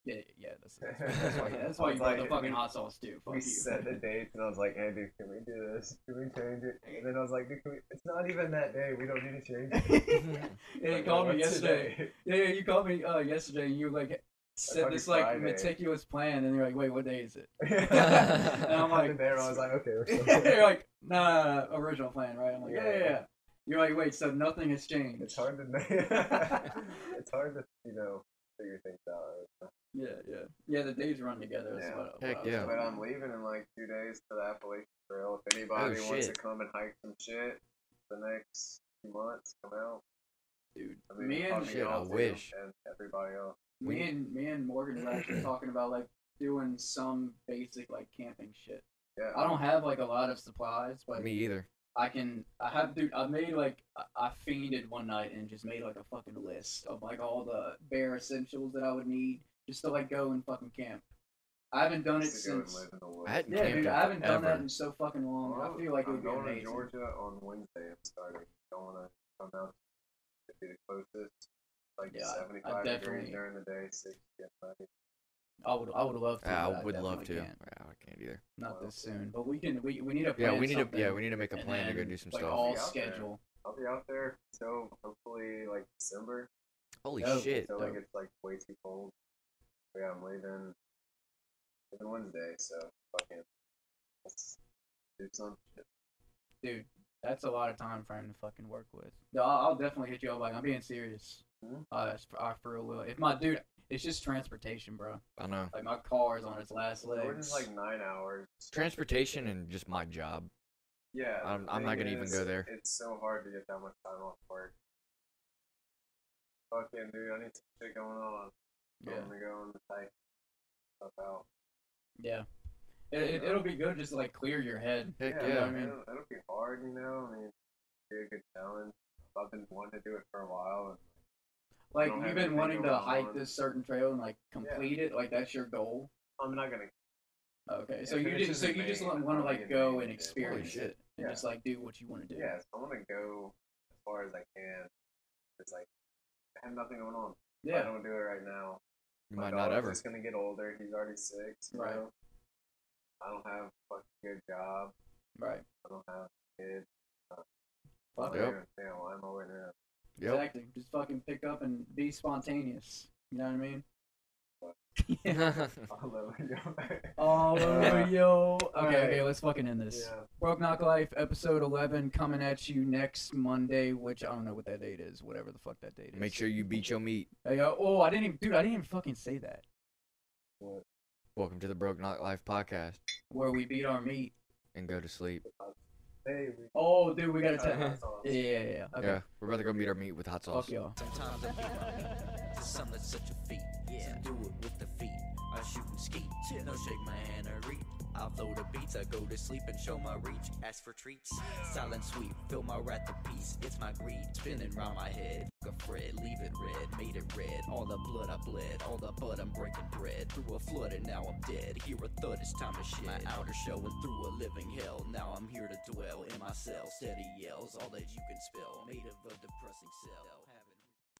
S3: yeah, yeah. That's, that's, that's why, that's
S4: [LAUGHS]
S3: why you
S4: It's
S3: brought the
S4: like-
S3: fucking hot sauce too. Fuck you.
S4: we set the [LAUGHS] dates, and I was like, "Hey, dude, can we do this? Can we change it?" And then I was like, dude, can we... "It's not even that day. We don't need to change it."
S3: [LAUGHS] yeah, you
S4: Like,
S3: called me
S4: what's
S3: yesterday. [LAUGHS]
S4: today? [LAUGHS]
S3: Yeah, yeah, you called me uh, yesterday, and you like set
S4: fucking
S3: this like
S4: Friday.
S3: meticulous plan, and you're like, wait, what day
S4: [LAUGHS]
S3: is it? [LAUGHS]
S4: and
S3: I'm like-
S4: there, I was like, "Okay,
S3: [LAUGHS]
S4: we're still
S3: you're like, nah, original plan, right? I'm like, yeah,
S4: Yeah.
S3: yeah, yeah. You're like, wait, so nothing has changed.
S4: It's hard to [LAUGHS] know. it's hard to you know figure things out.
S3: Yeah, yeah, yeah. The days run together. is
S4: Yeah.
S3: what- what
S1: Heck
S3: I was
S1: yeah.
S3: thinking.
S4: But I'm leaving in like two days to the Appalachian Trail. If anybody
S1: Oh,
S4: wants to
S1: shit.
S4: come and hike some shit the next few months, come out.
S3: dude.
S4: I mean,
S3: me and
S4: probably
S1: Shit, I
S4: y'all too,
S1: wish.
S4: and everybody else. [CLEARS THROAT]
S3: me and me and Morgan were actually talking about like doing some basic like camping shit.
S4: Yeah.
S3: I don't have like a lot of supplies, but
S1: Me either.
S3: I can. I have. Dude, I made like I- I fainted one night and just made like a fucking list of like all the bare essentials that I would need just to like go and fucking camp. I haven't done it
S4: Just to go and
S3: since.
S4: live in the woods.
S1: I hadn't
S3: Yeah,
S1: camped
S3: dude,
S1: in
S3: I haven't done that
S1: forever.
S3: in so fucking long. I feel like it
S4: I'm
S3: would be
S4: going to
S3: amazing.
S4: Georgia on Wednesday. I'm starting. I want to come out to be the closest. Like
S3: Yeah, I- I
S4: 75 degrees
S3: definitely-
S4: during the day, 60 at night.
S3: I would. I would love to.
S1: Yeah,
S3: but
S1: Ah, I would love to.
S3: definitely
S1: Yeah,
S3: can't.
S1: I can't either.
S3: Not this soon, but we can. We, we need to.
S1: Yeah,
S3: plan
S1: we need to.
S3: something
S1: Yeah, we need to make a
S3: and
S1: plan to go
S3: then,
S1: do some
S3: like,
S1: stuff.
S3: All
S4: Yeah, out there.
S3: schedule.
S4: I'll be out there till hopefully like December.
S1: Holy
S3: Dope.
S1: Oh, shit!
S4: Until it
S3: dope.
S4: gets like way too cold. But yeah, I'm leaving. leaving Wednesday, so fucking let's do some shit.
S3: dude, that's a lot of time frame to fucking work with. No, I'll, I'll definitely hit you up. Like, I'm being serious.
S4: Mhm.
S3: Uh, it's- I for real will. If my dude, it's just transportation, bro.
S1: I know.
S3: Like my car is on its last legs.
S4: Georgia's like nine hours.
S1: Transportation and just my job.
S4: Yeah, the
S1: I'm- I'm not
S4: thing
S1: gonna even
S4: is,
S1: go there.
S4: It's so hard to get that much time off work. Fucking dude, I need some shit going on.
S3: yeah,
S4: I'm gonna go and type stuff out.
S3: yeah. It, it, it'll be good just to, like clear your head.
S1: Heck
S3: you know
S1: yeah.
S3: what I mean?
S4: it'll, it'll be hard, you know. I mean, be a good challenge. I've been wanting to do it for a while.
S3: Like
S4: don't
S3: you've
S4: have
S3: been
S4: anything
S3: wanting to
S4: going
S3: hike
S4: on.
S3: this certain trail and like complete it. Like that's your goal.
S4: And I'm not gonna.
S3: Okay, so
S4: Yeah,
S3: you
S4: finish
S3: just
S4: this
S3: so
S4: in
S3: you just
S4: May,
S3: want to
S4: probably
S3: like
S4: in
S3: go
S4: May.
S3: and
S4: Holy
S3: experience
S1: shit.
S3: it and
S4: Yeah.
S3: just like do what you want to do.
S4: Yeah, so I want to go as far as I can. It's like I have nothing going on. If I
S3: yeah.
S4: don't do it right now.
S1: You
S4: My
S1: might not
S4: daughter's
S1: ever.
S4: just gonna get older. He's already six. you
S3: Right.
S4: know? I don't have a fucking good job.
S3: Right.
S4: I don't have kids.
S3: Fuck
S1: Yep.
S3: it.
S4: Yeah, why am I waiting around? [LAUGHS]
S1: Yep.
S3: Exactly. Just fucking pick up and be spontaneous. You know what I mean?
S4: I'll let it go [LAUGHS] back.
S3: Oh, [LAUGHS]
S4: Uh,
S3: yo. Okay,
S4: alright.
S3: okay, let's fucking end this.
S4: Yeah.
S3: Broke Knock Life, episode 11, coming at you next Monday, which I don't know what that date is, whatever the fuck that date is.
S1: Make sure you beat your meat.
S3: Hey, uh, oh, I didn't even, dude, I didn't even fucking say that.
S1: Welcome to the Broke Not Life podcast.
S3: Where we beat our meat.
S1: And go to sleep.
S4: Hey, we
S3: Oh, dude, we
S4: [LAUGHS]
S3: gotta [LAUGHS]
S4: got
S3: tell.
S4: that song.
S3: Yeah, yeah, yeah. Okay.
S1: Yeah, we're about to go meet our meat with hot sauce.
S3: Fuck y'all.
S2: Sometimes I beat my meat. To some that's such a feat. Yeah. do it with the feet. I shoot and ski. No shake my hand or reach. I flow the beats. I go to sleep and show my reach. Ask for treats. Silent sweep. Fill my wrath to peace. It's my greed. Spinning round my head. Fuck A Fred. Leave it red. Made it red. All the blood I bled. All the blood I'm breaking bread. Through a flood and now I'm dead. Hear a thud. It's time to shit. My outer shell went through a living hell. Now I'm here to dwell in my cell. Steady yells. All that you can spell. Made of a depressing cell.